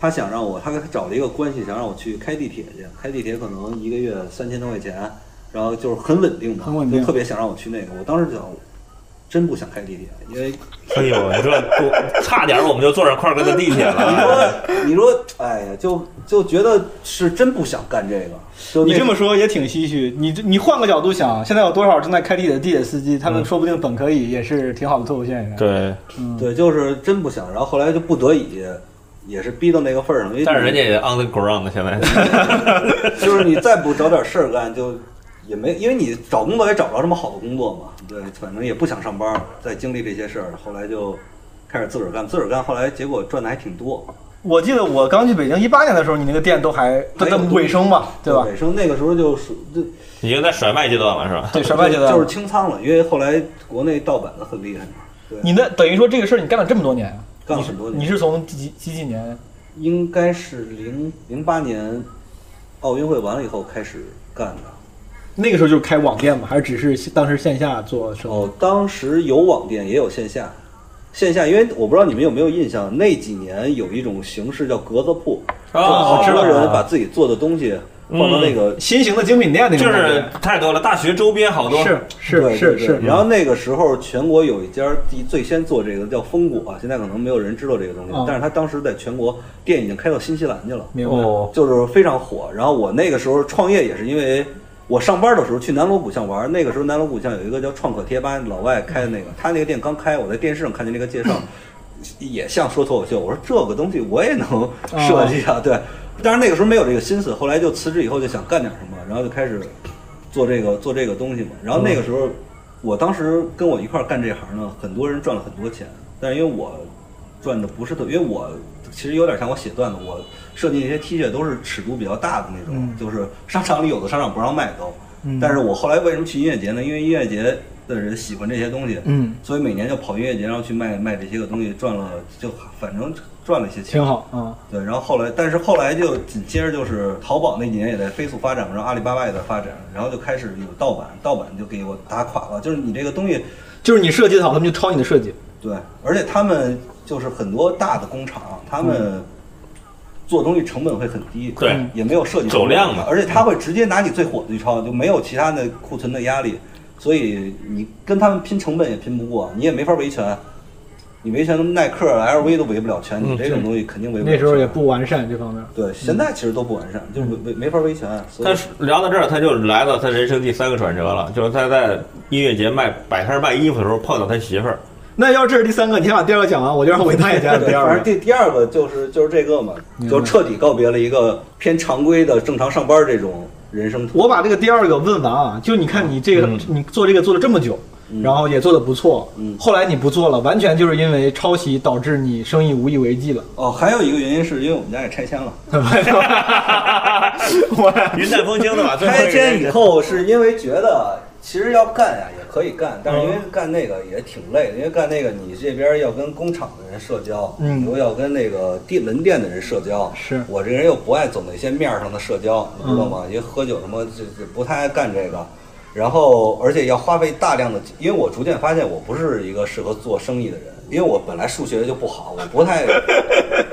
Speaker 1: 他想让我，他给他找了一个关系，想让我去开地铁去，开地铁可能一个月三千多块钱，然后就是很稳定嘛，
Speaker 5: 很稳定
Speaker 1: 就特别想让我去那个。我当时就想，我真不想开地铁，因为
Speaker 3: 哎呦，你说多差点我们就坐上块儿哥的地铁
Speaker 1: 你
Speaker 3: 了。
Speaker 1: 说你说，哎呀，就就觉得是真不想干这个。就
Speaker 5: 你
Speaker 1: 那
Speaker 5: 这么说也挺唏嘘。你这你换个角度想，啊现在有多少正在开地铁的地铁司机，他们说不定本可以也是挺好的脱口秀演 员。
Speaker 3: 对，
Speaker 1: 嗯对，就是真不想，然后后来就不得已，也是逼到那个份儿上。因为
Speaker 3: 但是人家也 on the ground 现 在。
Speaker 1: 就是你再不找点事儿干，就也没，因为你找工作也找不着什么好的工作嘛。对，反正也不想上班，再经历这些事儿，后来就开始自个儿干，自个儿干，后来结果赚的还挺多，
Speaker 5: 我记得我刚去北京一八年的时候，你那个店都还都
Speaker 1: 没
Speaker 5: 都
Speaker 1: 有
Speaker 5: 尾声吧，对吧？
Speaker 1: 尾声那个时候就属就
Speaker 3: 已经在甩卖阶段了是吧？
Speaker 5: 对，什么阶段？
Speaker 1: 就是清仓了，因为后来国内盗版的很厉害嘛。对，
Speaker 5: 你那等于说这个事儿你干了这么多年啊，
Speaker 1: 干了很多年
Speaker 5: 你是从几几几年？
Speaker 1: 应该是零零八年奥运会完了以后开始干的。
Speaker 5: 那个时候就开网店嘛，还是只是当时线下做生意？
Speaker 1: 哦，当时有网店也有线下，线下，因为我不知道你们有没有印象，那几年有一种形式叫格子铺，就
Speaker 5: 啊
Speaker 1: 好多人把自己做的东西放到那个。
Speaker 5: 新型的精品店那种
Speaker 3: 就
Speaker 5: 感
Speaker 3: 是
Speaker 5: 觉，
Speaker 3: 太多了，大学周边好多。
Speaker 5: 是
Speaker 1: 对
Speaker 5: 是是
Speaker 1: 对对
Speaker 5: 是，嗯
Speaker 1: 然后那个时候全国有一家第最先做这个叫风果、现在可能没有人知道这个东西，
Speaker 5: 嗯
Speaker 1: 但是他当时在全国店已经开到新西兰去了，
Speaker 5: 明白。
Speaker 3: 哦，
Speaker 1: 就是非常火。然后我那个时候创业也是因为我上班的时候去南锣鼓巷玩，那个时候南锣鼓巷有一个叫创可贴吧，老外开的那个，他那个店刚开，我在电视上看见这个介绍，也像说脱口秀，我说这个东西我也能设计啊，对。但是那个时候没有这个心思，后来就辞职以后就想干点什么，然后就开始做这个做这个东西嘛。然后那个时候，我当时跟我一块儿干这行呢，很多人赚了很多钱，但是因为我赚的不是特，因为我其实有点像我写段子，我设计那些 T 恤都是尺度比较大的那种，就是商场里有的商场不让卖都。
Speaker 5: 嗯
Speaker 1: 但是我后来为什么去音乐节呢？因为音乐节的人喜欢这些东西，
Speaker 5: 嗯，
Speaker 1: 所以每年就跑音乐节，然后去卖卖这些个东西，赚了就反正赚了一些钱，
Speaker 5: 挺好啊。
Speaker 1: 对，然后后来，但是后来就紧接着就是淘宝那几年也在飞速发展，然后阿里巴巴也在发展，然后就开始有盗版，盗版就给我打垮了。就是你这个东西，
Speaker 5: 就是你设计的好，他们就抄你的设计。
Speaker 1: 对，而且他们就是很多大的工厂，他
Speaker 5: 嗯
Speaker 1: 们做东西成本会很低，
Speaker 3: 对
Speaker 1: 也没有设计成本
Speaker 3: 走量嘛
Speaker 1: 而且他会直接拿你最火的去抄，就没有其他的库存的压力，所以你跟他们拼成本也拼不过，你也没法维权。你维权耐克、LV 都维不了权，
Speaker 3: 嗯
Speaker 1: 你这种东西肯定维不了
Speaker 5: 那
Speaker 1: 权。
Speaker 5: 时候也不完善这方面。
Speaker 1: 对，现在其实都不完善，就是没没法维权。所
Speaker 3: 他
Speaker 1: 以
Speaker 3: 是聊到这儿，他就来到他人生第三个转折了，就是他在音乐节卖摆摊卖衣服的时候碰到他媳妇儿。
Speaker 5: 那要这是第三个，你先把第二个讲完，我就让伟大也讲讲第
Speaker 1: 对，
Speaker 5: 二
Speaker 1: 反
Speaker 5: 个
Speaker 1: 正。第第二个就是就是这个嘛，就彻底告别了一个偏常规的正常上班这种人生途。
Speaker 5: 我把这个第二个问完啊，就你看你这个、你做这个做了这么久，然后也做的不错，
Speaker 1: 嗯
Speaker 5: 后来你不做了，完全就是因为抄袭导致你生意无以为 继了。
Speaker 1: 哦，还有一个原因是因为我们家也拆迁了，
Speaker 5: 我
Speaker 3: 云淡风轻 的把最后
Speaker 1: 拆
Speaker 3: 啊一个人
Speaker 1: 迁以后是因为觉得其实要干呀也可以干，但是因为干那个也挺累的，因为干那个你这边要跟工厂的人社交，
Speaker 5: 嗯
Speaker 1: 又要跟那个店门店的人社交，
Speaker 5: 是
Speaker 1: 我这人又不爱走那些面儿上的社交，你知道吗？因为喝酒什么这这不太爱干这个，然后而且要花费大量的，因为我逐渐发现我不是一个适合做生意的人，因为我本来数学就不好，我不太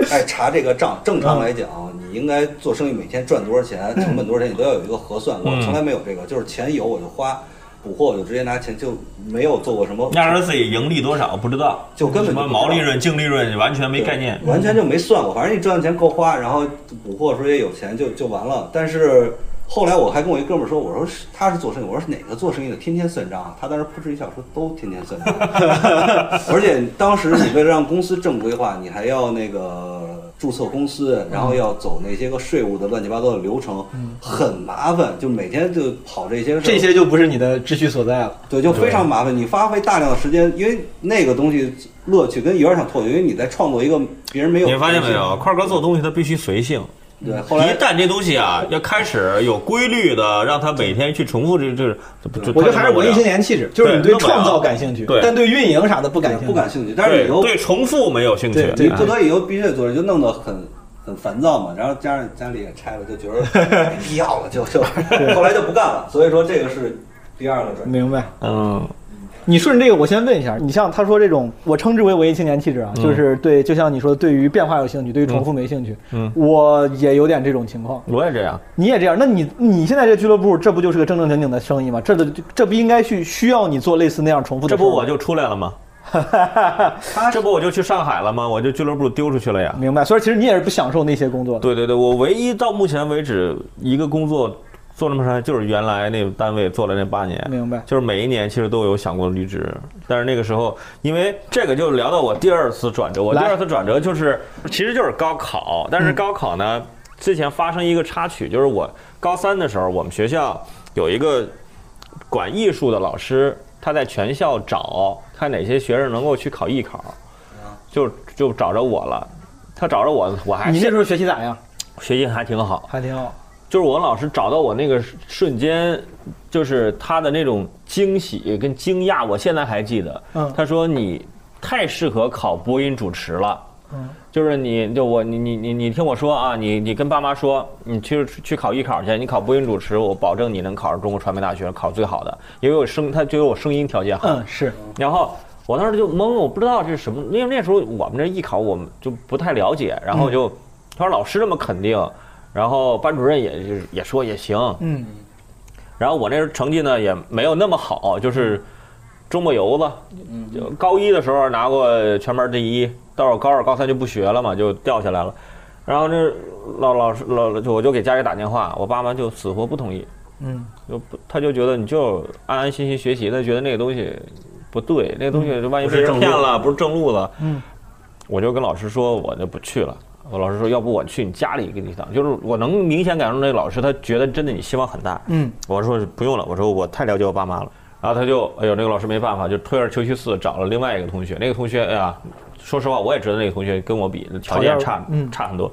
Speaker 1: 爱查这个账。正常来讲，你应该做生意每天赚多少钱，成本多少钱，你都要有一个核算。我从来没有这个，就是钱有我就花。补货，我就直接拿钱，就没有做过什么，
Speaker 3: 那时候自己盈利多少不知道，
Speaker 1: 就根
Speaker 3: 什
Speaker 1: 本就
Speaker 3: 么
Speaker 1: 不知道
Speaker 3: 毛利润、净利润完全没概念。嗯
Speaker 1: 完全就没算过。反正你赚的钱够花，然后补货时候也有钱，就就完了。但是后来我还跟我一哥们儿说，我说是他是做生意，我说是哪个做生意的天天算账啊？他当时扑哧一笑说都天天算账， 而且当时你为了让公司正规化，你还要那个。注册公司，然后要走那些个税务的乱七八糟的流程，
Speaker 3: 嗯
Speaker 1: 很麻烦，就每天就跑这些事儿。
Speaker 5: 这些就不是你的秩序所在了。
Speaker 1: 对，就非常麻烦。你花费大量的时间，因为那个东西乐趣跟有点像脱节，因为你在创作一个别人没有。
Speaker 3: 你发现没有，？块哥做东西他必须随性，
Speaker 1: 对，后
Speaker 3: 一
Speaker 1: 来
Speaker 3: 旦这东西啊要开始有规律的，让他每天去重复这这这不，
Speaker 5: 我觉
Speaker 3: 就
Speaker 5: 得还是文艺青年气质，就是你对创造感兴趣，
Speaker 3: 对
Speaker 5: 但对运营啥的不感
Speaker 1: 对
Speaker 5: 兴
Speaker 1: 不
Speaker 5: 趣。
Speaker 1: 感兴趣，但是
Speaker 3: 对
Speaker 1: 你又
Speaker 3: 对重复没有兴趣
Speaker 5: 对，
Speaker 1: 你不得已又必须得做，就弄得很很烦躁嘛。然后加上家里也拆了，就觉 得没必要了，就就后来就不干了。所以说这个是第二个转折。
Speaker 5: 明白。
Speaker 3: 嗯，
Speaker 5: 你顺着这个，我先问一下，你像他说这种，我称之为文艺青年气质啊，就是对，就像你说，对于变化有兴趣，对于重复没兴趣。
Speaker 3: 嗯嗯
Speaker 5: 我也有点这种情况，
Speaker 3: 我也这样，
Speaker 5: 你也这样。那你你现在这俱乐部，这不就是个正正经经的生意吗？这的这不应该去需要你做类似那样重复的
Speaker 3: 这
Speaker 5: 事儿
Speaker 3: 不
Speaker 5: 吗？
Speaker 3: 我就出来了 吗？
Speaker 1: 他
Speaker 3: 这不我就去上海了吗？我就俱乐部丢出去了呀。
Speaker 5: 明白。所以其实你也是不享受那些工作的。
Speaker 3: 对对对，我唯一到目前为止一个工作做那么长时间，就是原来那单位做了那八年，
Speaker 5: 明白
Speaker 3: 就是每一年其实都有想过离职，但是那个时候，因为这个就聊到我第二次转折，我第
Speaker 5: 来嗯
Speaker 3: 二次转折就是其实就是高考，但是高考呢、之前发生一个插曲，就是我高三的时候，我们学校有一个管艺术的老师，他在全校找看哪些学生能够去考艺考，就就找着我了。他找着我，我还
Speaker 5: 你
Speaker 3: 是
Speaker 5: 那时候学习咋样？
Speaker 3: 学习还挺好，
Speaker 5: 还挺好。
Speaker 3: 就是我老师找到我那个瞬间，就是他的那种惊喜跟惊讶，我现在还记得。
Speaker 5: 嗯
Speaker 3: 他说你太适合考播音主持了。
Speaker 5: 嗯，
Speaker 3: 就是你就我你你你你听我说啊，你你跟爸妈说，你去去考艺考去，你考播音主持，我保证你能考上中国传媒大学，考最好的，因为我声他觉得我声音条件好。
Speaker 5: 嗯，是
Speaker 3: 然后我当时就懵，我不知道这是什么，因为那时候我们这艺考我们就不太了解，然后就他说老师这么肯定，然后班主任也就是也说也行，
Speaker 5: 嗯，
Speaker 3: 然后我那时候成绩呢也没有那么好，就是中不游子，就高一的时候拿过全班第一，到了高二高三就不学了嘛，就掉下来了。然后这老老师老就我就给家里打电话，我爸妈就死活不同意，
Speaker 5: 嗯，
Speaker 3: 就不他就觉得你就安安心心学习，他觉得那个东西不对，那个东西万一被人骗了，嗯不是正路了。
Speaker 5: 嗯，
Speaker 3: 我就跟老师说，我就不去了。我老师说，要不我去你家里给你讲，就是我能明显感受那个老师，他觉得真的你希望很大。
Speaker 5: 嗯，
Speaker 3: 我说不用了，我说我太了解我爸妈了。然后他就，哎呦，那个老师没办法，就退而求其次，找了另外一个同学。那个同学，哎呀，说实话，我也知道那个同学跟我比条件差
Speaker 5: 嗯
Speaker 3: 差很多。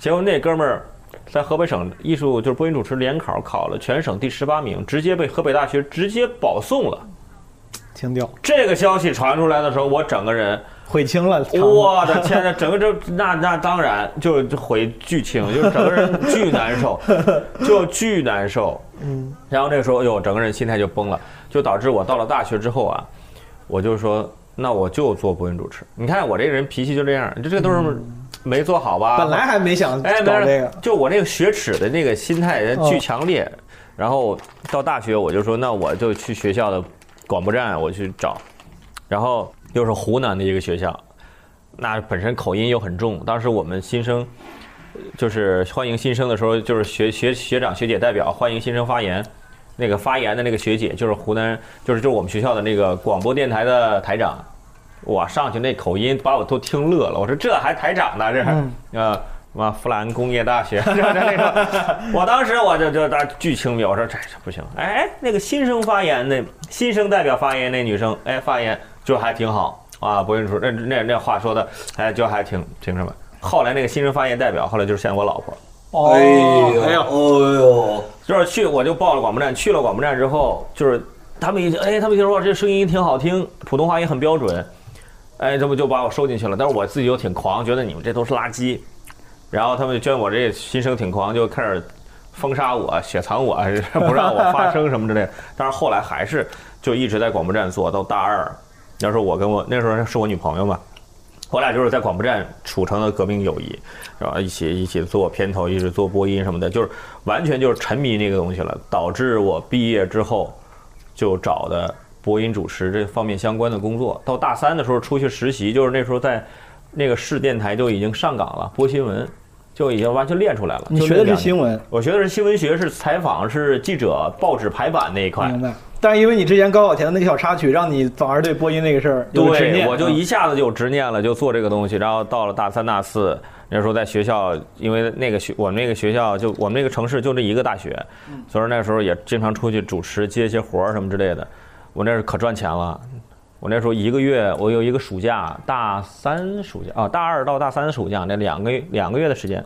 Speaker 3: 结果那哥们儿在河北省艺术就是播音主持联考考了全省第十八名，直接被河北大学直接保送了。
Speaker 5: 挺屌，
Speaker 3: 这个消息传出来的时候，我整个人，
Speaker 5: 悔青了。长得
Speaker 3: 我的天呐，整个这那那当然就就回剧情，就整个人巨难受，就巨难 受。嗯，然后那个时候，哎呦，整个人心态就崩了，就导致我到了大学之后啊，我就说，那我就做播音主持。你看我这个人脾气就这样，这这都是没做好吧？
Speaker 5: 嗯本来还没想搞
Speaker 3: 哎，没
Speaker 5: 这
Speaker 3: 事
Speaker 5: 个，，
Speaker 3: 就我那个学耻的那个心态
Speaker 5: 哦
Speaker 3: 巨强烈。然后到大学我就说，那我就去学校的广播站我去找，然后又是湖南的一个学校，那本身口音又很重。当时我们新生呃就是欢迎新生的时候，就是学学学长学姐代表欢迎新生发言。那个发言的那个学姐就是湖南，就是就是我们学校的那个广播电台的台长，我上去那口音把我都听乐了，我说这还台长呢，这还、
Speaker 5: 嗯
Speaker 3: 呃。什么富兰工业大学， 就是那个，我当时我就就当巨轻蔑，我说这这不行。哎，那个新生发言那新生代表发言那女生，哎，发言就还挺好啊，不用说那那那话说的，哎，就还挺挺什么。后来那个新生发言代表，后来就是现在我老婆，
Speaker 5: 哦
Speaker 1: 哎呦，哎呦，
Speaker 3: 就是去我就报了广播站，去了广播站之后，就是他们一听，哎，他们一听说哇这声音挺好听，普通话也很标准，哎，这不就把我收进去了。但是我自己又挺狂，觉得你们这都是垃圾，然后他们就觉得我这心生挺狂，就开始封杀我、雪藏我， 不让我发声什么之类的。但是后来还是就一直在广播站做到大二，那时候我跟我那时候是我女朋友嘛。我俩就是在广播站处成了革命友谊，然后一起一起做片头，一起做播音什么的，就是完全就是沉迷那个东西了，导致我毕业之后，就找的播音主持这方面相关的工作。到大三的时候出去实习，就是那时候在那个市电台就已经上岗了，播新闻就已经完全练出来了。
Speaker 5: 你
Speaker 3: 就
Speaker 5: 学
Speaker 3: 那
Speaker 5: 的是
Speaker 3: 两年
Speaker 5: 新闻，
Speaker 3: 我学的是新闻学，是采访，是记者、报纸排版那一块
Speaker 5: 明。白？但是因为你之前高考前的那个小插曲，让你反而对播音那个事儿有了执
Speaker 3: 对，
Speaker 5: 念。嗯
Speaker 3: 我就一下子就有执念了，就做这个东西。然后到了大三、大四，那时候在学校，因为那个学我们那个学校就我们那个城市就这一个大学，所以说那时候也经常出去主持接一些活儿什么之类的。我那是可赚钱了，我那时候一个月，我有一个暑假，大三暑假啊，大二到大三暑假那两个月两个月的时间，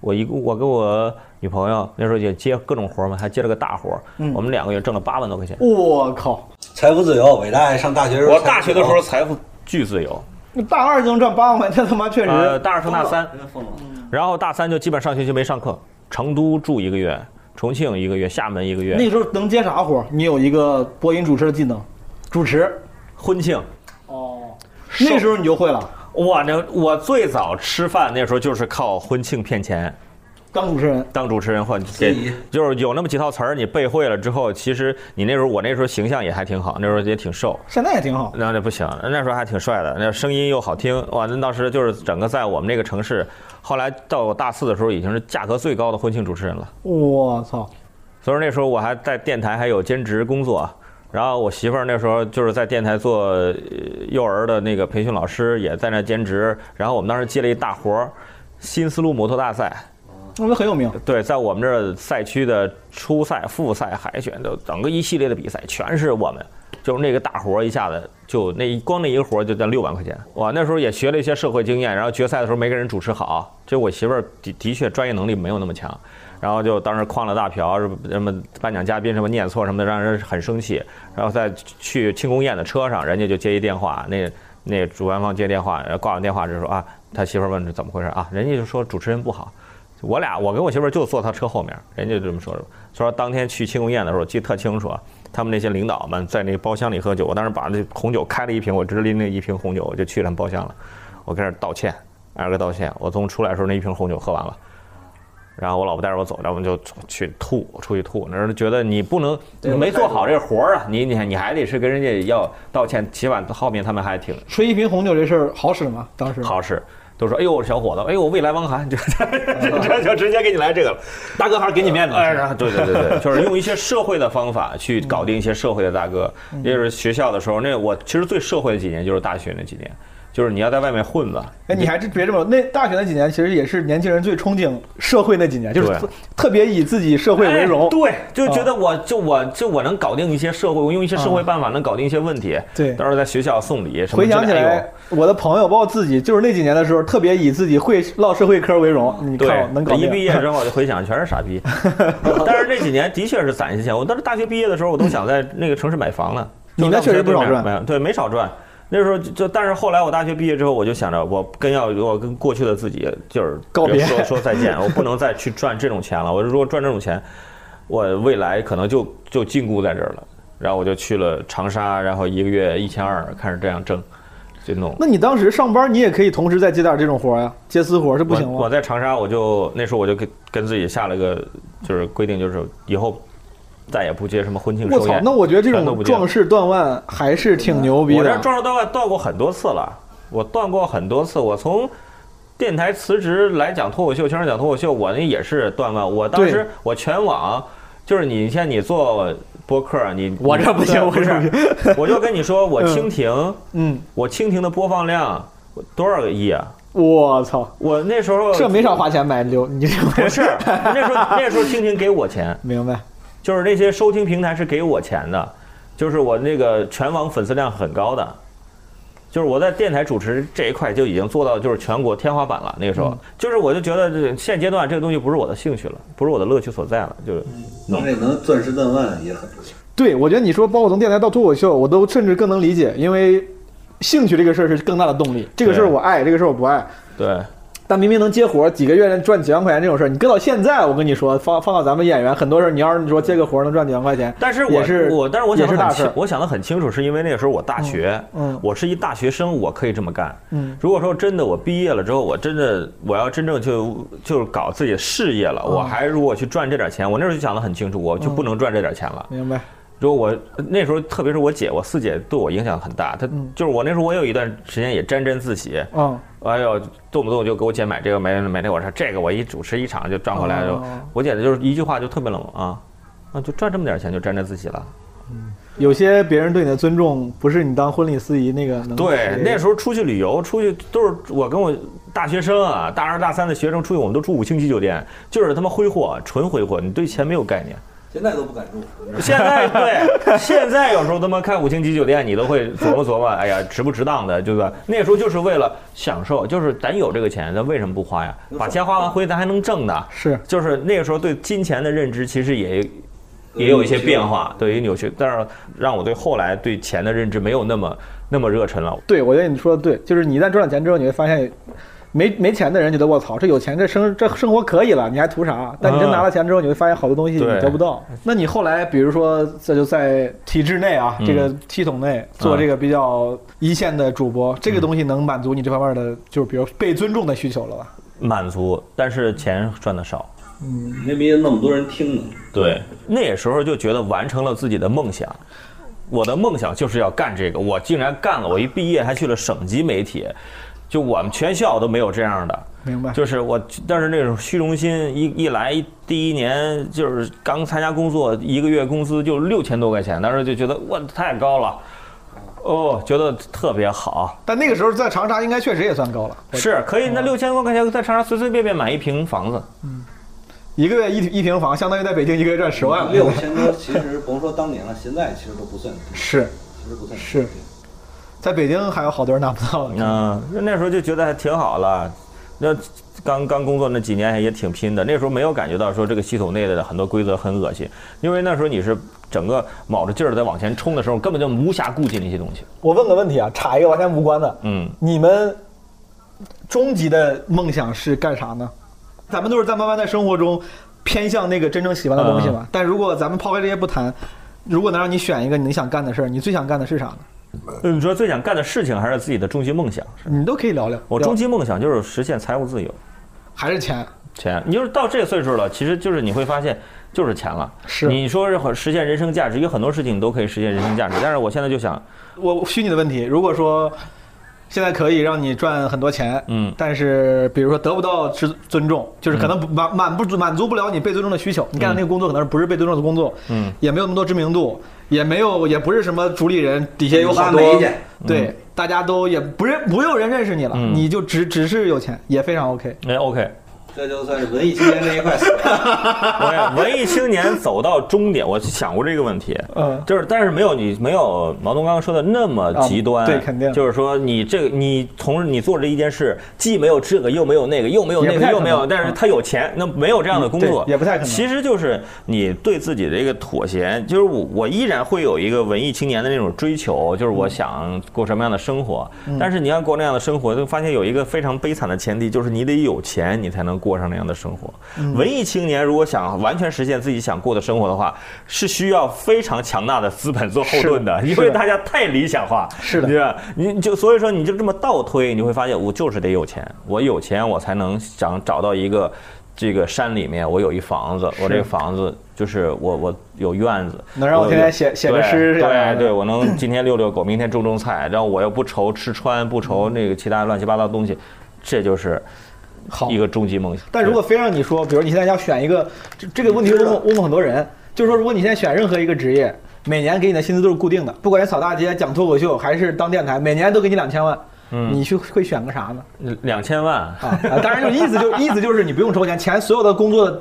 Speaker 3: 我一我跟我女朋友那时候也接各种活儿嘛，还接了个大活儿，我们两个月挣了八万多块钱。
Speaker 5: 我靠，
Speaker 1: 财富自由，伟大。上大学时候，
Speaker 3: 我大学的时候财富巨自由。
Speaker 5: 那大二就能赚八万块， 这他妈确实。
Speaker 3: 呃，大二升大三，
Speaker 8: 真的疯了。
Speaker 3: 然后大三就基本上学期没上课，成都住一个月，重庆一个月，厦门一个月，
Speaker 5: 那个时候能接啥活儿？你有一个播音主持的技能，主持。
Speaker 3: 婚庆。
Speaker 5: 哦，那时候你就会了，
Speaker 3: 哇，那我最早吃饭那时候就是靠婚庆骗钱，
Speaker 5: 当主持人。
Speaker 3: 当主持人或给就是有那么几套词儿，你背会了之后，其实你那时候我那时候形象也还挺好，那时候也挺瘦，
Speaker 5: 现在也挺好，
Speaker 3: 那那不行，那时候还挺帅的，那声音又好听，哇，那当时就是整个在我们那个城市，后来到我大四的时候已经是价格最高的婚庆主持人了。
Speaker 5: 我操！
Speaker 3: 所以说那时候我还在电台还有兼职工作，然后我媳妇儿那时候就是在电台做呃幼儿的那个培训老师，也在那兼职。然后我们当时接了一大活儿，新丝路摩托大赛，
Speaker 5: 那很有名，
Speaker 3: 对，在我们这儿赛区的初赛、复赛、海选的整个一系列的比赛，全是我们。就是那个大活儿一下子就那一光那一个活儿就挣六万块钱，哇！那时候也学了一些社会经验，然后决赛的时候没给人主持好，就我媳妇儿的的确专业能力没有那么强，然后就当时诓了大瓢，什么什么颁奖嘉宾什么念错什么的，让人很生气。然后在去庆功宴的车上，人家就接一电话，那那主办方接电话，然后挂完电话就说啊，他媳妇儿问是怎么回事啊，人家就说主持人不好。我俩，我跟我媳妇儿就坐他车后面，人家就这么说的。说当天去庆功宴的时候，我记得特清楚啊，他们那些领导们在那个包厢里喝酒，我当时把那红酒开了一瓶，我直拎着一瓶红酒我就去他们包厢了，我跟那儿道歉，挨个道歉。我从出来的时候那一瓶红酒喝完了，然后我老婆带着我走，然后我们就去吐，出去吐。那时候觉得你不能你没做好这活儿啊，你你你还得是跟人家要道歉，起码后面他们还挺
Speaker 5: 吹一瓶红酒这事儿好使吗？当时
Speaker 3: 好使，都说哎呦小伙子，哎呦未来汪涵， 就这就直接给你来这个了。
Speaker 10: 大哥还是给你面子。
Speaker 3: 哎，然后对对对对，就是用一些社会的方法去搞定一些社会的大哥。就是学校的时候，那我其实最社会的几年就是大学那几年，就是你要在外面混吧。
Speaker 5: 哎，你还真别这么说，那大学那几年其实也是年轻人最憧憬社会那几年，就是
Speaker 3: 对
Speaker 5: 特特别以自己社会为荣。
Speaker 3: 哎对，就觉得我就我就我能搞定一些社会，我用一些社会办法能搞定一些问题。
Speaker 5: 对
Speaker 3: 到时候在学校送礼什么
Speaker 5: 回
Speaker 3: 之类的。
Speaker 5: 想起
Speaker 3: 哎呦
Speaker 5: 来，我的朋友包括自己，就是那几年的时候，特别以自己会唠社会嗑为荣。你
Speaker 3: 嗯对
Speaker 5: 看我，能搞
Speaker 3: 一
Speaker 5: 定
Speaker 3: 毕业之后就回想全是傻 逼。但是那几年的确是攒一些钱，我当时大学毕业的时候，我都想在那个城市买房了。
Speaker 5: 嗯你那确实不少赚
Speaker 3: 没有对，没少赚。那时候就就，但是后来我大学毕业之后，我就想着，我跟要我跟过去的自己就是
Speaker 5: 告别
Speaker 3: 说说再见，我不能再去赚这种钱了。我如果赚这种钱，我未来可能就就禁锢在这儿了。然后我就去了长沙，然后一个月一千二，开始这样挣，就弄。
Speaker 5: 那你当时上班，你也可以同时再接点这种活儿呀、接私活儿是不行
Speaker 3: 我我
Speaker 5: 吗？
Speaker 3: 在长沙，我就那时候我就跟跟自己下了个就是规定，就是以后再也不接什么婚庆
Speaker 5: 我
Speaker 3: 寿
Speaker 5: 操
Speaker 3: 宴。！
Speaker 5: 那我觉得这
Speaker 3: 全都
Speaker 5: 种
Speaker 3: 不接了
Speaker 5: 壮士断腕还是挺牛逼
Speaker 3: 我这
Speaker 5: 的。
Speaker 3: 撞着断腕断过很多次了，我断过很多次。我从电台辞职来讲脱口秀，全是讲脱口秀，我那也是断腕。我当时
Speaker 5: 对
Speaker 3: 我全网就是你像你做播客，你
Speaker 5: 我这不行
Speaker 3: 对
Speaker 5: 我
Speaker 3: 不
Speaker 5: 这不
Speaker 3: 是，我就跟你说，我
Speaker 5: 嗯
Speaker 3: 蜻蜓，
Speaker 5: 嗯，
Speaker 3: 我蜻蜓的播放量我多少个亿啊？
Speaker 5: 我操，
Speaker 3: 我那时候
Speaker 5: 这没少花钱买流，你这
Speaker 3: 不是那时候那时候蜻蜓给我钱。
Speaker 5: 明白？
Speaker 3: 就是那些收听平台是给我钱的，就是我那个全网粉丝量很高的，就是我在电台主持这一块就已经做到就是全国天花板了。那个时候，
Speaker 5: 嗯
Speaker 3: 就是我就觉得这现阶段这个东西不是我的兴趣了，不是我的乐趣所在了，就是
Speaker 5: 嗯
Speaker 1: 能这能钻石断腕也很不错。
Speaker 5: 对，我觉得你说包括从电台到脱口秀，我都甚至更能理解，因为兴趣这个事儿是更大的动力。这个事儿我爱，这个事儿我不爱。
Speaker 3: 对。
Speaker 5: 但明明能接活儿，几个月能赚几万块钱这种事儿，你搁到现在，我跟你说，放放到咱们演员，很多事儿，你要是你说接个活儿能赚几万块钱，
Speaker 3: 但是
Speaker 5: 也
Speaker 3: 我
Speaker 5: 是
Speaker 3: 我，但是我
Speaker 5: 也
Speaker 3: 想
Speaker 5: 是
Speaker 3: 的
Speaker 5: 大
Speaker 3: 很
Speaker 5: 事
Speaker 3: 清
Speaker 5: 儿，。
Speaker 3: 我想的很清楚，是因为那个时候我大学，
Speaker 5: 嗯嗯
Speaker 3: 我是一大学生，我可以这么干。
Speaker 5: 嗯，
Speaker 3: 如果说真的我毕业了之后，我真的我要真正就就是搞
Speaker 5: 嗯
Speaker 3: 自己的事业了，我还如果去赚这点钱，我那时候就想的很清楚，我就不能赚这点钱了。
Speaker 5: 明白？
Speaker 3: 就我那时候，特别是我姐，我四姐对我影响很大。她
Speaker 5: 嗯
Speaker 3: 就是我那时候，我有一段时间也沾沾自喜，
Speaker 5: 嗯，
Speaker 3: 哎呦，动不动就给我姐买这个买买那个，我说这个我一主持一场就赚回来了。
Speaker 5: 哦
Speaker 3: 我姐就是一句话就特别冷啊，啊就赚这么点钱就沾沾自喜了。
Speaker 5: 有些别人对你的尊重，不是你当婚礼司仪那个能
Speaker 3: 对，那
Speaker 5: 候
Speaker 3: 时候出去旅游，出去都是我跟我大学生啊，大二大三的学生出去，我们都住五星级酒店，就是他妈挥霍，纯挥霍，你对钱没有概念。
Speaker 1: 现在都不敢住。
Speaker 3: 现在对，现在有时候他妈开五星级酒店，你都会琢磨琢磨，哎呀，值不值当的，对吧？那时候就是为了享受，就是咱有这个钱，咱为什么不花呀？把钱花完回去，咱还能挣的。
Speaker 5: 是
Speaker 3: 就是那个时候对金钱的认知其实也也有一些变化，对于扭曲，但是让我对后来对钱的认知没有那么那么热忱了。
Speaker 5: 对，我觉得你说的对，就是你一旦赚了钱之后，你会发现，没没钱的人觉得我操，这有钱这生这生活可以了，你还图啥？但你真拿了钱之后，你会发现好多东西你
Speaker 3: 嗯对
Speaker 5: 得不到。那你后来，比如说这就在体制内啊，
Speaker 3: 嗯
Speaker 5: 这个系统内做这个比较一线的主播，
Speaker 3: 嗯
Speaker 5: 这个东西能满足你这方面的，就是比如被尊重的需求了吧？
Speaker 3: 满足，但是钱赚的少。
Speaker 1: 那边那么多人听呢，
Speaker 3: 对，那时候就觉得完成了自己的梦想。我的梦想就是要干这个，我竟然干了！我一毕业还去了省级媒体，就我们全校都没有这样的。
Speaker 5: 明 白？
Speaker 3: 就是我，但是那种虚荣心一一来，一第一年就是刚参加工作，一个月工资就六千多块钱，当时就觉得哇太高了，哦，觉得特别好，
Speaker 5: 但那个时候在长沙应该确实也算高了，
Speaker 3: 是可以。那六千多块钱在长沙随随便便买一平房子，
Speaker 5: 一个月一一平房，相当于在北京一个月赚十万了。
Speaker 1: 六千多其实甭说当年了，现在其实都不算低，
Speaker 5: 是
Speaker 1: 其实不算低
Speaker 5: 是在北京还有好多人拿不到的。
Speaker 3: 嗯，那时候就觉得还挺好了。那刚刚工作那几年也挺拼的，那时候没有感觉到说这个系统内的很多规则很恶心，因为那时候你是整个卯着劲儿在往前冲的时候，根本就无暇顾及那些东西。
Speaker 5: 我问个问题啊，插一个完全无关的，
Speaker 3: 嗯，
Speaker 5: 你们终极的梦想是干啥呢？咱们都是在慢慢在生活中偏向那个真正喜欢的东西
Speaker 3: 嗯
Speaker 5: 嘛。但如果咱们抛开这些不谈，如果能让你选一个你想干的事儿，你最想干的是啥呢？
Speaker 3: 你说最想干的事情还是自己的终极梦想？
Speaker 5: 你都可以聊聊。
Speaker 3: 我
Speaker 5: 聊
Speaker 3: 终极梦想就是实现财务自由。
Speaker 5: 还是钱，
Speaker 3: 钱，你就是到这岁数了，其实就是你会发现，就是钱了。
Speaker 5: 是
Speaker 3: 你说是很实现人生价值，有很多事情你都可以实现人生价值，但是我现在就想，
Speaker 5: 我虚拟的问题。如果说现在可以让你赚很多钱，
Speaker 3: 嗯
Speaker 5: 但是比如说得不到尊尊重，就是可能不满满不足满足不了你被尊重的需求。你干的那个工作可能不是被尊重的工作，
Speaker 3: 嗯，
Speaker 5: 也没有那么多知名度，也没有也不是什么主理人，底下有好
Speaker 1: 拉
Speaker 5: 多
Speaker 1: 煤去
Speaker 5: 对，大家都也不认不有人认识你了，
Speaker 3: 嗯
Speaker 5: 你就只只是有钱，也非常 OK。
Speaker 3: 哎，OK，
Speaker 1: 这就算是文艺青年这一块死了。
Speaker 3: 我也文艺青年走到终点，我想过这个问题。
Speaker 5: 嗯，
Speaker 3: 就是，但是没有你没有毛泽东刚刚说的那么极端，
Speaker 5: 啊对肯定
Speaker 3: 就是说，你这个你从你做这一件事，既没有这个，又没有那个，又没有
Speaker 5: 也
Speaker 3: 那
Speaker 5: 不太
Speaker 3: 个，
Speaker 5: 可能
Speaker 3: 又没有，但是他有钱，那没有这样的工作
Speaker 5: 嗯对也不太可能
Speaker 3: 其实就是你对自己的一个妥协，就是我我依然会有一个文艺青年的那种追求，就是
Speaker 5: 嗯
Speaker 3: 我想过什么样的生活。但是你要过那样的生活，就发现有一个非常悲惨的前提，就是你得有钱，你才能过上那样的生活。
Speaker 5: 嗯
Speaker 3: 文艺青年如果想完全实现自己想过的生活的话，是需要非常强大的资本做后盾的，
Speaker 5: 是的
Speaker 3: 因
Speaker 5: 是
Speaker 3: 为
Speaker 5: 的
Speaker 3: 大家太理想化。
Speaker 5: 是的
Speaker 3: 对吧？你就所以说你就这么倒推，你会发现我就是得有钱，我有钱我才能想找到一个这个山里面我有一房子，我这个房子就是我我有院子，
Speaker 5: 能让我天天写
Speaker 3: 有
Speaker 5: 写个
Speaker 3: 对
Speaker 5: 诗啥的
Speaker 3: 对对，我能今天遛遛狗，明天种种菜，然后我又不愁吃穿，不愁那个其他乱七八糟的东西，这就是
Speaker 5: 好
Speaker 3: 一个终极梦想。
Speaker 5: 但如果非让你说，比如你现在要选一个，这这个问题问
Speaker 3: 啊
Speaker 5: 过问过很多人，就是说，如果你现在选任何一个职业，每年给你的薪资都是固定的，不管是扫大街、讲脱口秀，还是当电台，每年都给你两千万，
Speaker 3: 嗯
Speaker 5: 你去会选个啥 呢？
Speaker 3: 对两千万，
Speaker 5: 啊，啊当然就意思就意思就是你不用筹钱，钱所有的工作的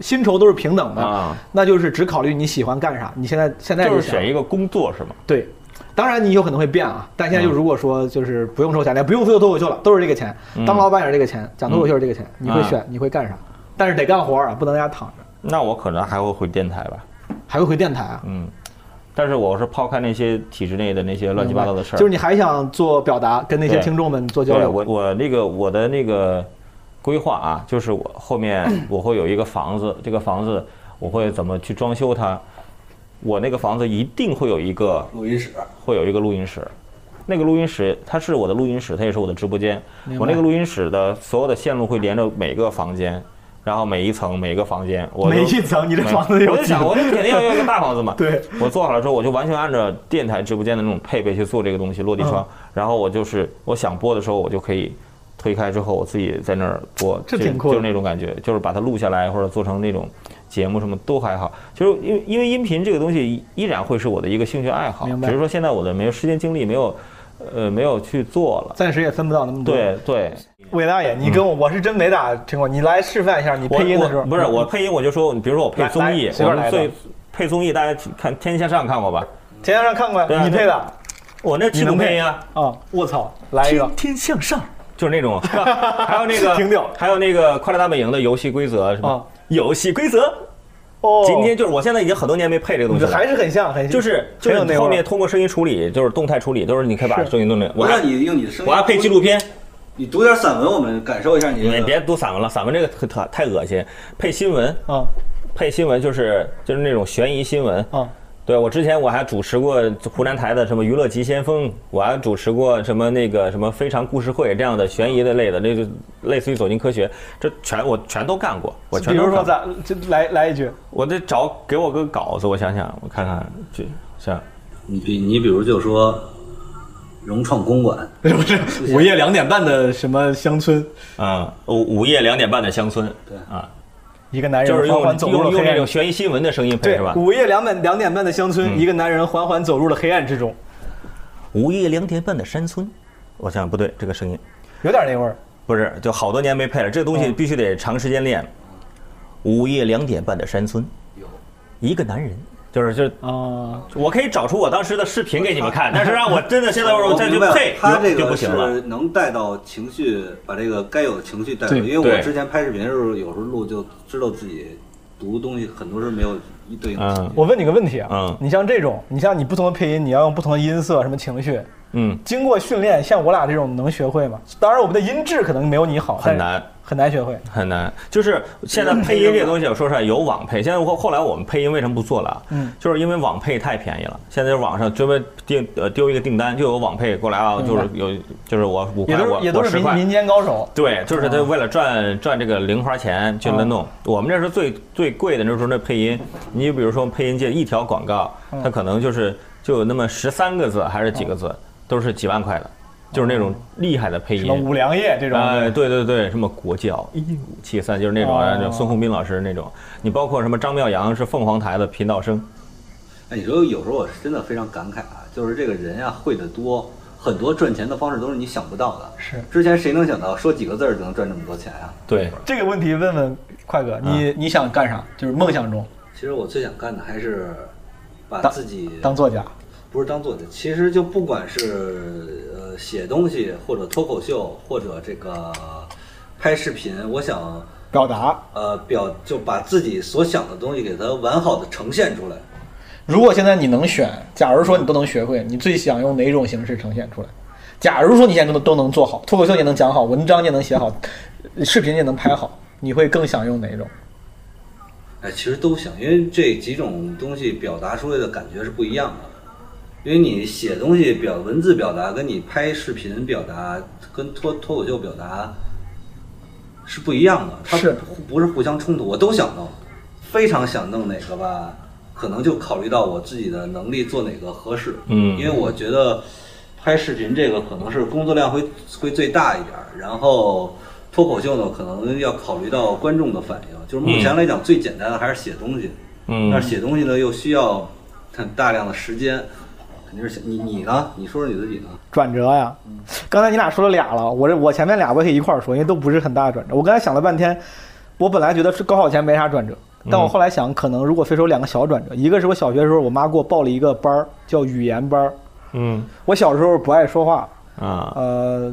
Speaker 5: 薪酬都是平等的
Speaker 3: 啊，
Speaker 5: 那就是只考虑你喜欢干啥。你现在现在
Speaker 3: 就是
Speaker 5: 想
Speaker 3: 选一个工作是吗？
Speaker 5: 对，当然你有可能会变啊，但现在就
Speaker 3: 嗯
Speaker 5: 如果说就是不用抽钱，连不用做脱口秀了，都是这个钱，
Speaker 3: 嗯
Speaker 5: 当老板也是这个钱，讲脱口秀是这个钱，你会选你会干啥？但是得干活啊，不能在家躺着，
Speaker 3: 那我可能还会回电台吧。
Speaker 5: 还会回电台啊。
Speaker 3: 嗯，但是我是抛开那些体制内的那些乱七八糟的事儿，
Speaker 5: 就是你还想做表达，跟那些
Speaker 3: 对
Speaker 5: 听众们做交
Speaker 3: 对
Speaker 5: 流。
Speaker 3: 我我那个我的那个规划啊，就是我后面我会有一个房子，这个房子我会怎么去装修它，我那个房子一定会有一个
Speaker 1: 录音室，
Speaker 3: 会有一个录音室。那个录音室，它是我的录音室，它也是我的直播间
Speaker 5: 明。白
Speaker 3: 我那个录音室的所有的线路会连着每个房间，然后每一层每个房间，我
Speaker 5: 每
Speaker 3: 都
Speaker 5: 一层你这房子
Speaker 3: 我就
Speaker 5: 有几
Speaker 3: 想，我
Speaker 5: 个？
Speaker 3: 就肯定要要一个大房子嘛。
Speaker 5: 对，
Speaker 3: 我做好了之后，我就完全按照电台直播间的那种配备去做这个东西，落地
Speaker 5: 嗯
Speaker 3: 窗。然后我就是我想播的时候，我就可以推开之后，我自己在那儿播，
Speaker 5: 这
Speaker 3: 就
Speaker 5: 挺酷的
Speaker 3: 就是那种感觉，就是把它录下来或者做成那种节目什么都还好。就是因为因为音频这个东西依然会是我的一个兴趣爱好，
Speaker 5: 明白
Speaker 3: 只是说现在我的没有时间精力，没有呃没有去做了。
Speaker 5: 暂时也分不到那么多。，
Speaker 3: 对对，
Speaker 5: 韦大爷，你跟我我是真没打听过，你来示范一下，你
Speaker 3: 我
Speaker 5: 配音的时候嗯
Speaker 3: 我不是我配音，我就说，比如说我配
Speaker 5: 来
Speaker 3: 综艺
Speaker 5: 来，随
Speaker 3: 我
Speaker 5: 便来
Speaker 3: 们
Speaker 5: 一个
Speaker 3: 最配综艺，大家去看《天天向上》看过吧？
Speaker 5: 前两天看过
Speaker 3: 对啊
Speaker 5: 呀，你配的啊
Speaker 3: 我那
Speaker 5: 你
Speaker 3: 屁
Speaker 5: 能
Speaker 3: 股
Speaker 5: 配
Speaker 3: 配音啊，？
Speaker 5: 我操，来一个
Speaker 10: 天天向上，
Speaker 3: 就是那 种，还有那个
Speaker 5: 停掉
Speaker 3: 还有那个《快乐大本营》的游戏规则什
Speaker 5: 啊
Speaker 3: 么？游戏规则，
Speaker 5: 哦，
Speaker 3: 今天就是我现在已经很多年没配这个东西
Speaker 5: 你还
Speaker 3: 了。
Speaker 5: 是很像，很像
Speaker 3: 就是就
Speaker 5: 很有内
Speaker 3: 是
Speaker 5: 容
Speaker 3: 后面通过声音处理，就是动态处理，都是你可以把
Speaker 5: 是
Speaker 3: 声音弄成。
Speaker 1: 我
Speaker 3: 我
Speaker 5: 嗯
Speaker 1: 让
Speaker 3: 还
Speaker 1: 你用你的声音，
Speaker 3: 我还配纪录片，
Speaker 1: 你读点散文，我们感受一下你
Speaker 3: 你
Speaker 1: 这
Speaker 3: 们
Speaker 1: 个。
Speaker 3: 别读散文了，散文这个太太恶心。配新闻，
Speaker 5: 啊
Speaker 3: 配新闻就是就是那种悬疑新闻。
Speaker 5: 啊
Speaker 3: 对我之前我还主持过湖南台的什么娱乐急先锋，我还主持过什么那个什么非常故事会这样的悬疑的类的，那就类似于走进科学，这全我全都干过，我
Speaker 5: 比
Speaker 3: 全都
Speaker 5: 如
Speaker 3: 干过
Speaker 5: 说咱就来来 一句，
Speaker 3: 我得找给我个稿子，我想想，我看看这这样
Speaker 1: 你比你比如就说融创公馆，
Speaker 5: 不是午夜两点半的什么乡村，
Speaker 3: 啊，午午夜两点半的乡村，
Speaker 1: 对
Speaker 3: 啊，
Speaker 5: 一个男人
Speaker 3: 就是用
Speaker 5: 哎缓缓走入
Speaker 3: 用
Speaker 5: 了
Speaker 3: 用
Speaker 5: 黑
Speaker 3: 那
Speaker 5: 暗
Speaker 3: 种。悬疑新闻的声音配
Speaker 5: 对
Speaker 3: 是吧，？嗯
Speaker 5: 午夜两点两点半的乡村，一个男人缓缓走入了黑暗之中，
Speaker 3: 午夜两点半的山村，我想不对，这个声音
Speaker 5: 有点那味儿。
Speaker 3: 不是，就好多年没配了，这个东西必须得长时间练。午夜两点半的山村，一个男人，就是就是
Speaker 5: 啊，
Speaker 3: 我可以找出我当时的视频给你们看，但是让我真的现在我
Speaker 1: 我
Speaker 3: 再去
Speaker 1: 明白了
Speaker 3: 配，
Speaker 1: 他
Speaker 3: 就
Speaker 1: 这
Speaker 3: 就不
Speaker 1: 个
Speaker 3: 行了。
Speaker 1: 是能带到情绪，把这个该有的情绪带出来。
Speaker 5: 对
Speaker 1: 因为我
Speaker 3: 对
Speaker 1: 之前拍视频的时候，有时候录就知道自己读东西很多是没有一对应的情绪。
Speaker 5: 我问你个问题啊，
Speaker 3: 嗯
Speaker 5: 你像这种，你像你不同的配音，你要用不同的音色，什么情绪，
Speaker 3: 嗯，
Speaker 5: 经过训练，像我俩这种能学会吗？当然，我们的音质可能没有你好，
Speaker 3: 很
Speaker 5: 但
Speaker 3: 难
Speaker 5: 是很难学会。
Speaker 3: 很难，就是现在配音这个东西，我说出来有网配。现在后后来我们配音为什么不做了？啊
Speaker 5: 嗯，
Speaker 3: 就是因为网配太便宜了。现在就是网上专门订呃丢一个订单，就有网配过来啊，就是有就是我五
Speaker 5: 也
Speaker 3: 块，
Speaker 5: 都
Speaker 3: 哎我
Speaker 5: 是也
Speaker 3: 我
Speaker 5: 都是
Speaker 3: 十
Speaker 5: 民
Speaker 3: 块
Speaker 5: 民。间高手，
Speaker 3: 对，就是他为了赚赚这个零花钱去那弄。我们这是最最贵的那时候那配音，你就比如说配音界一条广告，它可能就是就有那么十三个字还是几个字，都是几万块的，就是那种厉害的配
Speaker 5: 什么
Speaker 3: 音。
Speaker 5: 五粮液这种，
Speaker 3: 哎，对对对，什么国教一五七三，就是那种啊，
Speaker 5: 哦
Speaker 3: 那种孙宏斌老师那种。你包括什么张妙阳是凤凰台的频道生，
Speaker 1: 哎，你说有时候我是真的非常感慨啊，就是这个人呀、会的多，很多赚钱的方式都是你想不到的。
Speaker 5: 是
Speaker 1: 之前谁能想到说几个字儿就能赚这么多钱啊？
Speaker 3: 对，
Speaker 5: 这个问题问问快哥，
Speaker 3: 嗯
Speaker 5: 你你想干啥？就是梦想中
Speaker 1: 其实我最想干的还是把
Speaker 5: 当
Speaker 1: 自己
Speaker 5: 当作家，
Speaker 1: 不是当作家，其实就不管是呃写东西，或者脱口秀，或者这个拍视频，我想
Speaker 5: 表达。
Speaker 1: 呃表就把自己所想的东西给它完好的呈现出来。
Speaker 5: 如果现在你能选，假如说你都能学会，你最想用哪种形式呈现出来？假如说你现在都都能做好，脱口秀你也能讲好，文章你也能写好，视频你也能拍好，你会更想用哪种？
Speaker 1: 哎，其实都想，因为这几种东西表达出来的感觉是不一样的。因为你写东西表文字表达，跟你拍视频表达，跟脱脱口秀表达是不一样的，它
Speaker 5: 是
Speaker 1: 不是互相冲突？我都想弄，非常想弄哪个吧，可能就考虑到我自己的能力做哪个合适。
Speaker 3: 嗯
Speaker 1: 因为我觉得拍视频这个可能是工作量会会最大一点儿，然后脱口秀呢，可能要考虑到观众的反应。就是目
Speaker 5: 嗯
Speaker 1: 前来讲，最简单的还是写东西，
Speaker 3: 嗯
Speaker 1: 但是写东西呢又需要很大量的时间，肯定是想你你呢？你说说你自己呢？
Speaker 5: 转折呀，刚才你俩说了俩了，我这我前面俩我也可以一块儿说，因为都不是很大的转折。我刚才想了半天，我本来觉得是高考前没啥转折，但我后来想，可能如果非说有两个小转折，一个是我小学的时候，我妈给我报了一个班儿，叫语言班儿。
Speaker 3: 嗯
Speaker 5: 我小时候不爱说话，
Speaker 3: 啊，
Speaker 5: 呃，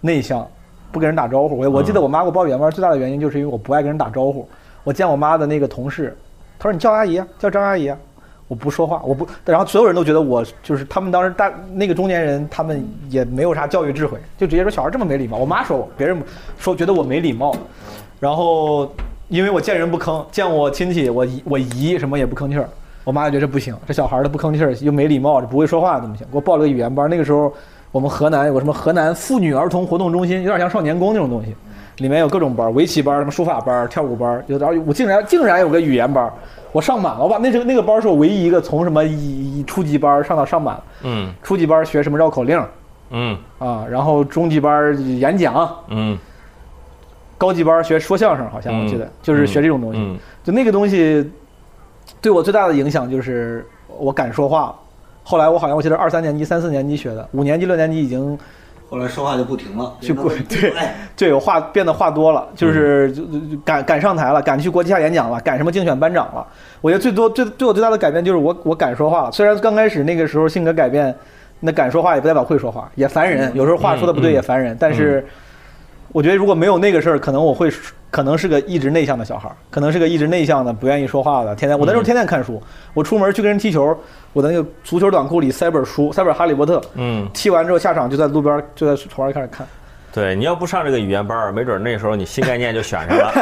Speaker 5: 内向，不跟人打招呼。我我记得我妈给我报语言班最大的原因就是因为我不爱跟人打招呼。我见我妈的那个同事，她说你叫阿姨啊，叫张阿姨啊。我不说话，我不， 然后所有人都觉得我就是他们当时大那个中年人，他们也没有啥教育智慧，就直接说小孩这么没礼貌。我妈说我，别人说觉得我没礼貌，然后因为我见人不吭，见我亲戚我姨我姨什么也不吭气儿，我妈就觉得这不行，这小孩儿他不吭气儿又没礼貌，这不会说话怎么行？给我报了个语言班，那个时候我们河南有个什么河南妇女儿童活动中心，有点像少年宫那种东西，里面有各种班儿，围棋班儿、什么书法班儿、跳舞班儿，有然后我竟然竟然有个语言班儿，我上满了，我把那是那个班儿是我唯一一个从什么一一初级班儿上到上满，
Speaker 3: 嗯
Speaker 5: 初级班儿学什么绕口令儿
Speaker 3: 嗯
Speaker 5: 啊，然后中级班儿演讲，
Speaker 3: 嗯，
Speaker 5: 高级班儿学说相声，好像我记得、
Speaker 3: 嗯
Speaker 5: 就是学这种东西，
Speaker 3: 嗯
Speaker 5: 就那个东西对我最大的影响就是我敢说话。后来我好像我记得二三年级、三四年级学的，五年级、六年级已经
Speaker 6: 后来说话就不停了，
Speaker 5: 去过对
Speaker 6: 哎，
Speaker 5: 对，我话变得话多了，
Speaker 3: 嗯
Speaker 5: 就是就就就敢敢上台了，敢去国际下演讲了，敢什么竞选班长了。我觉得最多最对我最大的改变就是我我敢说话了。虽然刚开始那个时候性格改变，那敢说话也不代表会说话，也烦人。有时候话说的不对
Speaker 3: 嗯
Speaker 5: 也烦人，但是我觉得如果没有那个事儿，可能我会可能是个一直内向的小孩儿，可能是个一直内向的不愿意说话的。天天
Speaker 3: 嗯
Speaker 5: 我那时候天天看书，我出门去跟人踢球，我的那个足球短裤里塞本书，塞本《哈利波特》，
Speaker 3: 嗯，
Speaker 5: 踢完之后下场就在路边儿就在旁边开始看。
Speaker 3: 对，你要不上这个语言班儿，没准那时候你新概念就选 上了，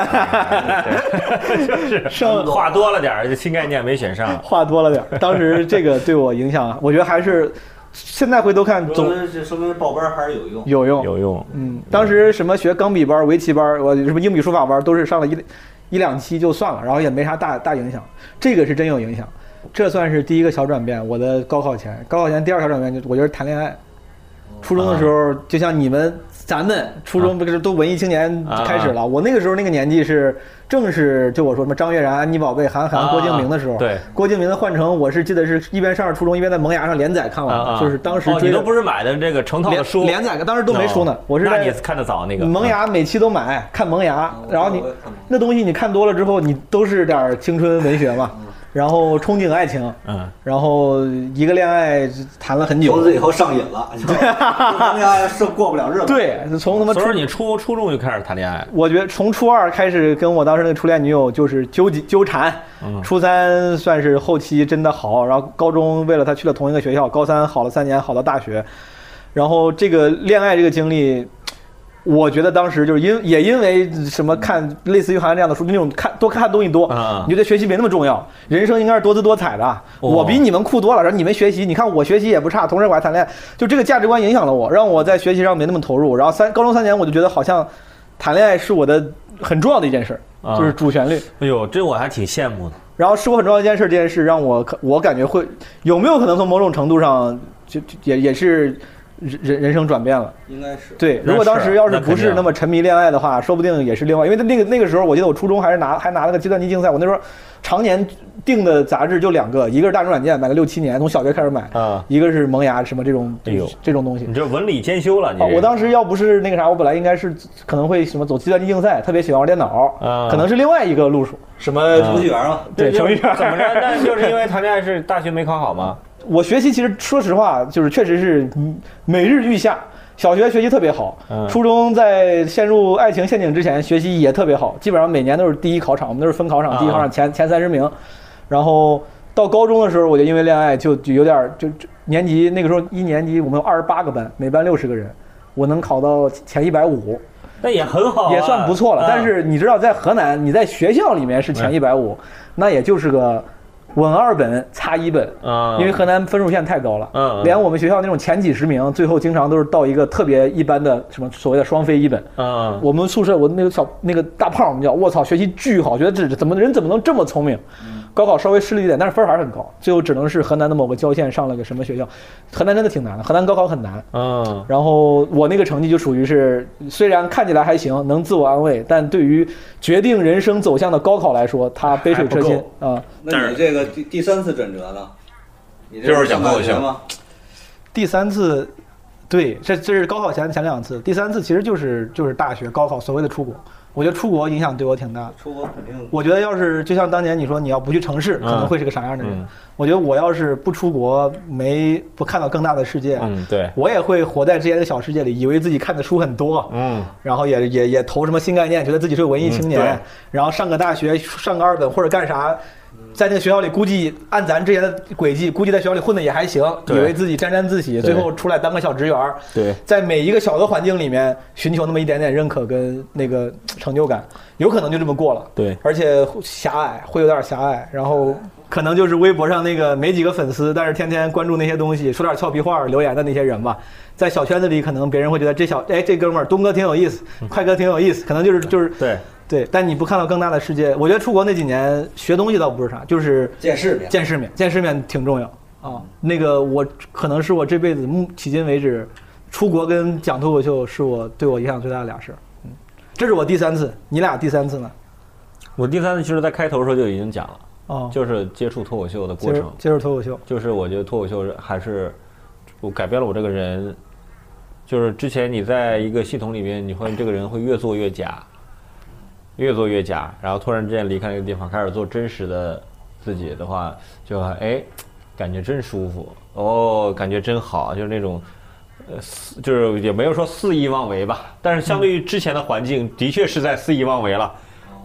Speaker 3: 对就是
Speaker 5: 上
Speaker 3: 话多了点儿，就新概念没选上。
Speaker 5: 话多了点儿。当时这个对我影响，我觉得还是现在回头看总
Speaker 6: 这说明报班还是有用。
Speaker 5: 有用。
Speaker 3: 有用，
Speaker 5: 嗯，当时什么学钢笔班儿、围棋班儿，我什么英语书法班儿，都是上了一一两期就算了，然后也没啥大大影响。这个是真有影响，这算是第一个小转变。我的高考前，高考前第二个小转变就我觉得谈恋爱。初中的时候，就像你们咱们初中不是都文艺青年开始
Speaker 3: 啊
Speaker 5: 了，我那个时候那个年纪是正是就我说什么张悦然、安妮宝贝、韩寒、郭敬明的时
Speaker 3: 啊
Speaker 5: 候。
Speaker 3: 对
Speaker 5: 郭敬明的《换乘》，我是记得是一边上着初中，一边在萌芽上连载看完的，啊就是当时
Speaker 3: 哦，
Speaker 5: 追
Speaker 3: 你
Speaker 5: 着
Speaker 3: 都不是买的这个成套的
Speaker 5: 连
Speaker 3: 书，
Speaker 5: 连载，当时都没书呢
Speaker 3: 哦，
Speaker 5: 我是
Speaker 3: 那
Speaker 5: 在
Speaker 3: 你看的早那个啊
Speaker 5: 萌，芽每期都买，看萌芽，然后你
Speaker 6: 啊我也看萌芽
Speaker 5: 那东西你看多了之后，你都是点儿青春文学
Speaker 6: 嗯
Speaker 5: 嘛，然后憧憬爱情，
Speaker 3: 嗯，
Speaker 5: 然后一个恋爱谈了很
Speaker 6: 从
Speaker 5: 久
Speaker 6: 此，以后上瘾了，你知道 吗？咱家是过不了日子。，
Speaker 5: 对，从他妈
Speaker 3: 所以
Speaker 5: 初
Speaker 3: 说你初初中就开始谈恋爱，
Speaker 5: 我觉得从初二开始跟我当时那个初恋女友就是纠结纠缠，初三算是后期真的好，然后高中为了她去了同一个学校，高三好了三年，好到大学，然后这个恋爱这个经历，我觉得当时就是因也因为什么看类似于韩寒这样的书，那种看多看东西多
Speaker 3: 啊，
Speaker 5: 你觉得学习没那么重要，人生应该是多姿多彩的。我比你们酷多了，然后你们学习，你看我学习也不差，同时我还谈恋爱，就这个价值观影响了我，让我在学习上没那么投入。然后三高中三年，我就觉得好像谈恋爱是我的很重要的一件事
Speaker 3: 啊
Speaker 5: 儿，就是主旋律。
Speaker 3: 哎呦，这我还挺羡慕的。
Speaker 5: 然后是我很重要的一件事，这件事让我可我感觉会有没有可能从某种程度上就就也也是人人人生转变了。
Speaker 6: 应该是。
Speaker 5: 对，
Speaker 3: 那
Speaker 5: 如果当
Speaker 3: 是啊
Speaker 5: 时要是
Speaker 3: 那
Speaker 5: 不
Speaker 3: 肯
Speaker 5: 是
Speaker 3: 定
Speaker 5: 那么沉迷恋爱的话，说不定也是另外。因为那个那个时候，我记得我初中还是拿还拿了个计算机竞赛，我那时候常年订的杂志就两个，一个是大众软件，买了六七年，从小学开始买，
Speaker 3: 啊
Speaker 5: 一个是萌芽什么这种，
Speaker 3: 哎呦
Speaker 5: 这种东西
Speaker 3: 你。这文理兼修了，你
Speaker 5: 啊
Speaker 3: 这、个
Speaker 5: 我当时要不是那个啥，我本来应该是可能会什么走计算机竞赛，特别喜欢玩电脑，
Speaker 3: 啊
Speaker 5: 可能是另外一个路数。
Speaker 3: 什么
Speaker 6: 程序员嘛，
Speaker 5: 对程序员
Speaker 3: 怎么着？那就是因为谈恋爱是大学没考好 吗？
Speaker 5: 我学习其实说实话，就是确实是嗯每日愈下。小学学习特别好，
Speaker 3: 嗯
Speaker 5: 初中在陷入爱情陷阱之前学习也特别好，基本上每年都是第一考场，我们都是分考场，
Speaker 3: 啊
Speaker 5: 第一考场前前三十名。然后到高中的时候，我就因为恋爱就就有点儿就就年级那个时候一年级我们有二十八个班，每班六十个人，我能考到前一百五，
Speaker 3: 那也很好啊、
Speaker 5: 也算不错了。
Speaker 3: 啊
Speaker 5: 但是你知道，在河南，你在学校里面是
Speaker 3: 嗯
Speaker 5: 前一百五，那也就是个稳二本差一本，
Speaker 3: 啊，
Speaker 5: 因为河南分数线太高了，
Speaker 3: 嗯嗯
Speaker 5: 连我们学校那种前几十名，最后经常都是到一个特别一般的什么所谓的双非一本。
Speaker 3: 啊，
Speaker 5: 我们宿舍我那个小那个大胖，我们叫我操，学习巨好，觉得这怎么人怎么能这么聪明？
Speaker 3: 嗯
Speaker 5: 高考稍微失利一点，但是分儿还是很高，最后只能是河南的某个郊县上了个什么学校。河南真的挺难的，河南高考很难。
Speaker 3: 嗯，
Speaker 5: 然后我那个成绩就属于是，虽然看起来还行，能自我安慰，但对于决定人生走向的高考来说，它杯水车薪
Speaker 3: 还
Speaker 5: 啊、
Speaker 1: 那你这个第第三次转折呢？你这
Speaker 11: 就是想
Speaker 1: 大
Speaker 11: 够
Speaker 1: 学
Speaker 11: 呛
Speaker 1: 吗？
Speaker 5: 第三次，对，这这是高考前前两次，第三次其实就是就是大学高考所谓的出国。我觉得出国影响对我挺大的。
Speaker 1: 出国肯定
Speaker 5: 我觉得要是就像当年你说你要不去城市，可能会是个啥样的人？
Speaker 3: 嗯
Speaker 5: 我觉得我要是不出国，没不看到更大的世界，
Speaker 3: 嗯对
Speaker 5: 我也会活在之前的小世界里，以为自己看的书很多，
Speaker 3: 嗯，
Speaker 5: 然后也也也投什么新概念，觉得自己是文艺青年，然后上个大学上个二本或者干啥。在那个学校里，估计按咱之前的轨迹，估计在学校里混的也还行，以
Speaker 3: 对
Speaker 5: 为自己沾沾自喜，最后出来当个小职员儿
Speaker 3: 对
Speaker 5: 在每一个小的环境里面寻求那么一点点认可跟那个成就感，有可能就这么过了。
Speaker 3: 对
Speaker 5: 而且狭隘，会有点狭隘，然后可能就是微博上那个没几个粉丝，但是天天关注那些东西，说点俏皮话儿留言的那些人吧，在小圈子里，可能别人会觉得这小哎这哥们儿东哥挺有意思，快哥挺有意思，可能就是就是
Speaker 3: 对，
Speaker 5: 对，但你不看到更大的世界，我觉得出国那几年学东西倒不是啥，就是
Speaker 1: 见世面。
Speaker 5: 见世面，见世面挺重要啊。那个我可能是我这辈子目迄今为止，出国跟讲脱口秀是我对我影响最大的俩事儿。嗯，这是我第三次，你俩第三次呢？
Speaker 3: 我第三次其实，在开头的时候就已经讲了，
Speaker 5: 哦，
Speaker 3: 就是接触脱口秀的过
Speaker 5: 接
Speaker 3: 程
Speaker 5: 受，接受脱口秀，
Speaker 3: 就是我觉得脱口秀还是我改变了我这个人，就是之前你在一个系统里面，你会这个人会越做越假，越做越假，然后突然之间离开那个地方，开始做真实的自己的话，就哎，感觉真舒服哦，感觉真好，就是那种。呃，肆就是也没有说肆意妄为吧，但是相对于之前的环境，的确是在肆意妄为了。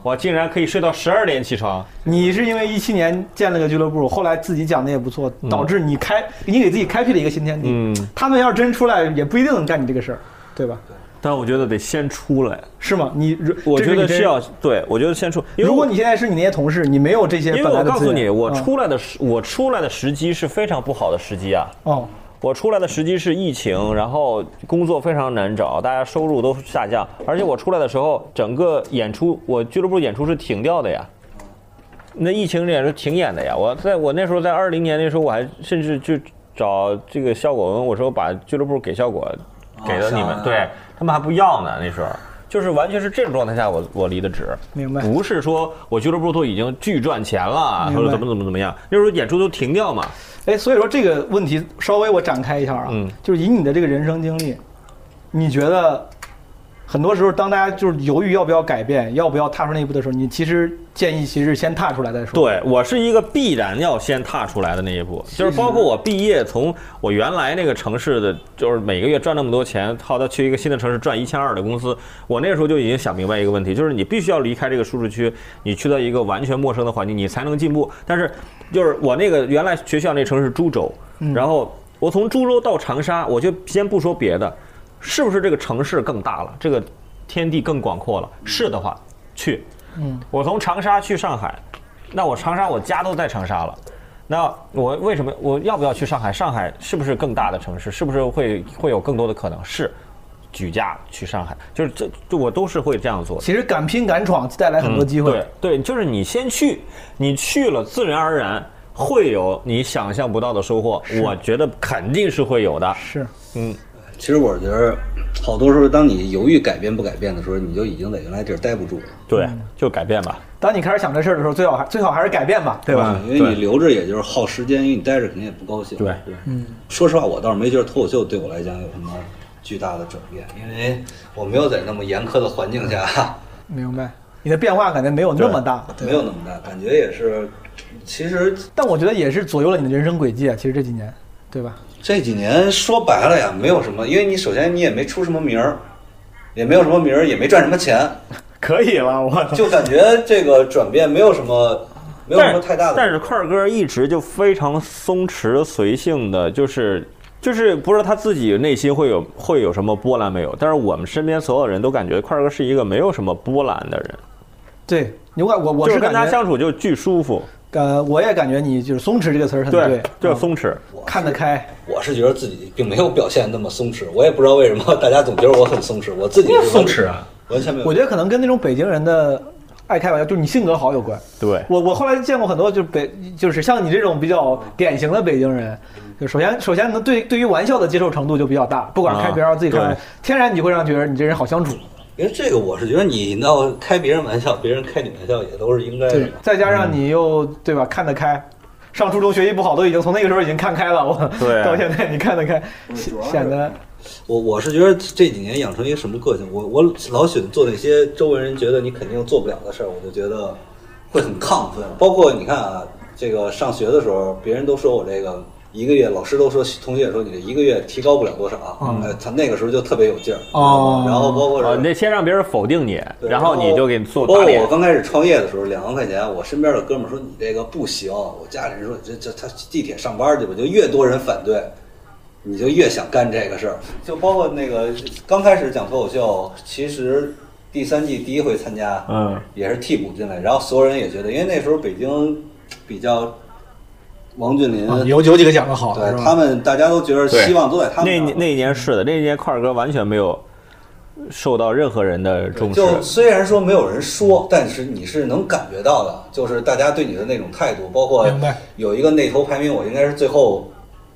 Speaker 3: 我竟然可以睡到十二点起床，
Speaker 5: 你是因为一七年建了个俱乐部，后来自己讲的也不错，导致你开，你给自己开辟了一个新天地。
Speaker 3: 嗯
Speaker 5: 他们要是真出来，也不一定能干你这个事儿，对吧？
Speaker 3: 但我觉得得先出来，
Speaker 5: 是吗？你如
Speaker 3: 我
Speaker 5: 这
Speaker 3: 觉得
Speaker 5: 你真
Speaker 3: 是要对，我觉得先出。因为
Speaker 5: 如果
Speaker 3: 我
Speaker 5: 你现在是你那些同事，你没有这些
Speaker 3: 因为
Speaker 5: 本
Speaker 3: 我
Speaker 5: 来的
Speaker 3: 告
Speaker 5: 资源，
Speaker 3: 诉你，我
Speaker 5: 嗯
Speaker 3: 出来的时我出来的时机是非常不好的时机啊。
Speaker 5: 哦，
Speaker 3: 我出来的时机是疫情，然后工作非常难找，大家收入都下降，而且我出来的时候，整个演出我俱乐部演出是停掉的呀。那疫情也是停演的呀。我在我那时候在二零年那时候，我还甚至去找这个效果文，我说把俱乐部给效果
Speaker 5: 哦
Speaker 3: 给了你们，
Speaker 1: 想啊
Speaker 3: 对他们还不要呢。那时候就是完全是这种状态下我，我离的职，
Speaker 5: 明白
Speaker 3: 不是说我俱乐部都已经巨赚钱了，
Speaker 5: 明白
Speaker 3: 或者怎么怎么怎么样，那时候演出都停掉嘛。
Speaker 5: 哎，所以说这个问题稍微我展开一下啊，
Speaker 3: 嗯
Speaker 5: 就是以你的这个人生经历，你觉得很多时候当大家就是犹豫要不要改变，要不要踏出那一步的时候，你其实建议其实先踏出来再说。，
Speaker 3: 对我是一个必然要先踏出来的那一步，就是包括我毕业，从我原来那个城市的，就是每个月赚那么多钱，好到去一个新的城市赚一千二的工资，我那时候就已经想明白一个问题，就是你必须要离开这个舒适区，你去到一个完全陌生的环境，你才能进步。但是，就是我那个原来学校那城市株洲，然后我从株洲到长沙，我就先不说别的，是不是这个城市更大了，这个天地更广阔了？是的话，去。
Speaker 5: 嗯，
Speaker 3: 我从长沙去上海，那我长沙我家都在长沙了，那我为什么我要不要去上海？上海是不是更大的城市？是不是会会有更多的可能？是，举家去上海，就是这这我都是会这样做的。
Speaker 5: 其实敢拼敢闯带来很多机会。
Speaker 3: 嗯对对，就是你先去，你去了，自然而然会有你想象不到的收获。我觉得肯定是会有的。
Speaker 5: 是，
Speaker 1: 其实我觉得，好多时候当你犹豫改变不改变的时候，你就已经在原来地儿待不住了，
Speaker 3: 对，
Speaker 5: 嗯
Speaker 3: 就改变吧。
Speaker 5: 当你开始想这事儿的时候，最好还最好还是改变吧，对吧？
Speaker 1: 啊因为你留着也就是耗时间，因为你待着肯定也不高兴。
Speaker 3: 对
Speaker 1: 对，嗯。说实话，我倒是没觉得脱口秀对我来讲有什么巨大的转变，因为我没有在那么严苛的环境下，
Speaker 3: 嗯
Speaker 5: 明白。你的变化感觉没有那么大，
Speaker 1: 没有那么大感觉，也是。其实
Speaker 5: 但我觉得也是左右了你的人生轨迹啊。其实这几年，对吧？
Speaker 1: 这几年说白了呀，没有什么，因为你首先你也没出什么名儿，也没有什么名儿，也没赚什么钱，
Speaker 5: 可以了，我操！
Speaker 1: 就感觉这个转变没有什么，没有什么太大的。
Speaker 3: 但是块儿哥一直就非常松弛随性的，就是就是不知道他自己内心会有会有什么波澜没有。但是我们身边所有人都感觉块儿哥是一个没有什么波澜的人，
Speaker 5: 对，你我我我
Speaker 3: 就是跟
Speaker 5: 感
Speaker 3: 他
Speaker 5: 觉，
Speaker 3: 相处就巨舒服。
Speaker 5: 呃，我也感觉你就是松弛这个词儿很
Speaker 3: 就是
Speaker 5: 嗯
Speaker 3: 松弛。
Speaker 5: 看得开，
Speaker 1: 我是觉得自己并没有表现那么松弛，我也不知道为什么大家总觉得我很松弛，我自己是松弛啊，完全没有。
Speaker 5: 我觉得可能跟那种北京人的爱开玩笑，就是你性格好有关。
Speaker 3: 对，
Speaker 5: 我我后来见过很多，就是北，就是像你这种比较典型的北京人，就首先首先能对对于玩笑的接受程度就比较大，不管是开别人自己开玩笑
Speaker 3: 啊对，
Speaker 5: 天然你就会让觉得你这人好相处。
Speaker 1: 因为这个，我是觉得你要开别人玩笑，别人开你玩笑也都是应该的
Speaker 5: 对。，再加
Speaker 3: 嗯
Speaker 5: 上你又对吧看得开，上初中学习不好都已经从那个时候已经看开了，我
Speaker 3: 对啊
Speaker 5: 到现在你看得开，显显得
Speaker 1: 我我是觉得这几年养成一个什么个性，我我老喜欢做那些周围人觉得你肯定做不了的事儿，我就觉得会很亢奋。包括你看啊，这个上学的时候，别人都说我这个一个月，老师都说同学也说你这一个月提高不了多少，
Speaker 5: 嗯
Speaker 1: 哎，他那个时候就特别有劲儿。
Speaker 5: 哦
Speaker 1: 然后包括是
Speaker 3: 啊，你得先让别人否定你，
Speaker 1: 对
Speaker 3: 然后你就给你做
Speaker 1: 包
Speaker 3: 打
Speaker 1: 括
Speaker 3: 脸
Speaker 1: 我。刚开始创业的时候，两万块钱，我身边的哥们儿说你这个不行，我家里人说这这他地铁上班去吧，就越多人反对，你就越想干这个事儿。就包括那个刚开始讲脱口秀，其实第三季第一回参加，
Speaker 3: 嗯，
Speaker 1: 也是替补进来，然后所有人也觉得，因为那时候北京比较王俊林，
Speaker 5: 啊有有几个讲的好的
Speaker 1: 呃对
Speaker 5: 是
Speaker 1: 他
Speaker 5: 吧？
Speaker 1: 们大家都觉得希望都在他们
Speaker 3: 那
Speaker 1: 那儿
Speaker 3: 那一年是的，
Speaker 1: 嗯
Speaker 3: 那一年块儿哥完全没有受到任何人的重视。
Speaker 1: 就虽然说没有人说，但是你是能感觉到的，就是大家对你的那种态度，包括
Speaker 5: 明白
Speaker 1: 有一个内投排名，我应该是最后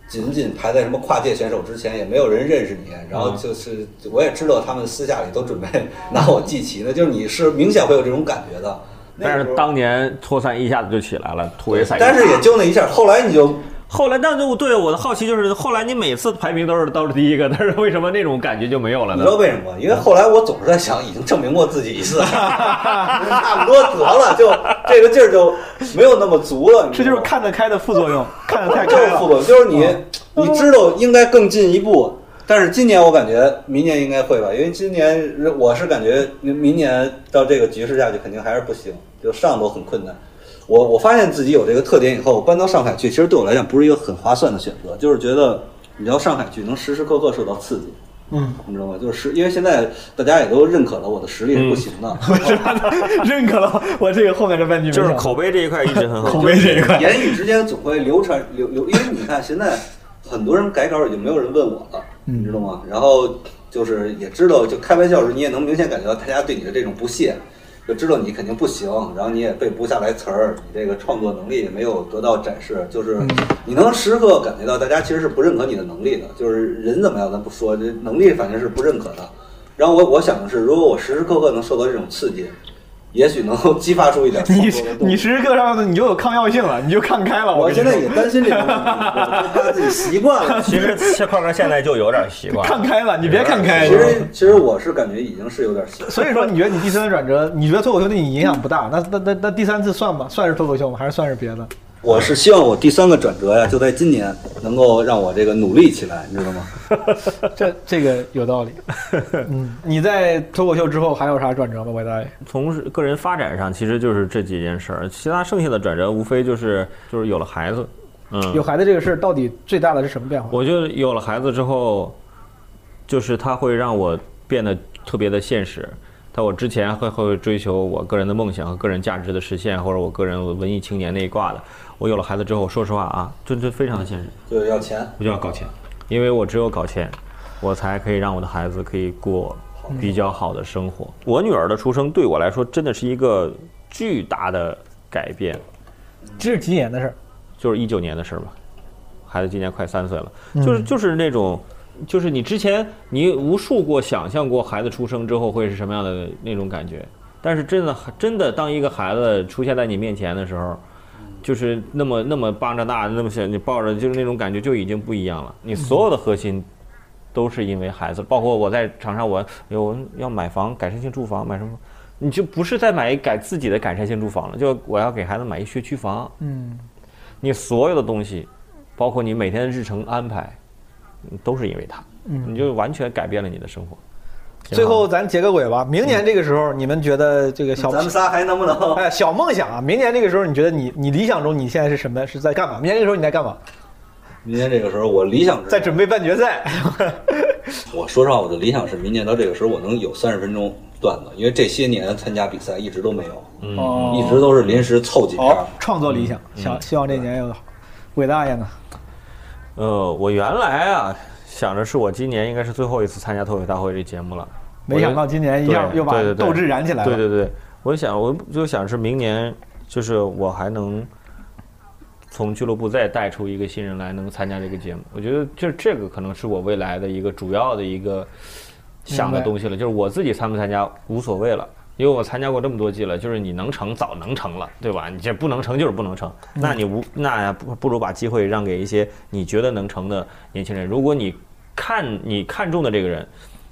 Speaker 1: 仅仅排在什么跨界选手之前，也没有人认识你。然后就是我也知道他们私下里都准备 拿我祭旗呢，就是你是明显会有这种感觉的。
Speaker 3: 但
Speaker 1: 那时
Speaker 3: 是
Speaker 1: 候
Speaker 3: 当年托三一下子就起来了，突围赛。
Speaker 1: 但是也就那一下，后来你就
Speaker 3: 后来，但就对我的好奇就是，后来你每次排名都是都是第一个，但是为什么那种感觉就没有了
Speaker 1: 你
Speaker 3: 呢
Speaker 1: 知？道为什么吗？因为后来我总是在想，已经证明过自己一次，差不多得了，就这个劲儿就没有那么足了。你
Speaker 5: 这
Speaker 1: 知
Speaker 5: 就
Speaker 1: 道吗
Speaker 5: 是看得开的副作用，看得太
Speaker 1: 就
Speaker 5: 开
Speaker 1: 是副
Speaker 5: 了。
Speaker 1: 本，
Speaker 5: 嗯
Speaker 1: 就是你，你知道应该更进一步，但是今年我感觉明年应该会吧，因为今年我是感觉明年到这个局势下去肯定还是不行，就上都很困难。我我发现自己有这个特点以后，搬到上海去，其实对我来讲不是一个很划算的选择，就是觉得你到上海去能时时刻刻受到刺激。
Speaker 5: 嗯，
Speaker 1: 你知道吗？就是因为现在大家也都认可了我的实力是不行的，
Speaker 5: 嗯 认可了我这个后面这半句没
Speaker 3: 就是
Speaker 5: 想到
Speaker 3: 口碑这一块一直很好。
Speaker 5: 口碑这一块，
Speaker 1: 言语之间总会流传流流，因为你看现在很多人改稿已经没有人问我了，
Speaker 5: 嗯
Speaker 1: 你知道吗？然后就是也知道，就开玩笑时你也能明显感觉到大家对你的这种不屑，就知道你肯定不行，然后你也背不下来词儿，你这个创作能力也没有得到展示，就是
Speaker 5: 嗯
Speaker 1: 你能时刻感觉到大家其实是不认可你的能力的，就是人怎么样咱不说，这能力反正是不认可的。然后我我想的是，如果我时时刻刻能受到这种刺激，也许能够激发出一点创
Speaker 5: 你
Speaker 1: 作的动力。
Speaker 5: 你时时刻刻上面你就有抗药性了，你就看开了。
Speaker 1: 我
Speaker 5: 跟
Speaker 1: 现
Speaker 5: 你
Speaker 1: 在
Speaker 5: 说
Speaker 1: 也担心这个 问题，我怕自己习惯了。
Speaker 3: 其实其实块哥现在就有点习惯了，
Speaker 5: 看开了，你别看开
Speaker 1: 其。实其实我是感觉已经是有点习惯。
Speaker 5: 所以说，你觉得你第三次转折，你觉得脱口秀对你影响不大？那那那那第三次算吗？算是脱口秀吗？还是算是别的？
Speaker 1: 我是希望我第三个转折呀，就在今年能够让我这个努力起来，你知道吗？
Speaker 5: 这这个有道理。嗯，你在脱口秀之后还有啥转折吗？韦大爷，
Speaker 3: 从个人发展上，其实就是这几件事儿，其他剩下的转折无非就是就是有了孩子，嗯，
Speaker 5: 有孩子这个事儿到底最大的是什么变化？
Speaker 3: 我觉得有了孩子之后，就是他会让我变得特别的现实。但我之前会会追求我个人的梦想和个人价值的实现，或者我个人文艺青年那一挂的。我有了孩子之后，说实话啊，真真非常的现实，
Speaker 1: 就是要钱，
Speaker 3: 我就要搞钱，因为我只有搞钱，我才可以让我的孩子可以过比较好的生活。我女儿的出生对我来说真的是一个巨大的改变，
Speaker 5: 这是几年的事儿。
Speaker 3: 就是一九年的事儿吧，孩子今年快三岁了，就是就是那种，就是你之前你无数过想象过孩子出生之后会是什么样的那种感觉，但是真的真的当一个孩子出现在你面前的时候，就是那么那么巴着大，那么小，你抱着就是那种感觉就已经不一样了，你所有的核心。都是因为孩子，包括我在长沙，我有要买房，改善性住房，买什么？你就不是在买改自己的改善性住房了，就我要给孩子买一学区房，
Speaker 5: 嗯，
Speaker 3: 你所有的东西，包括你每天的日程安排，嗯都是因为他，你就完全改变了你的生活。
Speaker 5: 最后咱结个尾吧。明年这个时候，你们觉得这个小
Speaker 1: 咱们仨还能不能？
Speaker 5: 哎小梦想啊，明年这个时候，你觉得你你理想中你现在是什么？是在干嘛？明年这个时候你在干嘛？
Speaker 1: 明年这个时候，我理想是
Speaker 5: 在准备半决赛。
Speaker 1: 我说实话，我的理想是明年到这个时候我能有三十分钟段子，因为这些年参加比赛一直都没有，啊
Speaker 5: 哦
Speaker 1: 嗯一直都是临时凑几篇
Speaker 5: 好
Speaker 1: 儿。，
Speaker 5: 创作理想，想希望这年有好。伟大爷呢？
Speaker 3: 呃，我原来啊想着是我今年应该是最后一次参加脱口大会这节目了，
Speaker 5: 没想到今年一下
Speaker 3: 对
Speaker 5: 哎又把
Speaker 3: 对对对
Speaker 5: 斗志燃起来了。
Speaker 3: 对对对，我想我就想是明年，就是我还能从俱乐部再带出一个新人来，能参加这个节目。我觉得这这个可能是我未来的一个主要的一个想的
Speaker 5: 明白
Speaker 3: 东西了，就是我自己参不参加无所谓了。因为我参加过这么多季了，就是你能成早能成了，对吧？你这不能成就是不能成，
Speaker 5: 嗯
Speaker 3: 那你无那不不如把机会让给一些你觉得能成的年轻人。如果你看你看中的这个人，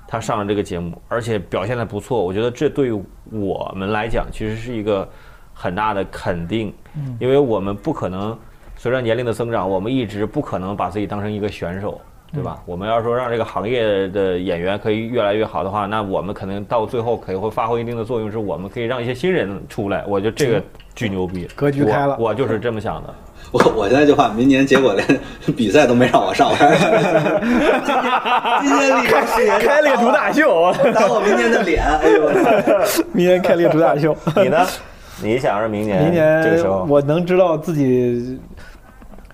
Speaker 3: 他上了这个节目，而且表现的不错，我觉得这对于我们来讲其实是一个很大的肯定，
Speaker 5: 嗯
Speaker 3: 因为我们不可能随着年龄的增长，我们一直不可能把自己当成一个选手，
Speaker 5: 嗯
Speaker 3: 对吧？我们要说让这个行业的演员可以越来越好的话，那我们可能到最后可以会发挥一定的作用，是我们可以让一些新人出来，我觉得这个巨牛逼，
Speaker 5: 格局开了
Speaker 3: 我我就是这么想 的。
Speaker 1: 我我现在就怕明年结果连 比赛都没让我上，我还是 今年今年立刻誓言
Speaker 5: 开了个主打秀，
Speaker 1: 打我明年的脸，哎呦！我操
Speaker 5: 明年开了个主打秀。
Speaker 3: 你呢？你想是明年
Speaker 5: 明年
Speaker 3: 这个时候
Speaker 5: 我能知道自己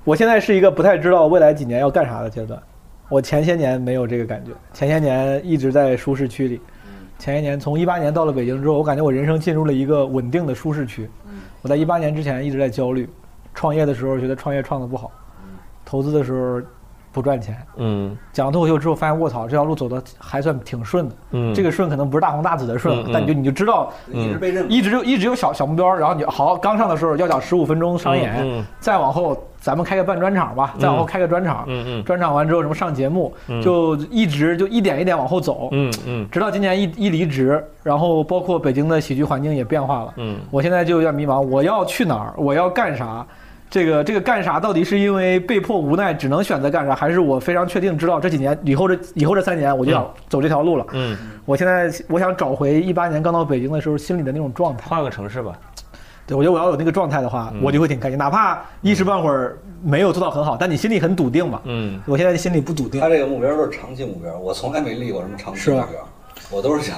Speaker 5: 我现在是一个不太知道未来几年要干啥的阶段。我前些年没有这个感觉，前些年一直在舒适区里。
Speaker 3: 嗯
Speaker 5: 前些年从一八年到了北京之后，我感觉我人生进入了一个稳定的舒适区。
Speaker 3: 嗯
Speaker 5: 我在一八年之前一直在焦虑，创业的时候觉得创业创得不好，投资的时候不赚钱。
Speaker 3: 嗯
Speaker 5: 讲了脱口秀之后，发现卧槽，这条路走的还算挺顺的。
Speaker 3: 嗯，
Speaker 5: 这个顺可能不是大红大紫的顺，
Speaker 3: 嗯嗯
Speaker 5: 但你就你就知道
Speaker 1: 嗯一直被认可。
Speaker 5: 一直就一直有小小目标，然后你好，刚上的时候要讲十五分钟商演，
Speaker 3: 嗯嗯
Speaker 5: 再往后咱们开个半专场吧，再往后开个专场，
Speaker 3: 嗯嗯
Speaker 5: 专场完之后什么上节目，就一直就一点一点往后走，
Speaker 3: 嗯嗯
Speaker 5: 直到今年一一离职，然后包括北京的喜剧环境也变化了，
Speaker 3: 嗯
Speaker 5: 我现在就有点迷茫，我要去哪儿，我要干啥。这个这个干啥？到底是因为被迫无奈只能选择干啥，还是我非常确定知道这几年以后这以后这三年我就想走这条路了？
Speaker 3: 嗯，
Speaker 5: 我现在我想找回一八年刚到北京的时候心里的那种状态。
Speaker 3: 换个城市吧。
Speaker 5: 对，我觉得我要有那个状态的话，
Speaker 3: 嗯
Speaker 5: 我就会挺开心，哪怕一时半会儿没有做到很好，但你心里很笃定吧？
Speaker 3: 嗯，哎
Speaker 5: 我现在心里不笃 定
Speaker 1: 他。这个目标都是长期目标，我从来没立过什么长期目
Speaker 3: 啊
Speaker 5: 是
Speaker 1: 标，我都是想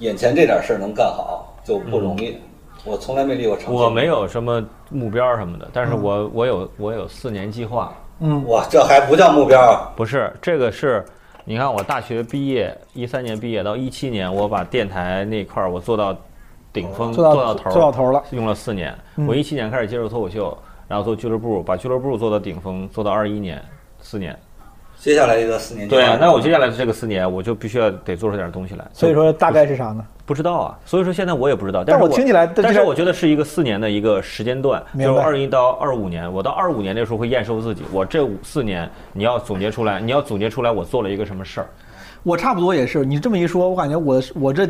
Speaker 1: 眼前这点事儿能干好就不容易，我从来没立过长期。
Speaker 3: 嗯我没，有什么目标什么的，但是我我有我有四年计划。
Speaker 5: 嗯
Speaker 1: 哇，这还不叫目标？
Speaker 3: 不是，这个是，你看我大学毕业，一三年毕业到一七年，我把电台那块儿我做到顶峰，
Speaker 5: 哦做到
Speaker 3: 头，
Speaker 5: 做到头了，嗯
Speaker 3: 用了四年。我一七年开始接触脱口秀，然后做俱乐部，把俱乐部做到顶峰，做到二一年，四年。
Speaker 1: 接下来一个四年计划
Speaker 3: 对，啊那我接下来这个四年，我就必须要得做出点东西来。
Speaker 5: 所以说大概是啥呢？
Speaker 3: 不知道啊，所以说现在我也不知道。但
Speaker 5: 但
Speaker 3: 是
Speaker 5: 我听起来但
Speaker 3: 但
Speaker 5: 这
Speaker 3: 是
Speaker 5: 个
Speaker 3: 我觉得是一个四年的一个时间段，就
Speaker 5: 明
Speaker 3: 是
Speaker 5: 白
Speaker 3: 二一到二五年。我到二五年那时候会验收自己，我这五四年你要总结出来，你要总结出来我做了一个什么事儿。
Speaker 5: 我差不多也是，你这么一说，我感觉我我这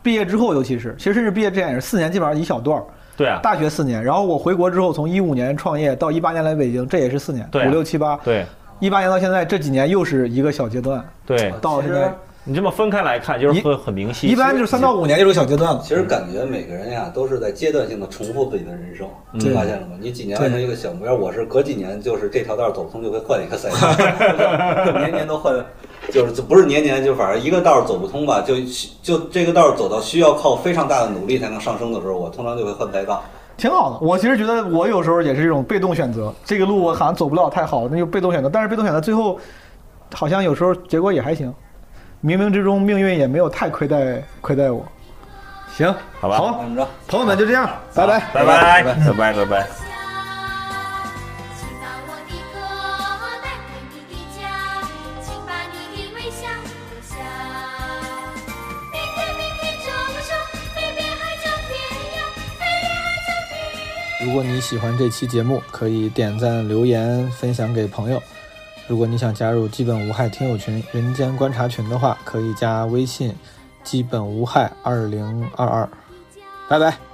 Speaker 5: 毕业之后，尤其是其实甚至毕业之前也是四年，基本上一小段儿。
Speaker 3: 对啊，
Speaker 5: 大学四年，然后我回国之后，从一五年创业到一八年来北京，这也是四年，
Speaker 3: 对啊
Speaker 5: 五六七八，
Speaker 3: 对
Speaker 5: 一八年到现在这几年又是一个小阶段，
Speaker 3: 对，
Speaker 5: 到现在
Speaker 3: 你这么分开来看，就是
Speaker 5: 一
Speaker 3: 会很明晰。
Speaker 5: 一般就是三到五年就是小阶段了。
Speaker 1: 其实感觉每个人呀都是在阶段性的重复自己的人生，你发现了吗？你几年完成一个小目标，我是隔几年就是这条道走不通就会换一个赛道，年年都换，就是就不是年年就反正一个道儿走不通吧，就就这个道儿走到需要靠非常大的努力才能上升的时候，我通常就会换赛道。
Speaker 5: 挺好的。我其实觉得我有时候也是这种被动选择，这个路我好像走不了太好，那就被动选择。但是被动选择最后好像有时候结果也还行，冥冥之中命运也没有太亏待亏待我。行，
Speaker 3: 好吧
Speaker 5: 好，
Speaker 1: 怎么着？
Speaker 5: 朋啊友们就这样，拜拜。
Speaker 3: 拜拜，拜拜，拜拜。
Speaker 2: 请把我的歌带回你的家，请把你的微笑留下。明天，明天这么说，飞遍海角天涯，飞遍海角天涯。
Speaker 10: 如果你喜欢这期节目，可以点赞、留言、分享给朋友。如果你想加入基本无害听友群、人间观察群的话，可以加微信“基本无害二零二二”。拜拜。
Speaker 2: 我